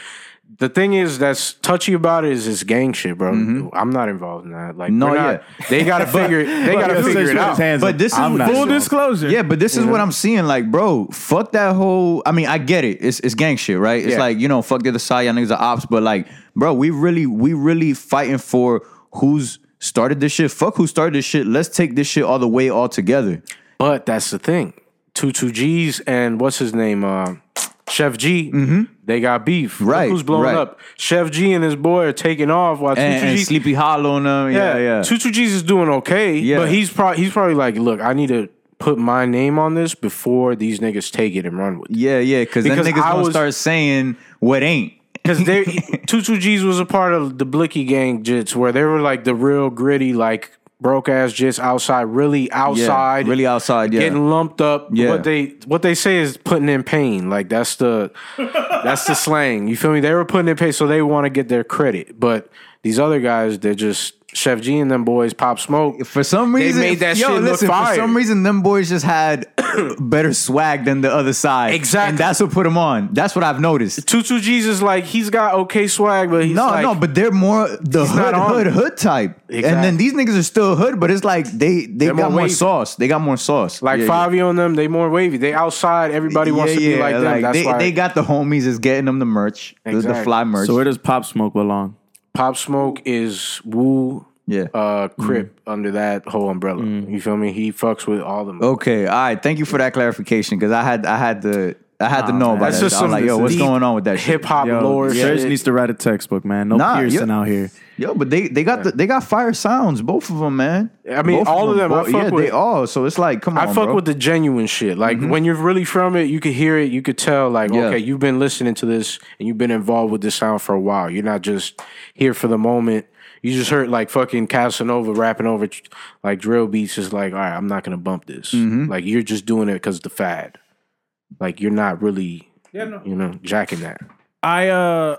Speaker 4: the thing is that's touchy about it is this gang shit, bro. I'm not involved in that. Like
Speaker 3: Mm-hmm. No,
Speaker 4: we're not- they gotta figure it. They gotta
Speaker 6: He
Speaker 4: figure
Speaker 6: says
Speaker 4: it
Speaker 6: with his
Speaker 4: out.
Speaker 6: hands
Speaker 3: But
Speaker 6: up.
Speaker 3: this is
Speaker 6: I'm not
Speaker 3: full
Speaker 6: involved.
Speaker 2: disclosure.
Speaker 3: Yeah, but this is what I'm seeing. Like, bro, fuck that whole. I mean, I get it. It's it's gang shit, right? It's
Speaker 4: Yeah.
Speaker 3: like you know, fuck the other side, y'all niggas are ops. But like, bro, we really, we really fighting for who's started this shit. Fuck who started this shit. Let's take this shit all the way all together.
Speaker 4: But that's the thing. Two two G's and what's his name? Uh, Chef G. They got beef. Look
Speaker 3: Mm-hmm. Right,
Speaker 4: who's blowing
Speaker 3: right.
Speaker 4: up? Chef G and his boy are taking off while
Speaker 3: And,
Speaker 4: two two
Speaker 3: and
Speaker 4: G
Speaker 3: Sleepy Hollow and them. Yeah, yeah.
Speaker 4: Tutu G's is doing okay,
Speaker 3: Yeah.
Speaker 4: but he's probably he's probably like, look, I need to put my name on this before these niggas take it and run with it.
Speaker 3: yeah, yeah, cause then
Speaker 4: Because
Speaker 3: niggas
Speaker 4: I
Speaker 3: gonna
Speaker 4: was-
Speaker 3: start saying what ain't.
Speaker 4: Because they Tutu G's was a part of the Blicky Gang Jits, where they were like the real gritty, like broke ass Jits outside, really
Speaker 3: Yeah,
Speaker 4: outside,
Speaker 3: really outside. Yeah,
Speaker 4: getting lumped up.
Speaker 3: Yeah.
Speaker 4: What they what they say is putting in pain. Like that's the that's the slang. You feel me? They were putting in pain, so they want to get their credit. But these other guys, they're just Chef G and them boys, Pop Smoke.
Speaker 3: For some
Speaker 4: They
Speaker 3: reason,
Speaker 4: made that
Speaker 3: yo,
Speaker 4: shit look
Speaker 3: listen,
Speaker 4: fire.
Speaker 3: For some reason, them boys just had better swag than the other side.
Speaker 4: Exactly.
Speaker 3: and that's what put them on. That's what I've noticed.
Speaker 4: Tutu G's is like he's got okay swag, but he's
Speaker 3: No,
Speaker 4: like,
Speaker 3: no, but they're more the
Speaker 4: not
Speaker 3: hood,
Speaker 4: on
Speaker 3: hood,
Speaker 4: it.
Speaker 3: hood type. And
Speaker 4: Exactly.
Speaker 3: then these niggas are still hood, but it's like they they
Speaker 4: They're more
Speaker 3: got more
Speaker 4: wavy.
Speaker 3: sauce. They got more sauce.
Speaker 4: like
Speaker 3: Yeah,
Speaker 4: Fabio and them, they more wavy. They outside. Everybody wants
Speaker 3: yeah,
Speaker 4: to be
Speaker 3: yeah,
Speaker 4: like them. That's
Speaker 3: they,
Speaker 4: why
Speaker 3: they got the homies is getting them the merch, the- the,
Speaker 4: Exactly.
Speaker 3: fly merch.
Speaker 6: So where does Pop Smoke belong?
Speaker 4: Pop Smoke is Woo.
Speaker 3: yeah.
Speaker 4: Uh, Crip
Speaker 3: Mm-hmm.
Speaker 4: under that whole umbrella. You feel me? He fucks with all them.
Speaker 3: okay. All right. Thank you for that clarification because I had I had to I had to know about
Speaker 4: That's
Speaker 3: that.
Speaker 4: just
Speaker 3: I
Speaker 4: some
Speaker 3: was like, yo, what's
Speaker 4: deep
Speaker 3: going on with that shit?
Speaker 4: hip hop lore.
Speaker 6: Serge
Speaker 4: shit.
Speaker 6: needs to write a textbook, man. No
Speaker 3: Nah,
Speaker 6: Pearson
Speaker 3: yeah.
Speaker 6: out here.
Speaker 3: Yo, but they they got the, they got fire sounds, both of them, man.
Speaker 4: I mean,
Speaker 3: Both
Speaker 4: all of them, I
Speaker 3: bo-
Speaker 4: fuck
Speaker 3: yeah, they
Speaker 4: with.
Speaker 3: all. So it's like, come on,
Speaker 4: I fuck
Speaker 3: bro. Mm-hmm.
Speaker 4: with the genuine shit. Like when you're really from it, you can hear it. You could tell, like,
Speaker 3: Yeah.
Speaker 4: okay, you've been listening to this and you've been involved with this sound for a while. You're not just here for the moment. You just heard like fucking Casanova rapping over like drill beats. Is like, all right, I'm not gonna bump this.
Speaker 3: Mm-hmm.
Speaker 4: Like you're just doing it because the fad. Like you're not really, you know, jacking that.
Speaker 2: I uh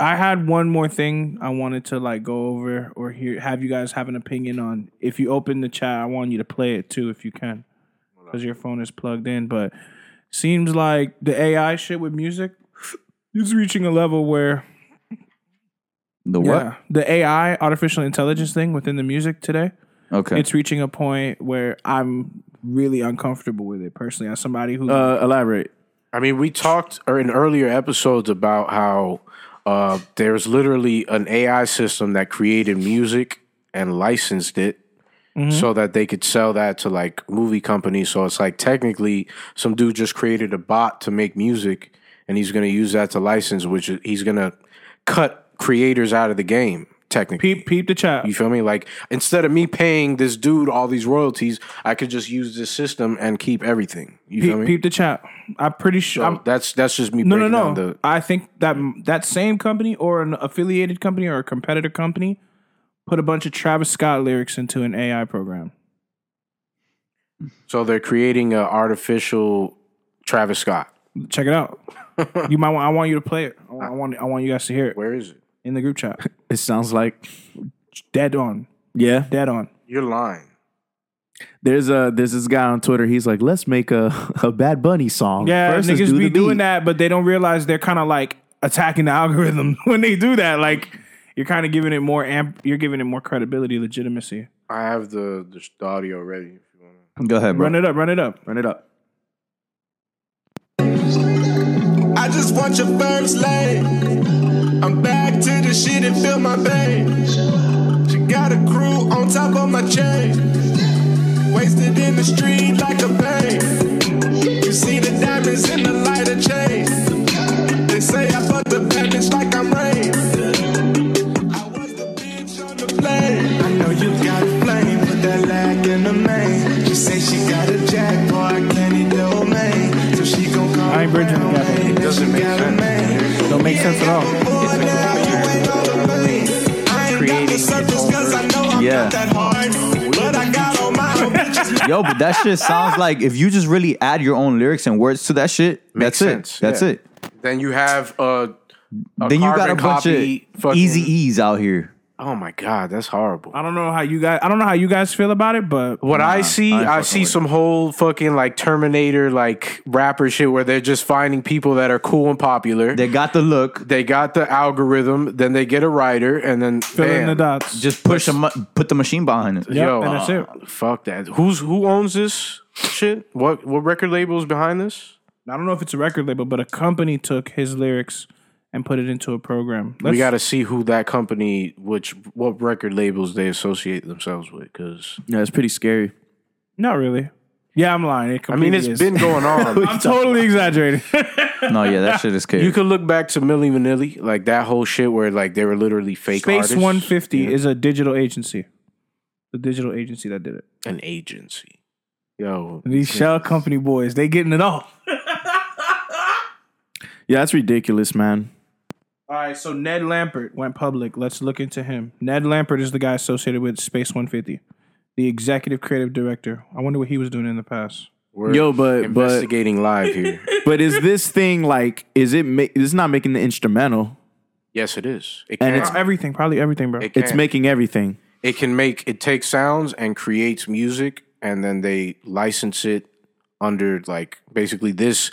Speaker 2: I had one more thing I wanted to like go over or hear have you guys have an opinion on. If you open the chat, I want you to play it too if you can. Because your phone is plugged in. But seems like the AI shit with music is reaching a level where
Speaker 3: the
Speaker 2: yeah, the AI artificial intelligence thing within the music today.
Speaker 3: Okay,
Speaker 2: It's reaching a point where I'm really uncomfortable with it personally as somebody who
Speaker 6: Uh, elaborate.
Speaker 4: I mean, we talked or in earlier episodes about how uh, there's literally an AI system that created music and licensed it
Speaker 6: Mm-hmm.
Speaker 4: so that they could sell that to like movie companies. So it's like technically, some dude just created a bot to make music and he's going to use that to license, which is- he's going to cut creators out of the game technically.
Speaker 2: Peep, peep the child.
Speaker 4: You feel me? Like instead of me paying this dude all these royalties, I could just use this system and keep everything. You feel
Speaker 2: peep,
Speaker 4: me?
Speaker 2: peep the child. I'm pretty sure.
Speaker 4: So
Speaker 2: I'm,
Speaker 4: that's that's just me.
Speaker 2: no, no,
Speaker 4: breaking
Speaker 2: no.
Speaker 4: down The,
Speaker 2: I think that that same company or an affiliated company or a competitor company put a bunch of Travis Scott lyrics into an AI program.
Speaker 4: so they're creating an artificial Travis Scott.
Speaker 2: Check it out. you might. Want, I want you to play it. I want. I want, I want you guys to hear it
Speaker 4: Where is it?
Speaker 2: in the group chat.
Speaker 6: It sounds like
Speaker 2: Dead on.
Speaker 6: yeah.
Speaker 2: Dead on.
Speaker 4: You're lying.
Speaker 6: There's a there's this guy on Twitter. He's like, let's make a a Bad Bunny song.
Speaker 2: Yeah,
Speaker 6: First, let's
Speaker 2: niggas
Speaker 6: do
Speaker 2: be
Speaker 6: the
Speaker 2: doing
Speaker 6: beat.
Speaker 2: that, but they don't realize they're kind of like attacking the algorithm when they do that. Like you're kind of giving it more amp. You're giving it more credibility, legitimacy.
Speaker 4: I have the the, the audio ready. If you want
Speaker 3: Go ahead, bro.
Speaker 2: Run it up. Run it up.
Speaker 6: Run it up.
Speaker 7: I just want your first lane. I'm back to the shit and feel my vein. She got a crew on top of my chain. Wasted in the street like a pain. You see the diamonds in the lighter chain. They say I fucked the bandits like I'm rain. I was the bitch on the plane. I know you got a flame, but that lack in the main. She say she got a jack, boy, I can't eat no main. So she gon' call
Speaker 2: I ain't bridging the gap.
Speaker 7: It doesn't make sense.
Speaker 2: Don't make sense at all.
Speaker 7: Creating its own version.
Speaker 3: Yeah.
Speaker 7: But I got all my own bitches.
Speaker 3: Yo, but that shit sounds like if you just really add your own lyrics and words to that shit,
Speaker 4: Makes
Speaker 3: that's
Speaker 4: sense,
Speaker 3: it. That's
Speaker 4: yeah.
Speaker 3: it.
Speaker 4: to. Then you have a. a
Speaker 3: Then you got
Speaker 4: carbon
Speaker 3: a bunch
Speaker 4: copy
Speaker 3: of
Speaker 4: fucking-
Speaker 3: easy Uh, E's out here.
Speaker 4: Oh my god, that's horrible.
Speaker 2: I don't know how you guys. I don't know how you guys feel about it, but
Speaker 4: What I see,
Speaker 3: ain't
Speaker 4: I,
Speaker 3: fucking
Speaker 4: see
Speaker 3: with
Speaker 4: some whole fucking like Terminator like rapper shit where they're just finding people that are cool and popular. They,
Speaker 3: They got the look.
Speaker 4: got the algorithm, then they get a writer, and then
Speaker 2: fill in
Speaker 4: bam.
Speaker 2: the dots.
Speaker 3: Just push them, put the machine behind it.
Speaker 2: Yep,
Speaker 4: Yo,
Speaker 2: and that's it.
Speaker 4: Fuck that. Who's who owns this shit? What what record label is behind this?
Speaker 2: I don't know if it's a record label, but a company took his lyrics and put it into a program. Let's,
Speaker 4: we got to see who that company, which what record labels they associate themselves with. Because
Speaker 6: Yeah, it's pretty scary.
Speaker 2: not really. Yeah, I'm lying. It
Speaker 4: I mean,
Speaker 2: it's
Speaker 4: it's been going on.
Speaker 2: I'm totally exaggerating.
Speaker 3: No, yeah, that shit is scary.
Speaker 4: you could look back to Milli Vanilli, like that whole shit where like they were literally fake
Speaker 2: Space
Speaker 4: artists.
Speaker 2: 150
Speaker 4: Yeah.
Speaker 2: is a digital agency. The digital agency that did it.
Speaker 4: an agency. Yo,
Speaker 2: These shell company boys, they getting it all.
Speaker 6: Yeah, that's ridiculous, man.
Speaker 2: All right, so Ned Lampert went public. Let's look into him. Ned Lampert is the guy associated with Space 150, the executive creative director. I wonder what he was doing in the past.
Speaker 4: we're
Speaker 6: Yo, but but
Speaker 4: investigating live here.
Speaker 6: but is this thing like? Is it? Ma- it's not making the instrumental.
Speaker 4: yes, it is. It
Speaker 6: And
Speaker 4: can,
Speaker 6: it's-
Speaker 2: Everything, probably everything, bro.
Speaker 4: it, can,
Speaker 6: It's making everything.
Speaker 4: it can make it takes sounds and creates music, and then they license it under like basically this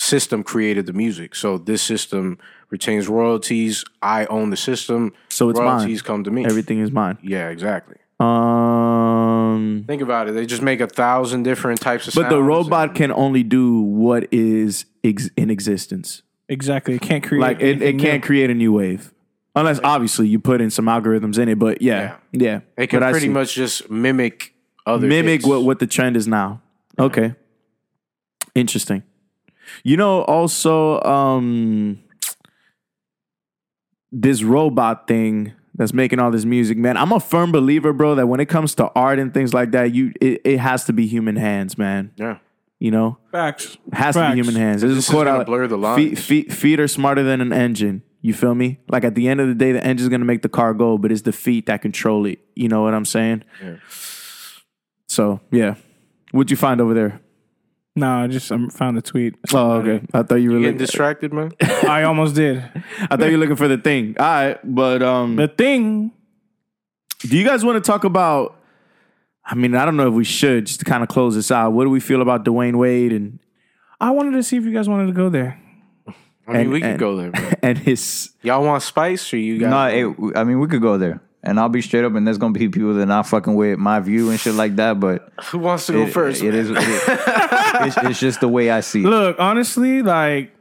Speaker 4: system created the music. So this system retains royalties. I own the system.
Speaker 6: So it's mine.
Speaker 4: royalties come to me.
Speaker 6: Everything is mine.
Speaker 4: Yeah, exactly.
Speaker 6: Um,
Speaker 4: Think about it. They just make a thousand different types of.
Speaker 6: but the
Speaker 4: sounds
Speaker 6: robot
Speaker 4: and-
Speaker 6: can only do what is ex- in existence.
Speaker 2: exactly. It can't create.
Speaker 6: Like it, it
Speaker 2: anything
Speaker 6: can't
Speaker 2: new.
Speaker 6: create a new wave, unless obviously you put in some algorithms in it. But yeah, yeah,
Speaker 4: It can
Speaker 6: But I
Speaker 4: pretty
Speaker 6: see.
Speaker 4: much just mimic other
Speaker 6: mimic
Speaker 4: hits.
Speaker 6: what what the trend is now. Okay, interesting. You know, also um, this robot thing that's making all this music, man. I'm a firm believer, bro, that when it comes to art and things like that, you it, it has to be human hands, man.
Speaker 4: Yeah.
Speaker 6: You know,
Speaker 2: Facts.
Speaker 6: has to
Speaker 2: Facts.
Speaker 6: be human hands. This,
Speaker 4: This
Speaker 6: is
Speaker 4: is
Speaker 6: quote
Speaker 4: gonna
Speaker 6: out.
Speaker 4: blur the
Speaker 6: Feet,
Speaker 4: lines.
Speaker 6: feet, feet are smarter than an engine. You feel me? Like at the end of the day, the engine's gonna make the car go, but it's the feet that control it. You know what I'm saying? So yeah, what'd you find over there?
Speaker 2: Nah, I just um, found the tweet.
Speaker 6: Oh, okay. I thought you were.
Speaker 4: Getting
Speaker 6: Looking,
Speaker 4: distracted, man.
Speaker 2: I almost did.
Speaker 6: I thought you were looking for the thing. All right, but um,
Speaker 2: The thing.
Speaker 6: do you guys want to talk about? I mean, I don't know if we should just to kind of close this out. What do we feel about Dwayne Wade and
Speaker 2: I wanted to see if you guys wanted to go there.
Speaker 4: I mean,
Speaker 6: And-
Speaker 4: we could
Speaker 6: and-
Speaker 4: go there. man.
Speaker 6: and his?
Speaker 4: Y'all want spice or you guys?
Speaker 3: No, it, I mean we could go there, and I'll be straight up, and there's gonna be people that not fucking with my view and shit like that. But
Speaker 4: Who wants to go
Speaker 3: it-
Speaker 4: first?
Speaker 3: it is. It, it's, it's just the way I see it.
Speaker 2: Look, honestly, like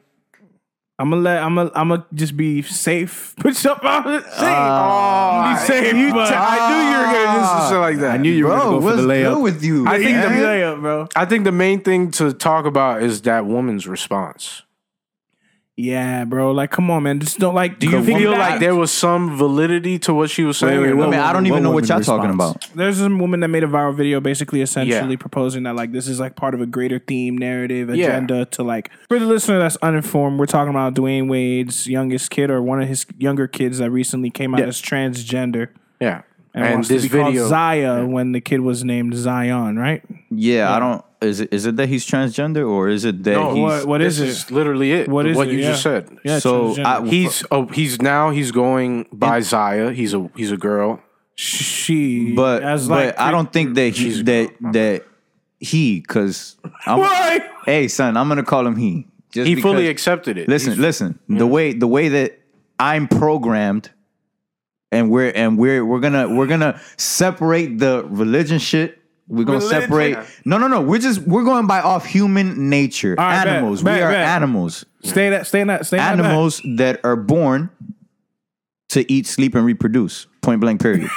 Speaker 2: I'm gonna let I'm gonna I'm gonna just be safe. Put something on it. Safe. be safe. but-
Speaker 4: I knew you were gonna do some shit like that.
Speaker 6: I knew Ah! you were going to go for the layup.
Speaker 3: with you?
Speaker 4: I think
Speaker 2: Yeah,
Speaker 4: the
Speaker 2: layup, bro.
Speaker 4: I think the main thing to talk about is that woman's response.
Speaker 2: Yeah, bro. Like, come on, man. Just don't like.
Speaker 4: Do you feel like there was some validity to what she was saying?
Speaker 6: wait,
Speaker 4: or
Speaker 6: wait,
Speaker 4: no?
Speaker 3: I mean, I don't even
Speaker 6: What
Speaker 3: know what
Speaker 6: would
Speaker 3: y'all
Speaker 6: the
Speaker 3: talking about.
Speaker 6: response?
Speaker 2: There's some woman that made a viral video, basically essentially
Speaker 4: Yeah.
Speaker 2: proposing that like this is like part of a greater theme, narrative,
Speaker 4: Yeah.
Speaker 2: agenda to like for the listener that's uninformed. We're talking about Dwayne Wade's youngest kid or one of his younger kids that recently came out as transgender
Speaker 4: yeah.
Speaker 2: and,
Speaker 4: And,
Speaker 2: wants
Speaker 4: this
Speaker 2: to be
Speaker 4: video,
Speaker 2: called Zaya when the kid was named Zion, right?
Speaker 3: Yeah, I don't. Is it, is it that he's transgender or is it that
Speaker 4: No,
Speaker 3: he's
Speaker 2: What what is
Speaker 4: this
Speaker 2: it?
Speaker 4: is literally it.
Speaker 2: What is
Speaker 4: what
Speaker 2: it?
Speaker 4: you
Speaker 2: Yeah.
Speaker 4: just said?
Speaker 2: Yeah,
Speaker 3: So,
Speaker 2: transgender.
Speaker 3: I-
Speaker 4: He's oh he's now he's going by Zaya. He's a he's a girl.
Speaker 2: she,
Speaker 3: but
Speaker 2: as like
Speaker 3: but I don't think that he, that that he because
Speaker 2: Why?
Speaker 3: hey son, I'm gonna call him he. Just
Speaker 4: He fully
Speaker 3: because-
Speaker 4: accepted it.
Speaker 3: Listen,
Speaker 4: He's-
Speaker 3: listen. The way the way that I'm programmed, and we're and we're we're gonna we're gonna separate the religion shit. We're gonna
Speaker 4: Religion.
Speaker 3: separate. No, no, no. We're just we're going by off human nature.
Speaker 2: All right, bet,
Speaker 3: animals. we
Speaker 2: bet,
Speaker 3: are
Speaker 2: bet.
Speaker 3: animals.
Speaker 2: stay that stay in that stay in that back.
Speaker 3: Animals that are born to eat, sleep, and reproduce. Point blank. Period.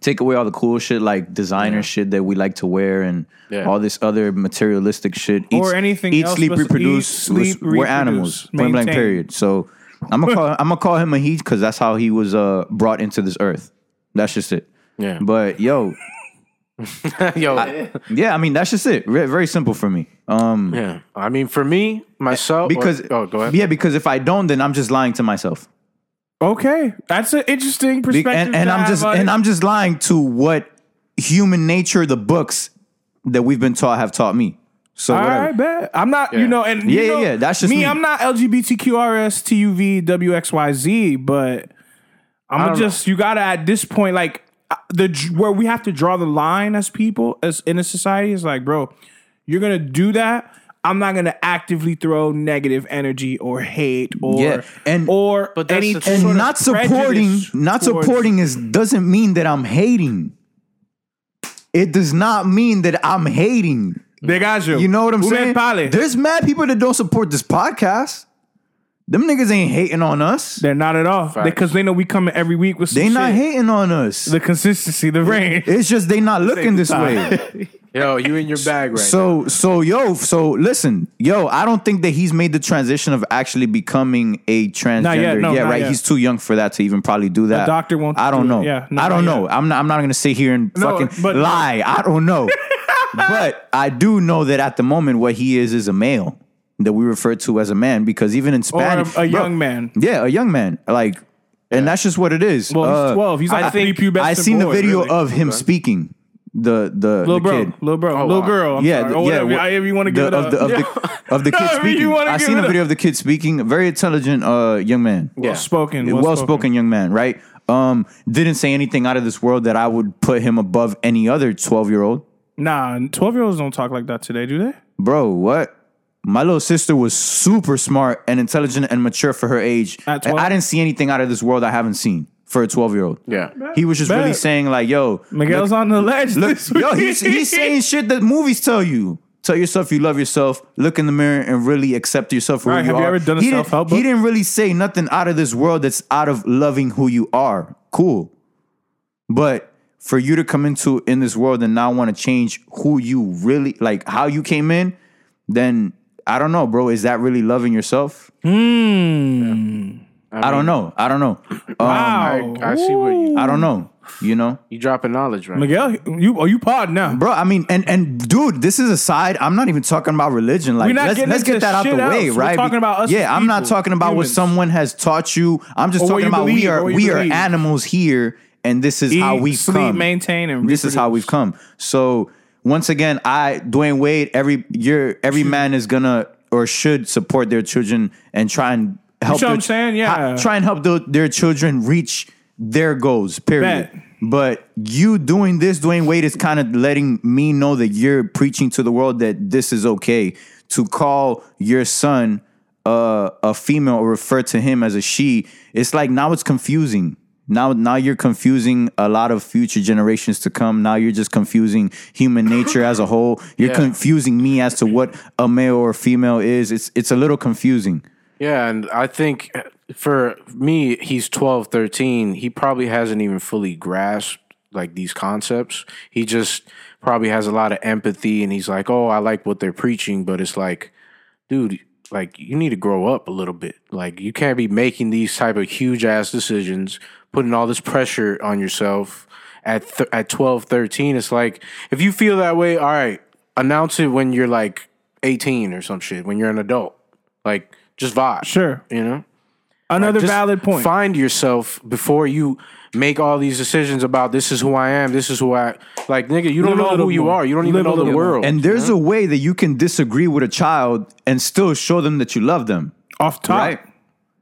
Speaker 3: Take away all the cool shit like designer shit that we like to wear and
Speaker 4: Yeah.
Speaker 3: all this other materialistic shit. Eat,
Speaker 2: Or anything
Speaker 3: Eat,
Speaker 2: else
Speaker 3: sleep,
Speaker 2: bes-
Speaker 3: reproduce.
Speaker 2: eat, sleep,
Speaker 3: We're animals.
Speaker 2: reproduce.
Speaker 3: Point blank.
Speaker 2: Maintain.
Speaker 3: Period. So I'm gonna call I'm gonna call him a he because that's how he was uh, brought into this earth. That's just it.
Speaker 4: Yeah.
Speaker 3: But yo,
Speaker 4: yo,
Speaker 3: yeah, I mean that's just it. Re- very simple for me. Um,
Speaker 4: yeah. I mean, for me, myself,
Speaker 3: because
Speaker 4: or, oh, go ahead.
Speaker 3: yeah, because if I don't, then I'm just lying to myself.
Speaker 2: Okay, that's an interesting
Speaker 3: Be-
Speaker 2: perspective.
Speaker 3: and, and
Speaker 2: to
Speaker 3: I'm
Speaker 2: have
Speaker 3: just
Speaker 2: on
Speaker 3: and
Speaker 2: it.
Speaker 3: I'm just lying to what human nature, the books that we've been taught, have taught me. So
Speaker 2: All
Speaker 3: whatever.
Speaker 2: right, bet. I'm not, you
Speaker 4: Yeah.
Speaker 2: know, and
Speaker 3: Yeah,
Speaker 2: you
Speaker 3: yeah,
Speaker 2: know,
Speaker 3: yeah, that's just me.
Speaker 2: I'm not LGBTQRSTUVWXYZ, but I'm
Speaker 4: don't
Speaker 2: just you gotta at this point like uh, the dr- where we have to draw the line as people as in a society is like, bro, you're gonna do that. I'm not gonna actively throw negative energy or hate or
Speaker 3: Yeah, and-
Speaker 2: or
Speaker 4: But that's
Speaker 2: any
Speaker 4: the
Speaker 2: sort
Speaker 3: and
Speaker 2: of
Speaker 3: not supporting
Speaker 2: prejudice
Speaker 3: not
Speaker 2: towards-
Speaker 3: supporting is doesn't mean that I'm hating. It does not mean that I'm hating.
Speaker 2: They got
Speaker 3: You know what I'm
Speaker 2: Who
Speaker 3: saying?
Speaker 2: made Pali?
Speaker 3: There's mad people that don't support this podcast. Them niggas ain't hating on us.
Speaker 2: They're not at all because they know we coming every week with some
Speaker 3: They not
Speaker 2: shit.
Speaker 3: hating on us.
Speaker 2: the consistency, the range.
Speaker 3: It's just they not looking this way.
Speaker 4: Yo, you in your bag right now.
Speaker 3: So so yo so listen yo I don't think that he's made the transition of actually becoming a transgender
Speaker 2: yet, no,
Speaker 3: yeah
Speaker 2: not
Speaker 3: right
Speaker 2: yet.
Speaker 3: he's too young for that to even probably do that
Speaker 2: doctor won't
Speaker 3: I
Speaker 2: do
Speaker 3: don't
Speaker 2: it.
Speaker 3: know
Speaker 2: Yeah, no,
Speaker 3: I don't
Speaker 2: not
Speaker 3: know I'm not I'm not gonna sit here and
Speaker 2: No,
Speaker 3: fucking
Speaker 2: but-
Speaker 3: lie I don't know but I do know that at the moment what he is is a male that we refer to as a man because even in Spanish
Speaker 2: a
Speaker 3: bro,
Speaker 2: young man.
Speaker 3: yeah a young man like and that's just what it is
Speaker 2: Well, he's
Speaker 3: Uh,
Speaker 2: 12. He's like
Speaker 3: I
Speaker 2: a prepubescent
Speaker 3: I seen the
Speaker 2: boy,
Speaker 3: video
Speaker 2: really.
Speaker 3: of him speaking the the
Speaker 2: little
Speaker 3: the
Speaker 2: bro,
Speaker 3: kid
Speaker 2: little bro, little
Speaker 4: Oh, wow.
Speaker 2: girl. I'm
Speaker 3: yeah,
Speaker 2: sorry,
Speaker 3: the-
Speaker 2: or whatever.
Speaker 3: yeah. wha-
Speaker 2: however you want to
Speaker 3: the-
Speaker 2: give it
Speaker 3: of
Speaker 2: up.
Speaker 3: the of the of the kid
Speaker 2: However you
Speaker 3: speaking.
Speaker 2: wanna
Speaker 3: I
Speaker 2: give
Speaker 3: seen
Speaker 2: it
Speaker 3: a
Speaker 2: up.
Speaker 3: video of the kid speaking. a Very intelligent, uh, young man.
Speaker 2: well spoken, well,
Speaker 3: well spoken young man. Right. Um, didn't say anything out of this world that I would put him above any other twelve year old.
Speaker 2: Nah, twelve year olds don't talk like that today, do they?
Speaker 3: Bro, what? My little sister was super smart and intelligent and mature for her age.
Speaker 2: At
Speaker 3: And
Speaker 2: 12?
Speaker 3: I didn't see anything out of this world I haven't seen for a twelve year old.
Speaker 4: Yeah.
Speaker 3: He was just
Speaker 2: Bet.
Speaker 3: really saying like, "Yo,
Speaker 2: Miguel's on the ledge.
Speaker 3: Look,
Speaker 2: this
Speaker 3: yo,
Speaker 2: week.
Speaker 3: he's, he's saying shit that movies tell you. Tell yourself you love yourself. Look in the mirror and really accept yourself for
Speaker 2: All right,
Speaker 3: who you
Speaker 2: have you
Speaker 3: are.
Speaker 2: ever done a
Speaker 3: he didn't-
Speaker 2: self-help
Speaker 3: He
Speaker 2: book?
Speaker 3: didn't really say nothing out of this world that's out of loving who you are. Cool, but for you to come into in this world and now want to change who you really like, how you came in, then I don't know, bro. Is that really loving yourself?
Speaker 2: Hmm.
Speaker 3: I, don't know. I don't know. Um,
Speaker 4: I, I see where you
Speaker 3: I don't know. You know.
Speaker 4: you dropping knowledge right. now.
Speaker 2: Miguel, you are you pod now?
Speaker 3: Bro, I mean, and and dude, this is a side. I'm not even talking about religion. Like,
Speaker 2: We're not
Speaker 3: let's
Speaker 2: getting
Speaker 3: let's
Speaker 2: into
Speaker 3: get that out the
Speaker 2: shit
Speaker 3: way,
Speaker 2: else. We're
Speaker 3: right?
Speaker 2: talking
Speaker 3: Be-
Speaker 2: about us as
Speaker 3: Yeah, I'm not
Speaker 2: people,
Speaker 3: talking about what
Speaker 2: humans.
Speaker 3: someone has taught you. I'm just
Speaker 2: Or what
Speaker 3: talking
Speaker 2: you
Speaker 3: about we
Speaker 2: believe,
Speaker 3: are
Speaker 2: or what you
Speaker 3: we are
Speaker 2: believe.
Speaker 3: animals here, and this is how
Speaker 2: Eat,
Speaker 3: we
Speaker 2: sleep,
Speaker 3: come.
Speaker 2: maintain, and
Speaker 3: this is how we've come. So once again, I Dwayne Wade. Every year, every man is gonna or should support their children and try and help.
Speaker 2: see what
Speaker 3: their
Speaker 2: I'm
Speaker 3: ch-
Speaker 2: saying? Yeah.
Speaker 3: ha- try and help tho- their children reach their goals. Period.
Speaker 2: Bet.
Speaker 3: But you doing this, Dwayne Wade, is kind of letting me know that you're preaching to the world that this is okay to call your son uh, a female or refer to him as a she. It's like now it's confusing. Now, now you're confusing a lot of future generations to come. Now you're just confusing human nature as a whole. You're confusing me as to what a male or female is. It's it's a little confusing.
Speaker 4: Yeah, and I think uh, for me, he's 12, 13. He probably hasn't even fully grasped like these concepts. He just probably has a lot of empathy and he's like, "Oh, I like what they're preaching," but it's like, dude, like you need to grow up a little bit. Like you can't be making these type of huge ass decisions, putting all this pressure on yourself at th- at 12, 13. It's like if you feel that way, all right, announce it when you're like 18 or some shit, when you're an adult. Like just vibe.
Speaker 2: Sure.
Speaker 4: You know?
Speaker 2: Another
Speaker 4: Just
Speaker 2: valid point.
Speaker 4: Find yourself before you make all these decisions about this is who I am, this is who I like nigga, you
Speaker 2: Live
Speaker 4: don't
Speaker 2: a
Speaker 4: know
Speaker 2: little
Speaker 4: who you
Speaker 2: more.
Speaker 4: are. You don't even
Speaker 2: Live a
Speaker 4: know the
Speaker 2: little more.
Speaker 4: world.
Speaker 3: And there's a way that you can disagree with a child and still show them that you love them,
Speaker 2: Off top.
Speaker 3: right?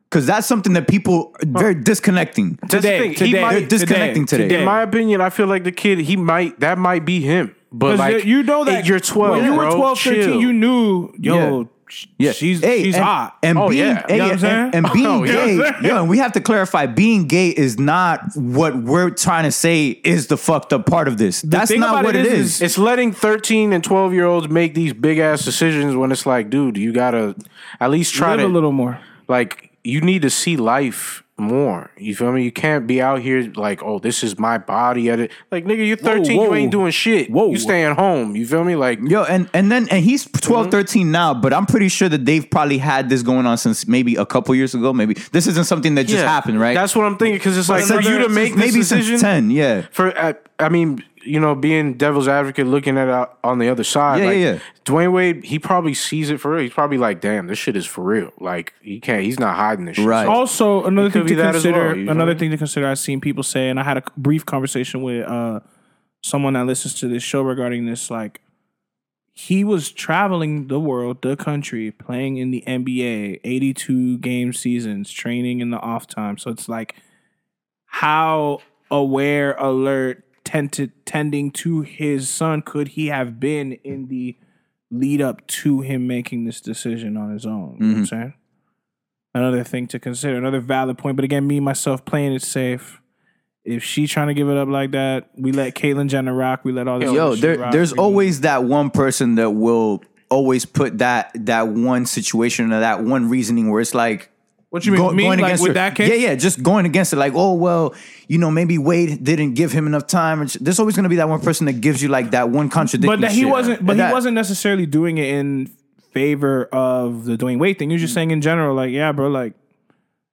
Speaker 3: Because that's something that people they're disconnecting.
Speaker 4: That's the
Speaker 2: Today,
Speaker 4: thing, he
Speaker 2: today,
Speaker 4: might-
Speaker 3: They're disconnecting today.
Speaker 4: in my opinion, I feel like the kid, he might that might be him. But
Speaker 2: 'Cause
Speaker 4: like
Speaker 2: you you know that
Speaker 4: you're twelve.
Speaker 2: When you were
Speaker 4: bro.
Speaker 2: 12, 13,
Speaker 4: Chill.
Speaker 2: you knew,
Speaker 3: Yeah.
Speaker 2: yo, sh she's
Speaker 3: Hey,
Speaker 2: she's
Speaker 3: and,
Speaker 2: hot.
Speaker 3: And
Speaker 4: Oh,
Speaker 3: being,
Speaker 4: yeah.
Speaker 3: hey,
Speaker 4: You know
Speaker 2: what I'm saying?
Speaker 3: and, and being
Speaker 4: Oh, yeah.
Speaker 3: gay,
Speaker 2: You know what I'm saying?
Speaker 3: yo, and we have to clarify being gay is not what we're trying to say is the fucked up part of this. That's
Speaker 2: thing
Speaker 3: not
Speaker 2: about
Speaker 3: what
Speaker 2: it
Speaker 3: it
Speaker 2: is-
Speaker 3: is.
Speaker 4: it's letting 13 and 12 year olds make these big ass decisions when it's like, dude, you gotta at least try
Speaker 2: Live a
Speaker 4: to
Speaker 2: little more.
Speaker 4: like you need to see life more. You feel me? You can't be out here like, oh, this is my body. Edit. Like, nigga, you're 13,
Speaker 2: whoa.
Speaker 4: you ain't doing shit.
Speaker 2: Whoa.
Speaker 4: You staying home. You feel me? Like,
Speaker 3: Yo, and, and then and he's
Speaker 4: Mm-hmm.
Speaker 3: 12, 13 now, but I'm pretty sure that they've probably had this going on since maybe a couple years ago. Maybe this isn't something that just
Speaker 4: yeah,
Speaker 3: happened, right?
Speaker 4: That's what I'm thinking. Because it's like
Speaker 3: So
Speaker 4: for you to
Speaker 3: since-
Speaker 4: make this
Speaker 3: maybe
Speaker 4: decision
Speaker 3: since ten, yeah.
Speaker 4: for I, I mean, you know, being devil's advocate, looking at it on the other side.
Speaker 3: Yeah,
Speaker 4: like,
Speaker 3: yeah, yeah.
Speaker 4: Dwayne Wade, he probably sees it for real. He's probably like, damn, this shit is for real. Like he can't. He's not hiding this shit.
Speaker 3: Right.
Speaker 4: So-
Speaker 2: Also, another thing
Speaker 4: could
Speaker 2: to
Speaker 4: be that as
Speaker 2: consider.
Speaker 4: well, you know?
Speaker 2: another thing to consider. I've seen people say, and I had a brief conversation with uh, someone that listens to this show regarding this. Like, he was traveling the world, the country, playing in the NBA, eighty-two game seasons, training in the off time. So it's like, how aware, alert, tended, tending to his son could he have been in the lead up to him making this decision on his own? You know what
Speaker 3: Mm-hmm.
Speaker 2: I'm saying another thing to consider, another valid point. But again, me myself playing it safe. If she trying to give it up like that, we let Caitlyn Jenner rock. We let all this.
Speaker 3: Yo,
Speaker 2: other shit
Speaker 3: there,
Speaker 2: rock.
Speaker 3: there's
Speaker 2: We-
Speaker 3: always that one person that will always put that that one situation or that one reasoning where it's like
Speaker 2: what you mean,
Speaker 3: go-
Speaker 2: me?
Speaker 3: going
Speaker 2: like
Speaker 3: against
Speaker 2: with
Speaker 3: her.
Speaker 2: that case.
Speaker 3: Yeah, yeah, just going against it. Like, oh well, you know, maybe Wade didn't give him enough time. It's- There's always going to be that one person that gives you like that one contradiction.
Speaker 2: But that he wasn't. But
Speaker 3: that,
Speaker 2: he wasn't necessarily doing it in favor of the Dwayne Wade thing. He was just saying in general, like, yeah, bro, like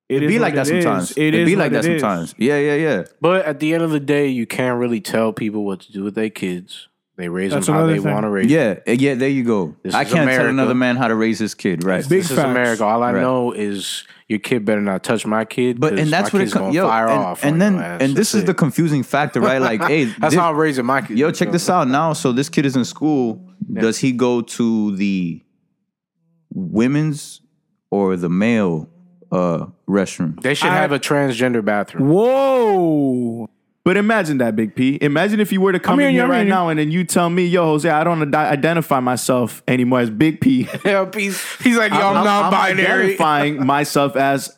Speaker 2: it is
Speaker 3: Be like
Speaker 2: what
Speaker 3: that
Speaker 2: it is.
Speaker 3: sometimes.
Speaker 2: It
Speaker 3: It'd
Speaker 2: is
Speaker 3: be like
Speaker 2: what
Speaker 3: that
Speaker 2: it is.
Speaker 3: sometimes. Yeah, yeah, yeah.
Speaker 4: But at the end of the day, you can't really tell people what to do with their kids. They raise
Speaker 2: That's
Speaker 4: them how
Speaker 2: another
Speaker 4: they
Speaker 2: thing.
Speaker 4: want to raise. them.
Speaker 3: Yeah, yeah, there you go.
Speaker 4: This
Speaker 3: I
Speaker 4: is
Speaker 3: can't tell
Speaker 4: America.
Speaker 3: another man how to raise his kid, right?
Speaker 2: Big
Speaker 4: This is
Speaker 2: facts.
Speaker 4: America. All I
Speaker 3: Right.
Speaker 4: know is your kid better not touch my kid.
Speaker 3: But and that's what it
Speaker 4: comes.
Speaker 3: comes. Yo,
Speaker 4: fire
Speaker 3: and,
Speaker 4: off
Speaker 3: and
Speaker 4: on
Speaker 3: then
Speaker 4: your ass.
Speaker 3: and this
Speaker 4: That's
Speaker 3: is the
Speaker 4: it.
Speaker 3: confusing factor, right? Like, hey,
Speaker 4: That's
Speaker 3: this-
Speaker 4: how I'm raising my kid.
Speaker 3: Yo, check this out now. So this kid is in school. Does he go to the women's or the male uh, restroom?
Speaker 4: They should have a transgender bathroom.
Speaker 2: Whoa!
Speaker 6: But imagine that, Big P. Imagine if you were to come
Speaker 2: hearing
Speaker 6: in
Speaker 2: you,
Speaker 6: here
Speaker 2: I'm
Speaker 6: right
Speaker 2: hearing you.
Speaker 6: now and then you tell me, yo, Jose, I don't ad- identify myself anymore as Big P.
Speaker 4: Yeah, he's, he's like, yo, I'm, non-binary.
Speaker 6: identifying myself as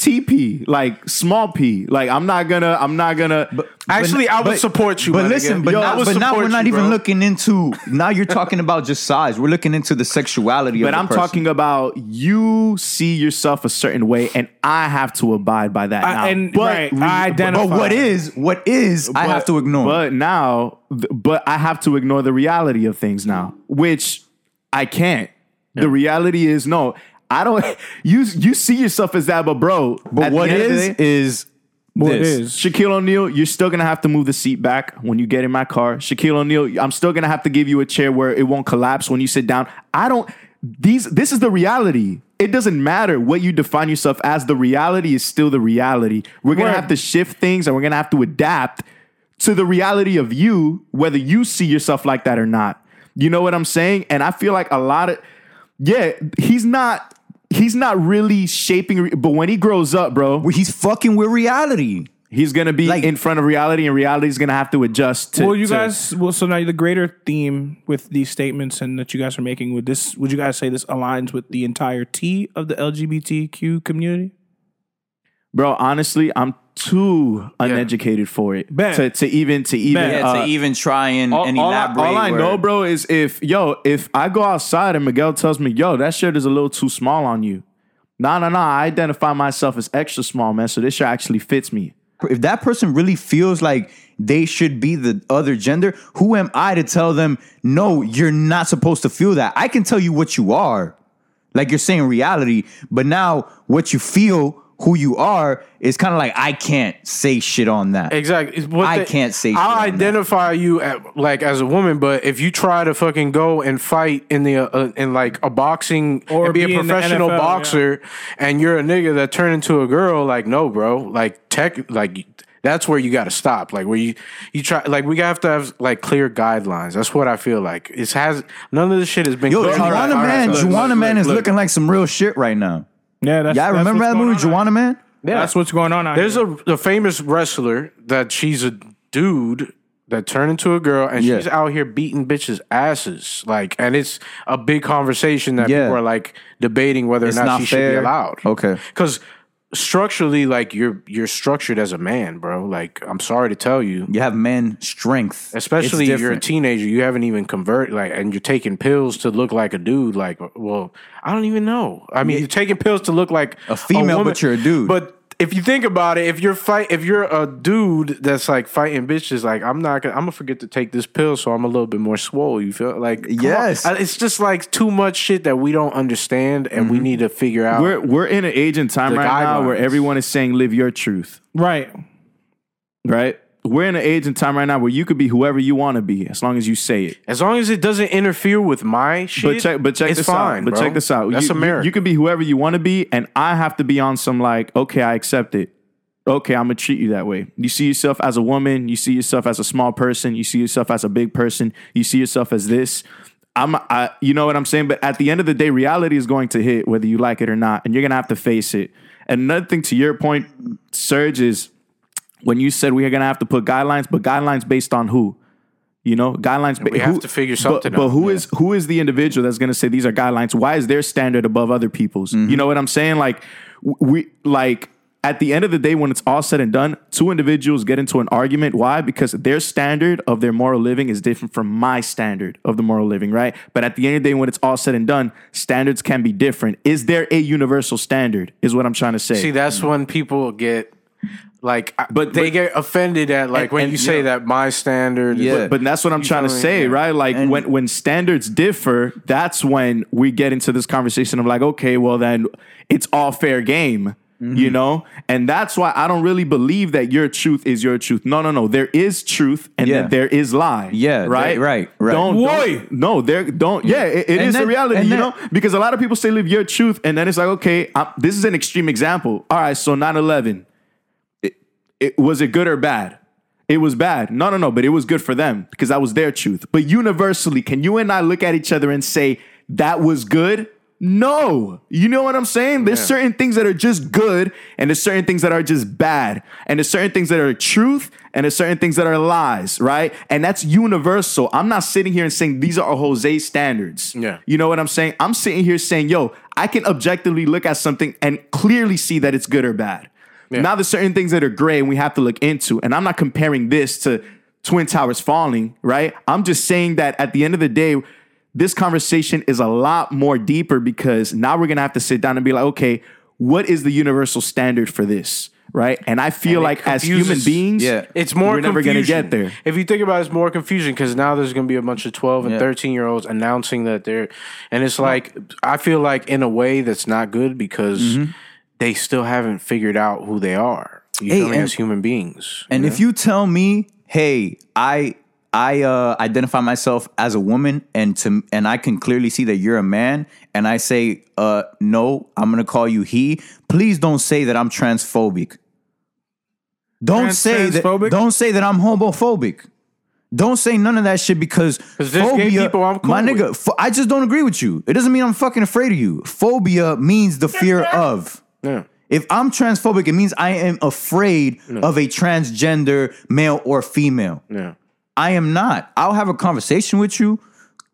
Speaker 6: TP, like small P. Like I'm not gonna, I'm not gonna.
Speaker 4: Actually, I would support you.
Speaker 3: But
Speaker 4: my
Speaker 3: listen,
Speaker 4: nigga.
Speaker 3: but,
Speaker 4: Yo, I
Speaker 3: now,
Speaker 4: would
Speaker 3: but now
Speaker 4: support
Speaker 3: we're
Speaker 4: you,
Speaker 3: not even
Speaker 4: bro.
Speaker 3: looking into. Now you're talking about just size. We're looking into the sexuality. of
Speaker 6: But
Speaker 3: the
Speaker 6: I'm
Speaker 3: person.
Speaker 6: talking about you see yourself a certain way, and I have to abide by that.
Speaker 2: I-
Speaker 6: now.
Speaker 2: and
Speaker 6: But
Speaker 2: right,
Speaker 6: re-
Speaker 2: I identify.
Speaker 3: But what is what is? I
Speaker 6: but-
Speaker 3: have to ignore.
Speaker 6: But now, th- but I have to ignore the reality of things now, which I can't. The reality is no. I don't. You you see yourself as that, but bro.
Speaker 3: But
Speaker 6: at the
Speaker 3: what
Speaker 6: end of the
Speaker 3: is
Speaker 6: day-
Speaker 3: is
Speaker 2: What
Speaker 3: this?
Speaker 2: is?
Speaker 6: Shaquille O'Neal, you're still gonna have to move the seat back when you get in my car. Shaquille O'Neal, I'm still gonna have to give you a chair where it won't collapse when you sit down. I don't these this is the reality. It doesn't matter what you define yourself as, the reality is still the reality. We're gonna
Speaker 2: Word.
Speaker 6: have to shift things and we're gonna have to adapt to the reality of you, whether you see yourself like that or not. You know what I'm saying? And I feel like a lot of yeah, he's not he's not really shaping but when he grows up, bro,
Speaker 3: He's fucking with reality.
Speaker 6: He's gonna be
Speaker 3: Like-
Speaker 6: in front of reality, and reality's gonna have to adjust to.
Speaker 2: well, you
Speaker 6: to-
Speaker 2: guys. Well, so now the greater theme with these statements and that you guys are making would this? Would you guys say this aligns with the entirety of the LGBTQ community?
Speaker 6: bro. Honestly, I'm too uneducated for it
Speaker 2: Bet.
Speaker 6: to to even to even.
Speaker 2: Bet. Yeah,
Speaker 6: uh,
Speaker 3: even try and,
Speaker 6: all, all I, all I know, bro, is if yo, if I go outside and Miguel tells me, yo, that shirt is a little too small on you. No, no, no. I identify myself as extra small, man. So this shirt actually fits me.
Speaker 3: if that person really feels like they should be the other gender, who am I to tell them, no, you're not supposed to feel that? I can tell you what you are. Like you're saying reality, but now what you feel, who you are, is kind of like I can't say shit on that.
Speaker 4: Exactly. It's what
Speaker 3: I can't say shit
Speaker 4: I'll
Speaker 3: on that.
Speaker 4: identify you at, like as a woman, but if you try to fucking go and fight in the uh, uh, in like a boxing
Speaker 2: Or
Speaker 4: and be,
Speaker 2: be
Speaker 4: a
Speaker 2: in the
Speaker 4: professional
Speaker 2: NFL,
Speaker 4: boxer, and you're a nigga that turned into a girl, like no, bro, like tech, like that's where you got to stop. Like where you you try, like we have to have like clear guidelines. That's what I feel like. It has none of this shit has been.
Speaker 3: Yo,
Speaker 4: clear.
Speaker 3: Juana
Speaker 4: All right,
Speaker 3: Man,
Speaker 4: all right,
Speaker 3: Juana
Speaker 4: look,
Speaker 3: Man
Speaker 4: look,
Speaker 3: is
Speaker 4: look.
Speaker 3: looking like some real shit right now.
Speaker 2: Yeah, that's
Speaker 3: Y'all
Speaker 2: that's
Speaker 3: remember
Speaker 2: what's
Speaker 3: that
Speaker 2: going
Speaker 3: movie,
Speaker 2: on out
Speaker 3: Juana Man?
Speaker 2: here. That's what's going on. Out
Speaker 4: There's
Speaker 2: here.
Speaker 4: a, a famous wrestler that she's a dude that turned into a girl and
Speaker 3: Yeah.
Speaker 4: she's out here beating bitches' asses. Like, and it's a big conversation that
Speaker 3: Yeah.
Speaker 4: people are like debating whether
Speaker 3: It's
Speaker 4: or not,
Speaker 3: not
Speaker 4: she should
Speaker 3: fair.
Speaker 4: be allowed.
Speaker 3: Okay.
Speaker 4: Because structurally, like you're you're structured as a man, bro. Like, I'm sorry to tell you.
Speaker 3: You have man strength. It's
Speaker 4: Especially if you're a
Speaker 3: different.
Speaker 4: teenager, you haven't even converted, like, and you're taking pills to look like a dude. Like, well, I don't even know. I mean, you're taking pills to look like
Speaker 3: A female,
Speaker 4: woman,
Speaker 3: but you're a dude.
Speaker 4: But if you think about it, if you're fight, if you're a dude that's like fighting bitches, like I'm not gonna, I'm gonna forget to take this pill, so I'm a little bit more swole. You feel like, come on.
Speaker 3: Yes.
Speaker 4: I- it's just like too much shit that we don't understand, and we need to figure out.
Speaker 6: Mm-hmm. We're we're in an age and time
Speaker 4: Oh. The
Speaker 6: right now where
Speaker 4: guidelines.
Speaker 6: everyone is saying live your truth.
Speaker 2: right.
Speaker 6: Right? We're in an age and time right now where you could be whoever you want to be as long as you say it.
Speaker 4: as long as it doesn't interfere with my shit,
Speaker 6: But check, but check
Speaker 4: it's
Speaker 6: this
Speaker 4: fine,
Speaker 6: out. But
Speaker 4: bro.
Speaker 6: check this out.
Speaker 4: That's
Speaker 6: you, you-
Speaker 4: America.
Speaker 6: You, can be whoever you want to be, and I have to be on some like, okay, I accept it. Okay, I'm gonna treat you that way. You see yourself as a woman. You see yourself as a small person. You see yourself as a big person. You see yourself as this. I'm, I, you know what I'm saying. But at the end of the day, reality is going to hit whether you like it or not, and you're gonna have to face it. And another thing to your point, Serge, is when you said we are gonna have to put guidelines, but guidelines based on who? You know, guidelines.
Speaker 4: We
Speaker 6: who,
Speaker 4: have to figure something
Speaker 6: But, but
Speaker 4: out,
Speaker 6: who is who is the individual that's going to say these are guidelines? Why is their standard above other people's? You know what I'm saying? Like w- we like at the end of the day, when it's all said and done, two individuals get into an argument. Why? Because their standard of their moral living is different from my standard of the moral living, right? But at the end of the day, when it's all said and done, standards can be different. Is there a universal standard? Is what I'm trying to say.
Speaker 4: See, that's when people get like, but
Speaker 6: But-
Speaker 4: they
Speaker 6: but-
Speaker 4: get offended at like when
Speaker 6: and-
Speaker 4: you say
Speaker 6: yeah.
Speaker 4: that my standard. is-
Speaker 3: Yeah.
Speaker 6: But that's what I'm trying to
Speaker 4: feel me?
Speaker 6: say,
Speaker 4: Yeah.
Speaker 6: right? Like
Speaker 3: And-
Speaker 6: when when standards differ, that's when we get into this conversation of like, okay, well then it's all fair game. You
Speaker 3: Mm-hmm.
Speaker 6: know, and that's why I don't really believe that your truth is your truth. No, no, no. There is truth, and
Speaker 3: Yeah.
Speaker 6: then there is lie.
Speaker 3: Yeah,
Speaker 6: right,
Speaker 3: that- right, right. Mm.
Speaker 6: Don't, don't-
Speaker 2: Why?
Speaker 6: no, there don't. Yeah, it, it
Speaker 3: And
Speaker 6: is
Speaker 3: then-
Speaker 6: the reality,
Speaker 3: and
Speaker 6: you
Speaker 3: then-
Speaker 6: know, because a lot of people say live your truth, and then it's like, okay, i this is an extreme example. All right, so 9-11 it, was it good or bad? It was bad. No, no, no, but it was good for them because that was their truth. But universally, can you and I look at each other and say that was good? No. You know what I'm saying? There's certain things that are just good and there's certain things that are just bad. And there's certain things that are truth and there's certain things that are lies, right? And that's universal. I'm not sitting here and saying these are Jose standards.
Speaker 4: Yeah.
Speaker 6: You know what I'm saying? I'm sitting here saying, yo, I can objectively look at something and clearly see that it's good or bad. Now there's certain things that are gray and we have to look into. And I'm not comparing this to Twin Towers falling, right? I'm just saying that at the end of the day, this conversation is a lot more deeper because now we're gonna have to sit down and be like, okay, what is the universal standard for this? Right? And I feel
Speaker 4: And it
Speaker 6: like as
Speaker 4: confuses-
Speaker 6: human beings,
Speaker 3: Yeah.
Speaker 4: It's more.
Speaker 6: we're never gonna
Speaker 4: confusion.
Speaker 6: get there.
Speaker 4: If you think about it, it's more confusion because now there's going to be a bunch of twelve and
Speaker 3: Yeah.
Speaker 4: thirteen year olds announcing that they're, and it's like I feel like in a way that's not good because
Speaker 6: Mm-hmm.
Speaker 4: they still haven't figured out who they are. You
Speaker 3: Hey,
Speaker 4: feel me,
Speaker 3: and-
Speaker 4: as human beings.
Speaker 3: And if you tell me, hey, I I uh, identify myself as a woman, and to and I can clearly see that you're a man, and I say, uh, no, I'm gonna call you he. Please don't say that I'm transphobic. Don't
Speaker 2: Trans-
Speaker 3: say that.
Speaker 2: transphobic?
Speaker 3: Don't say that I'm homophobic. Don't say none of that shit because
Speaker 4: there's gay
Speaker 3: phobia.
Speaker 4: people I'm cool
Speaker 3: my
Speaker 4: with.
Speaker 3: nigga, pho- I just don't agree with you. It doesn't mean I'm fucking afraid of you. Phobia means the fear of.
Speaker 4: Yeah.
Speaker 3: If I'm transphobic, it means I am afraid of a transgender male or female.
Speaker 4: Yeah.
Speaker 3: I am not. I'll have a conversation with you.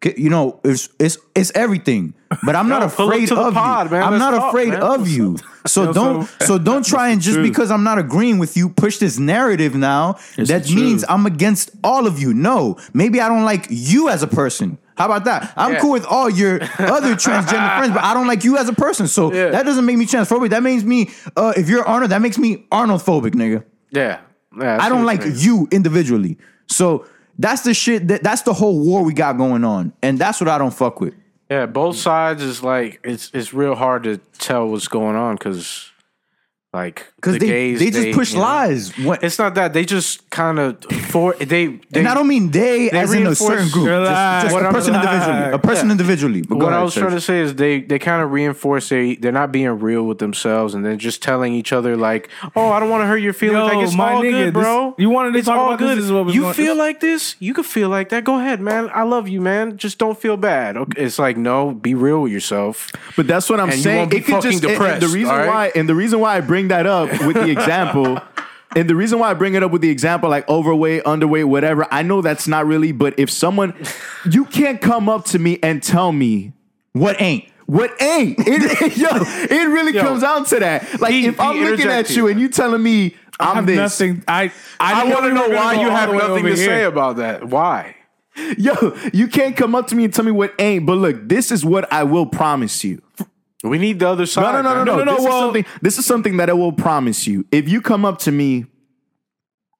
Speaker 3: C- You know, it's it's it's everything. But I'm not
Speaker 4: Yo, pull up
Speaker 3: afraid
Speaker 4: to the
Speaker 3: of
Speaker 4: pod,
Speaker 3: you.
Speaker 4: man.
Speaker 3: I'm
Speaker 4: Let's
Speaker 3: not
Speaker 4: talk,
Speaker 3: afraid
Speaker 4: man.
Speaker 3: of you. So don't so don't try and just because I'm not agreeing with you, push this narrative now. that means I'm against all of you. No, maybe I don't like you as a person. How about that? I'm
Speaker 4: Yeah.
Speaker 3: cool with all your other transgender friends, but I don't like you as a person. So
Speaker 4: Yeah.
Speaker 3: that doesn't make me transphobic. That makes me uh, if you're Arnold, that makes me Arnold phobic, nigga.
Speaker 4: Yeah. Yeah,
Speaker 3: I
Speaker 4: see
Speaker 3: don't
Speaker 4: what
Speaker 3: like
Speaker 4: you. mean.
Speaker 3: you individually. So that's the shit that that's the whole war we got going on. And that's what I don't fuck with.
Speaker 4: Yeah, both sides is like it's it's real hard to tell what's going on because like
Speaker 3: Because
Speaker 4: the
Speaker 3: they,
Speaker 4: gays,
Speaker 3: they just push
Speaker 4: you know,
Speaker 3: lies. What,
Speaker 4: It's not that they just kind of for they. they
Speaker 3: and I don't mean
Speaker 4: they
Speaker 3: they, as in a certain
Speaker 4: reinforce-
Speaker 3: group. Just, just
Speaker 2: Relax,
Speaker 3: a person
Speaker 2: relax.
Speaker 3: individually. A person individually. But go
Speaker 4: what I
Speaker 3: ahead,
Speaker 4: was trying to
Speaker 3: Serge.
Speaker 4: say is they they kind of reinforce they they're not being real with themselves and they're just telling each other like, oh, I don't want to hurt your feelings.
Speaker 2: Yo,
Speaker 4: like it's
Speaker 2: my
Speaker 4: all
Speaker 2: nigga,
Speaker 4: good,
Speaker 2: this-
Speaker 4: bro.
Speaker 2: you wanted to
Speaker 4: it's
Speaker 2: talk
Speaker 4: all
Speaker 2: about this,
Speaker 4: good.
Speaker 2: this is what was
Speaker 4: you
Speaker 2: going-
Speaker 4: feel like this, you could feel like that. Go ahead, man. I love you, man. Just don't feel bad. Okay. It's like no, be real with yourself.
Speaker 6: But that's what I'm
Speaker 4: And you
Speaker 6: saying.
Speaker 4: won't be
Speaker 6: it could
Speaker 4: fucking
Speaker 6: just and- and
Speaker 4: depressed,
Speaker 6: the reason
Speaker 4: all right?
Speaker 6: why and the reason why I bring that up with the example and the reason why I bring it up with the example like overweight, underweight, whatever. I know that's not really, but if someone you can't come up to me and tell me
Speaker 3: What ain't?
Speaker 6: what ain't it, yo, it really comes down to that. Like
Speaker 4: he-
Speaker 6: if I'm
Speaker 4: he
Speaker 6: looking at
Speaker 4: interjected.
Speaker 6: you and you telling me
Speaker 2: I
Speaker 6: I'm
Speaker 2: have
Speaker 6: this,
Speaker 2: nothing. I
Speaker 4: I,
Speaker 2: I,
Speaker 4: want to know why you have
Speaker 2: have
Speaker 4: nothing to say about that. Why?
Speaker 6: yo, you can't come up to me and tell me what ain't. But look, this is what I will promise you.
Speaker 4: We need the other side.
Speaker 6: No, no, no, no,
Speaker 4: man.
Speaker 6: no, no.
Speaker 2: no,
Speaker 6: this,
Speaker 2: well-
Speaker 6: is something, this is something that I will promise you. If you come up to me,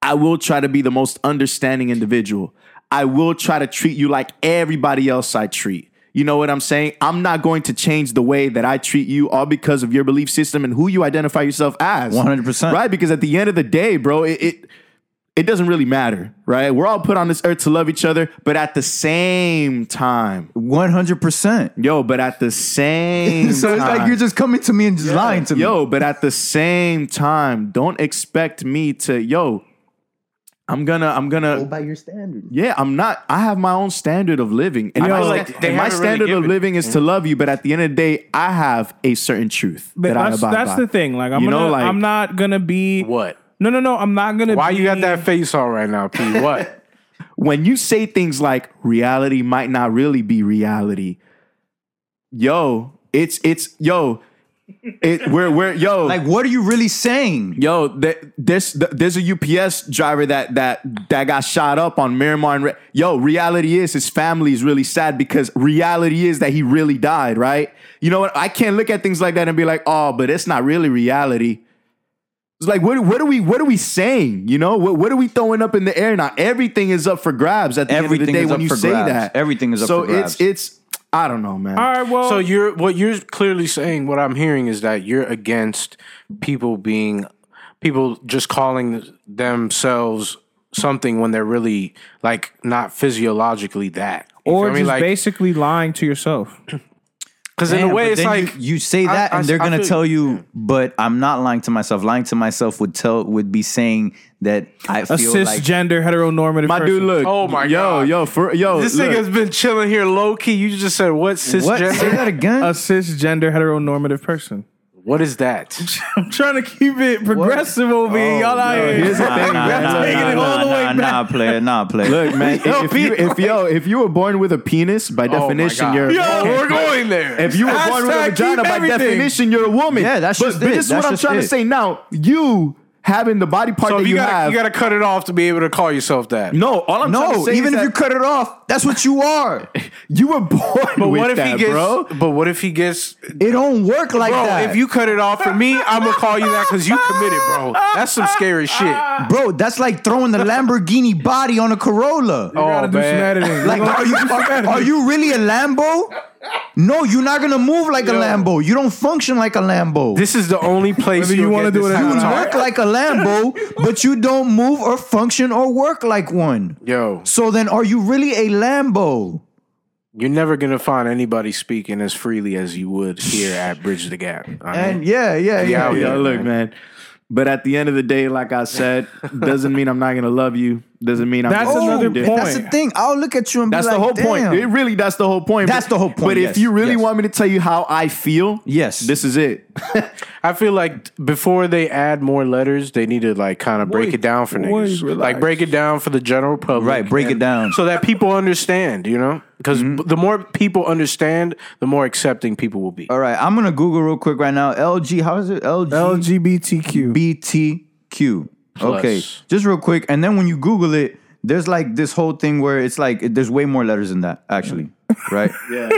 Speaker 6: I will try to be the most understanding individual. I will try to treat you like everybody else I treat. You know what I'm saying? I'm not going to change the way that I treat you all because of your belief system and who you identify yourself as.
Speaker 3: 100%.
Speaker 6: Right? Because at the end of the day, bro, it, it it doesn't really matter, right? We're all put on this earth to love each other, but at the same time,
Speaker 3: 100%.
Speaker 6: yo, but at the same
Speaker 3: So it's
Speaker 6: time,
Speaker 3: like you're just coming to me and just lying to me.
Speaker 6: Yo, but at the same time, don't expect me to, yo, I'm gonna, I'm gonna
Speaker 3: by your standards.
Speaker 6: yeah, I'm not. I have my own standard of living, and,
Speaker 4: I
Speaker 6: my,
Speaker 4: feel like
Speaker 6: sta-
Speaker 4: they
Speaker 6: and my
Speaker 4: haven't really
Speaker 6: standard of
Speaker 4: given-
Speaker 6: living is
Speaker 2: Mm.
Speaker 6: to love you. But at the end of the day, I have a certain truth
Speaker 2: But
Speaker 6: that I
Speaker 2: that's
Speaker 6: abide
Speaker 2: that's
Speaker 6: by.
Speaker 2: the thing. Like I'm
Speaker 6: You
Speaker 2: gonna,
Speaker 6: know, like-
Speaker 2: I'm not gonna be
Speaker 4: What?
Speaker 2: No, no, no. I'm not gonna.
Speaker 4: Why
Speaker 2: be,
Speaker 4: you got that face on right now, P? What?
Speaker 6: When you say things like reality might not really be reality, yo, it's it's yo, it we're we're yo
Speaker 3: Like, what are you really saying?
Speaker 6: Yo, th- this th- there's a UPS driver that that that got shot up on Miramar. And Re- Yo, reality is his family is really sad because reality is that he really died. Right? You know what? I can't look at things like that and be like, oh, but it's not really reality. It's like what what are we what are we saying? You know what what are we throwing up in the air now? Everything is up for grabs at the
Speaker 3: Everything
Speaker 6: end of the day
Speaker 3: is
Speaker 6: when
Speaker 3: up
Speaker 6: you
Speaker 3: for
Speaker 6: say
Speaker 3: grabs.
Speaker 6: that.
Speaker 3: Everything is up
Speaker 6: so
Speaker 3: for grabs.
Speaker 6: it's it's I don't know, man.
Speaker 2: All right. Well,
Speaker 4: so you're what you're clearly saying. What I'm hearing is that you're against people being people just calling themselves something when they're really like not physiologically that. You
Speaker 2: or
Speaker 4: feel me?
Speaker 2: just
Speaker 4: like
Speaker 2: basically lying to yourself.
Speaker 4: because in a
Speaker 3: Damn,
Speaker 4: way
Speaker 3: but
Speaker 4: it's
Speaker 3: then you-
Speaker 4: like
Speaker 3: you, say
Speaker 4: I-
Speaker 3: that,
Speaker 4: I-
Speaker 3: and they're
Speaker 4: I
Speaker 3: gonna
Speaker 4: feel
Speaker 3: tell
Speaker 4: you.
Speaker 3: you, but I'm not lying to myself. Lying to myself would tell would be saying that I
Speaker 2: A
Speaker 3: feel like
Speaker 2: cisgender heteronormative.
Speaker 6: my
Speaker 2: person.
Speaker 6: dude, look.
Speaker 4: Oh my
Speaker 6: yo,
Speaker 4: God.
Speaker 6: yo, for yo,
Speaker 4: this
Speaker 6: look.
Speaker 4: nigga's been chilling here low key. You just said what
Speaker 3: what? Say
Speaker 4: cisgender?
Speaker 3: that again.
Speaker 2: a cisgender heteronormative person.
Speaker 4: what is that?
Speaker 2: I'm trying to keep it progressive over here. Y'all out here.
Speaker 6: Oh, Here's the thing,
Speaker 3: nah,
Speaker 6: man.
Speaker 3: nah,
Speaker 6: Look,
Speaker 2: taking
Speaker 3: nah,
Speaker 2: it all
Speaker 3: nah,
Speaker 2: the way
Speaker 3: nah, nah, player, nah, player.
Speaker 6: Look, man,
Speaker 4: Yo,
Speaker 6: if you if yo if you were born with a penis,
Speaker 4: Oh
Speaker 6: by
Speaker 4: my
Speaker 6: definition,
Speaker 4: God.
Speaker 6: you're a
Speaker 4: Yo,
Speaker 6: man.
Speaker 4: we're going there.
Speaker 6: If you were born with a
Speaker 2: Hashtag keep
Speaker 6: vagina, by
Speaker 2: everything.
Speaker 6: definition, you're a woman.
Speaker 3: Yeah, that's
Speaker 6: but,
Speaker 3: just
Speaker 6: but
Speaker 3: it.
Speaker 6: this is
Speaker 3: That's
Speaker 6: what I'm
Speaker 3: just
Speaker 6: trying to
Speaker 3: it.
Speaker 6: say. Now, you having the body part
Speaker 4: so
Speaker 6: that
Speaker 4: you,
Speaker 6: you,
Speaker 4: gotta
Speaker 6: have.
Speaker 4: you gotta cut it off to be able to call yourself that.
Speaker 6: no, all I'm trying to
Speaker 3: no,
Speaker 6: say
Speaker 3: even
Speaker 6: is
Speaker 3: if
Speaker 6: that
Speaker 3: you cut it off, that's what you are.
Speaker 6: you were born
Speaker 4: But
Speaker 6: with
Speaker 4: what if
Speaker 6: that,
Speaker 4: he gets?
Speaker 6: bro.
Speaker 4: But what if he gets?
Speaker 3: It don't work like
Speaker 4: Bro,
Speaker 3: that.
Speaker 4: if you cut it off for me, I'm gonna call you that because you committed, bro. That's some scary shit.
Speaker 3: bro, that's like throwing the Lamborghini body on a Corolla.
Speaker 2: You gotta
Speaker 4: Oh,
Speaker 2: do some
Speaker 4: man.
Speaker 2: editing.
Speaker 3: Like, are you are, are you really a Lambo? No, you're not gonna move like a Lambo. You don't function like a Lambo.
Speaker 4: This is the only place
Speaker 2: Whether you
Speaker 4: you'll
Speaker 2: wanna
Speaker 4: get
Speaker 2: do
Speaker 4: this
Speaker 2: it or
Speaker 4: type
Speaker 3: you
Speaker 4: of
Speaker 2: not.
Speaker 4: talk.
Speaker 3: look like a Lambo, but you don't move or function or work like one.
Speaker 4: Yo,
Speaker 3: So then, are you really a Lambo?
Speaker 4: you're never gonna find anybody speaking as freely as you would here at Bridge the Gap. all
Speaker 3: And
Speaker 4: right?
Speaker 3: yeah, yeah,
Speaker 4: We
Speaker 3: yeah.
Speaker 4: out
Speaker 6: Yo,
Speaker 4: here,
Speaker 6: look,
Speaker 4: man.
Speaker 6: man. But at the end of the day, like I said, doesn't mean I'm not gonna love you. Doesn't mean I'm.
Speaker 2: That's
Speaker 6: gonna
Speaker 2: another
Speaker 6: treat you
Speaker 2: point.
Speaker 6: different.
Speaker 3: That's the thing. I'll look at you and
Speaker 6: That's
Speaker 3: be
Speaker 6: the whole
Speaker 3: like,
Speaker 6: point. It
Speaker 3: "Damn."
Speaker 6: really, that's the whole point.
Speaker 3: That's
Speaker 6: But-
Speaker 3: the whole point,
Speaker 6: But if
Speaker 3: yes,
Speaker 6: you really
Speaker 3: yes.
Speaker 6: want me to tell you how I feel,
Speaker 3: Yes.
Speaker 6: this is it.
Speaker 4: I feel like before they add more letters, they need to like kind of break
Speaker 2: Wait,
Speaker 4: it down for
Speaker 2: wait,
Speaker 4: niggas.
Speaker 2: relax.
Speaker 4: Like break it down for the general public.
Speaker 3: Right, break it
Speaker 4: and-
Speaker 3: down.
Speaker 4: So that people understand, you know? Because the more people understand, the more accepting people will be.
Speaker 3: All right, I'm gonna Google real quick right now. LG, how is it? LG
Speaker 2: LGBTQ.
Speaker 3: BTQ. Okay,
Speaker 4: Plus.
Speaker 3: just real quick, and then when you Google it, there's like this whole thing where it's like it- there's way more letters than that actually, right? yeah.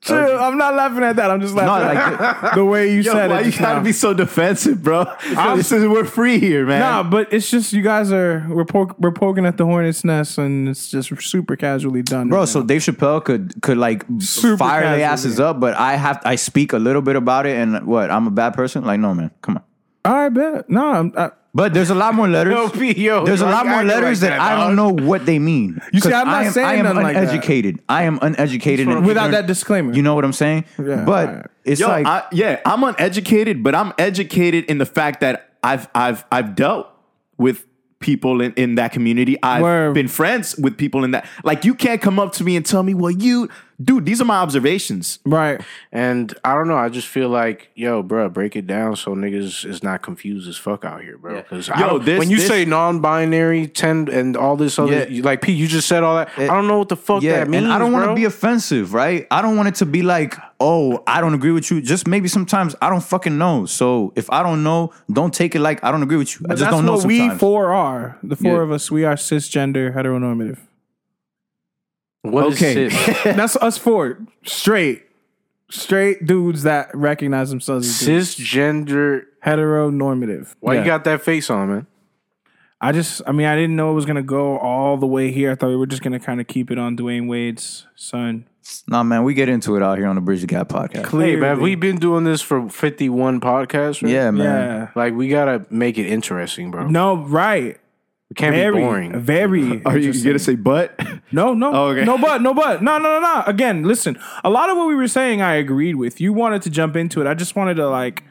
Speaker 2: Chill, I'm not laughing at that. I'm just
Speaker 3: No,
Speaker 2: laughing
Speaker 3: like
Speaker 2: at the way you
Speaker 6: Yo,
Speaker 2: said
Speaker 6: why
Speaker 2: it.
Speaker 6: you
Speaker 2: just now.
Speaker 6: gotta be so defensive, bro? this is we're free here, man.
Speaker 2: Nah, but it's just you guys are we're, poke, we're poking at the hornet's nest, and it's just super casually done,
Speaker 3: Bro, so Dave Chappelle could could like
Speaker 2: Super
Speaker 3: fire
Speaker 2: casual,
Speaker 3: their asses up, but I have I speak a little bit about it, and what I'm a bad person? Like, no, man, come on.
Speaker 2: I bet. No, I'm, I,
Speaker 3: But there's a lot more letters.
Speaker 4: Yo, P, yo,
Speaker 3: there's a
Speaker 4: you
Speaker 3: lot
Speaker 4: acting
Speaker 3: more
Speaker 4: like
Speaker 3: letters that,
Speaker 4: that,
Speaker 3: I don't know what they mean. You
Speaker 2: see, I'm not
Speaker 3: I am,
Speaker 2: saying
Speaker 3: I am
Speaker 2: nothing like that.
Speaker 3: uneducated. I am uneducated and
Speaker 2: without that
Speaker 3: ignorant.
Speaker 2: disclaimer.
Speaker 3: You know what I'm saying?
Speaker 2: Yeah,
Speaker 3: but
Speaker 2: alright.
Speaker 3: it's
Speaker 6: Yo,
Speaker 3: like
Speaker 6: I, yeah, I'm uneducated, but I'm educated in the fact that I've I've I've dealt with people in, in that community. I've
Speaker 2: Word.
Speaker 6: been friends with people in that. Like you can't come up to me and tell me, well, you dude, these are my observations.
Speaker 2: right?
Speaker 4: And I don't know. I just feel like, yo, bro, break it down so niggas is not confused as fuck out here, bro. Because
Speaker 6: Yo, this-
Speaker 4: when you
Speaker 6: this-
Speaker 4: say non-binary, ten, and all this other,
Speaker 3: Yeah.
Speaker 4: like P, you just said all that. I don't know what the fuck
Speaker 3: yeah,
Speaker 4: that means.
Speaker 3: and I don't
Speaker 4: want to
Speaker 3: to be offensive, right? I don't want it to be like, oh, I don't agree with you. Just maybe sometimes I don't fucking know. So if I don't know, don't take it like I don't agree with you. I just
Speaker 2: That's
Speaker 3: don't know
Speaker 2: what
Speaker 3: sometimes.
Speaker 2: we four are. The four
Speaker 3: Yeah.
Speaker 2: of us, we are cisgender, heteronormative.
Speaker 4: What is
Speaker 6: Okay.
Speaker 4: cis?
Speaker 2: That's us four, straight, straight dudes that recognize themselves as dudes.
Speaker 4: cisgender?
Speaker 2: heteronormative.
Speaker 4: Why
Speaker 2: Yeah.
Speaker 4: you got that face on, man?
Speaker 2: I just, I mean, I didn't know it was gonna go all the way here. I thought we were just gonna kind of keep it on Dwayne Wade's son.
Speaker 3: Nah, man, we get into it out here on the Bridge the Gap podcast.
Speaker 4: Hey,
Speaker 2: Clearly.
Speaker 4: man, we've been doing this for fifty-one podcasts. Right?
Speaker 3: Yeah, man.
Speaker 2: yeah.
Speaker 4: like we gotta make it interesting, bro.
Speaker 2: No, right.
Speaker 4: it can't
Speaker 2: Very
Speaker 4: be boring.
Speaker 2: Very.
Speaker 6: Are you gonna say but?
Speaker 2: No, no,
Speaker 6: Oh, okay.
Speaker 2: no, but no, but no, no, no, no. Again, listen. A lot of what we were saying, I agreed with. You wanted to jump into it. I just wanted to like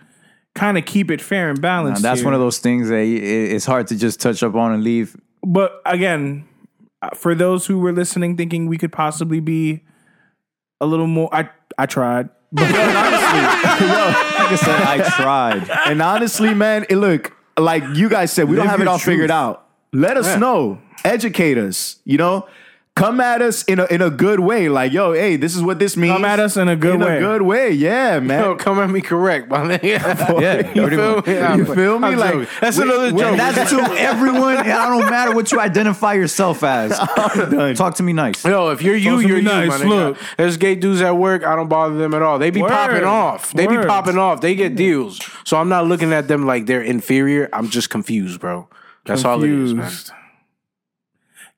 Speaker 2: kind of keep it fair and
Speaker 3: Now,
Speaker 2: balanced.
Speaker 3: that's
Speaker 2: here.
Speaker 3: one of those things that i- i- it's hard to just touch up on and leave.
Speaker 2: But again, uh, for those who were listening, thinking we could possibly be a little more, I I tried.
Speaker 3: Like I said, I tried.
Speaker 6: and honestly, man, it, look, like you guys said, we don't
Speaker 3: Live
Speaker 6: have it
Speaker 3: your
Speaker 6: all
Speaker 3: truth.
Speaker 6: figured out. Let us know. Educate us, you know? Come at us in a in a good way. Like, yo, hey, this is what this means.
Speaker 2: Come at us in a good
Speaker 6: in
Speaker 2: way.
Speaker 6: a good way. Yeah, man.
Speaker 4: No, come at me correct, my nigga.
Speaker 3: Yeah,
Speaker 4: you
Speaker 3: pretty
Speaker 4: feel
Speaker 3: much.
Speaker 4: me? I'm-
Speaker 6: You feel me?
Speaker 4: I'm
Speaker 6: Like,
Speaker 4: joking. that's
Speaker 6: we-
Speaker 4: another
Speaker 6: we-
Speaker 4: joke.
Speaker 3: And that's to everyone. And I don't matter what you identify yourself as. Talk to me nice.
Speaker 4: Yo, if you're you,
Speaker 2: Supposed to
Speaker 4: you're
Speaker 2: be
Speaker 4: you,
Speaker 2: nice,
Speaker 4: my nigga.
Speaker 2: look.
Speaker 4: There's gay dudes at work. I don't bother them at all. They be
Speaker 2: Word.
Speaker 4: popping off. They
Speaker 2: Word.
Speaker 4: be popping off. They get deals. So I'm not looking at them like they're inferior. I'm just confused, bro. That's all it is,
Speaker 2: Confused.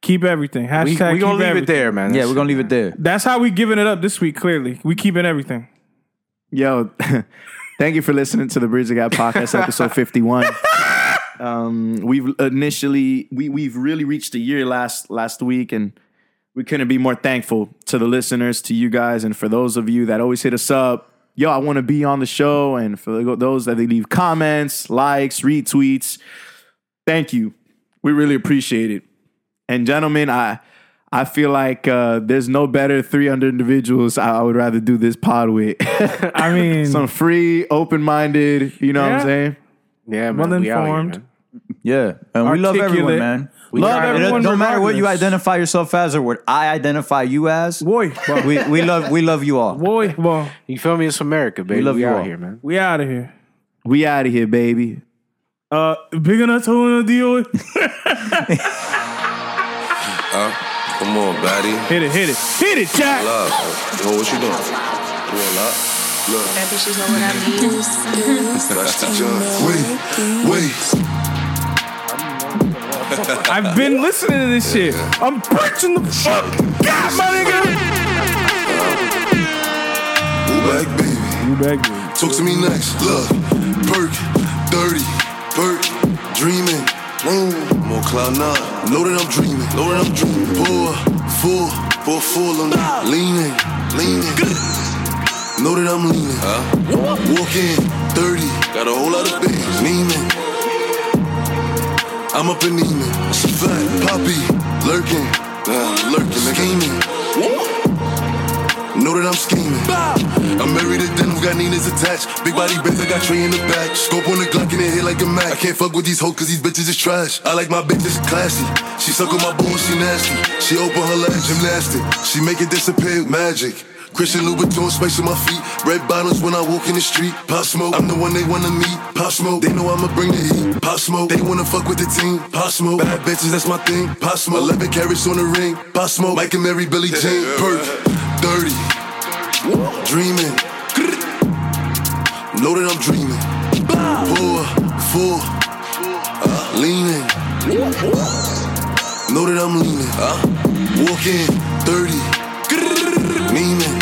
Speaker 2: Keep everything. Hashtag
Speaker 4: man. We, we
Speaker 2: keep
Speaker 4: gonna leave
Speaker 2: everything.
Speaker 4: it there, man.
Speaker 3: Yeah, we're gonna leave it there.
Speaker 2: That's how we giving it up this week. Clearly, we keeping everything.
Speaker 6: Yo, thank you for listening to the Bridge the Gap podcast, episode 51. Um, we've initially we we've really reached a year last last week, and we couldn't be more thankful to the listeners, to you guys, and for those of you that always hit us up. Yo, I want to be on the show, and for those that they leave comments, likes, retweets, thank you. We really appreciate it. And gentlemen, I I feel like uh, there's no better 300 individuals I, I would rather do this pod with.
Speaker 2: I mean,
Speaker 6: some free, open minded. You know what
Speaker 2: Yeah.
Speaker 6: I'm saying?
Speaker 4: Yeah, man. we out here,
Speaker 2: Well-informed.
Speaker 4: man.
Speaker 3: Yeah, and we love everyone,
Speaker 2: Articulate.
Speaker 3: man.
Speaker 2: We
Speaker 3: love
Speaker 2: try-
Speaker 3: everyone.
Speaker 2: everyone
Speaker 3: No matter what you
Speaker 2: regardless.
Speaker 3: identify yourself as or what I identify you as,
Speaker 2: boy, boy,
Speaker 3: we we love we love you all.
Speaker 2: boy, boy,
Speaker 4: You feel me? It's America, baby. We
Speaker 3: love you
Speaker 4: out
Speaker 3: all.
Speaker 4: here, man.
Speaker 2: we out of here.
Speaker 6: We out of here, baby.
Speaker 2: Uh, big enough to want to deal with.
Speaker 8: Huh? Come on, baddie.
Speaker 2: Hit it, hit it, hit it, Jack.
Speaker 8: Pull up. Well, what you doing? Pull up. Look,
Speaker 7: That bitch just know what I need.
Speaker 8: that's the jump. Wait, wait.
Speaker 2: I've been listening to this shit. I'm preaching the fuck. God, my nigga.
Speaker 8: Move back, baby. Talk to me next. Look, perk, dirty, perk, dreaming. Room, more cloud nine. Know that I'm dreaming. Know that I'm dreaming. Pour, full, pour full on me. Leaning, leaning. Know that I'm leaning. Walk in, dirty. Got a whole lot of things. Neiman. I'm up in Neiman. It's a fact. Poppy, lurking. Nah, lurking, scheming. Know that I'm scheming. I'm married to denim, got Nina's attached. Big body bitch, I got tree in the back. Scope on the Glock and it hit like a Mac. I can't fuck with these hoes cause these bitches is trash. I like my bitches classy. She suck on my bones, she nasty. She open her leg, gymnastic. She make it disappear, magic. Christian Louboutin, space on my feet. Red bottoms when I walk in the street. Pop smoke, I'm the one they wanna meet. Pop smoke, they know I'ma bring the heat. Pop smoke, they wanna fuck with the team. Pop smoke, bad bitches, that's my thing. Pop smoke, 11 carrots on the ring. Pop smoke, Mike and Mary, Billy Jean. Perk, dirty. dreaming. Know that I'm dreaming. Poor, full, uh, leaning. Know that I'm leaning. Uh, walking, 30, meaning.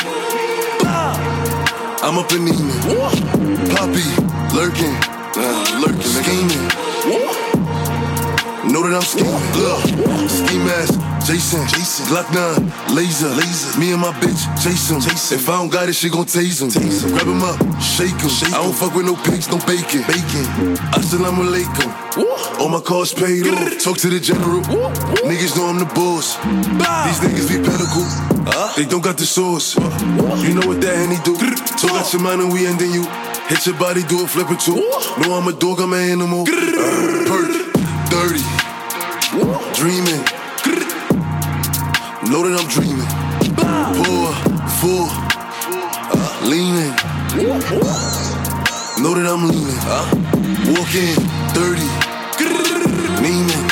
Speaker 8: I'm up in Neiman. Poppy, lurking, uh, lurking, scheming. Know that I'm scheming. Look, ski mask, Jason, Jason. Glock 9, laser, laser. Me and my bitch, chase him. If I don't got it, she gon' tase him. Grab him up, shake him. I don't fuck with no pigs, no bacon. Bacon. Assalamu alaikum. All my cars paid off. Talk to the general. Niggas know I'm the boss. These niggas be pinnacle. They don't got the sauce. You know what that henny do. Talk out your mind and we ending you. Hit your body, do a flip or two. No, I'm a dog, I'm an animal. Perk, dirty, dreaming. Know that I'm dreaming. Poor, full, uh, leaning. Know that I'm leaning. Uh, walking, dirty, meaning.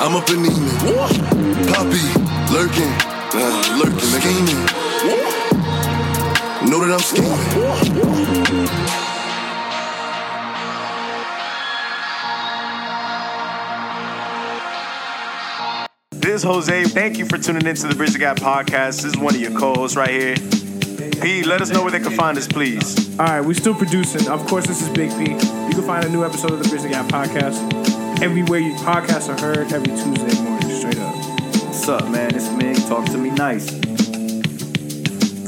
Speaker 8: I'm up in Neiman. Poppy, lurking, uh, lurking, scheming. Know that I'm scheming.
Speaker 1: This is Jose. Thank you for tuning into the Bridge the Gap podcast. This is one of your co-hosts right here. P, let us know where they can find us, please.
Speaker 2: All right, we're still producing. Of course, this is Big P. You can find a new episode of the Business Guy podcast everywhere your podcasts are heard every Tuesday morning, straight up.
Speaker 6: What's up, man? It's Mig. Talk to me nice.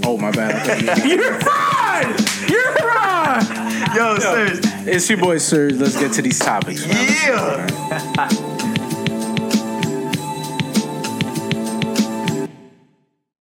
Speaker 4: Oh my bad. I thought you-
Speaker 2: You're fine. You're fine.
Speaker 1: Yo, serious.
Speaker 4: It's your boy Serge. Let's get to these topics. Man.
Speaker 1: Yeah.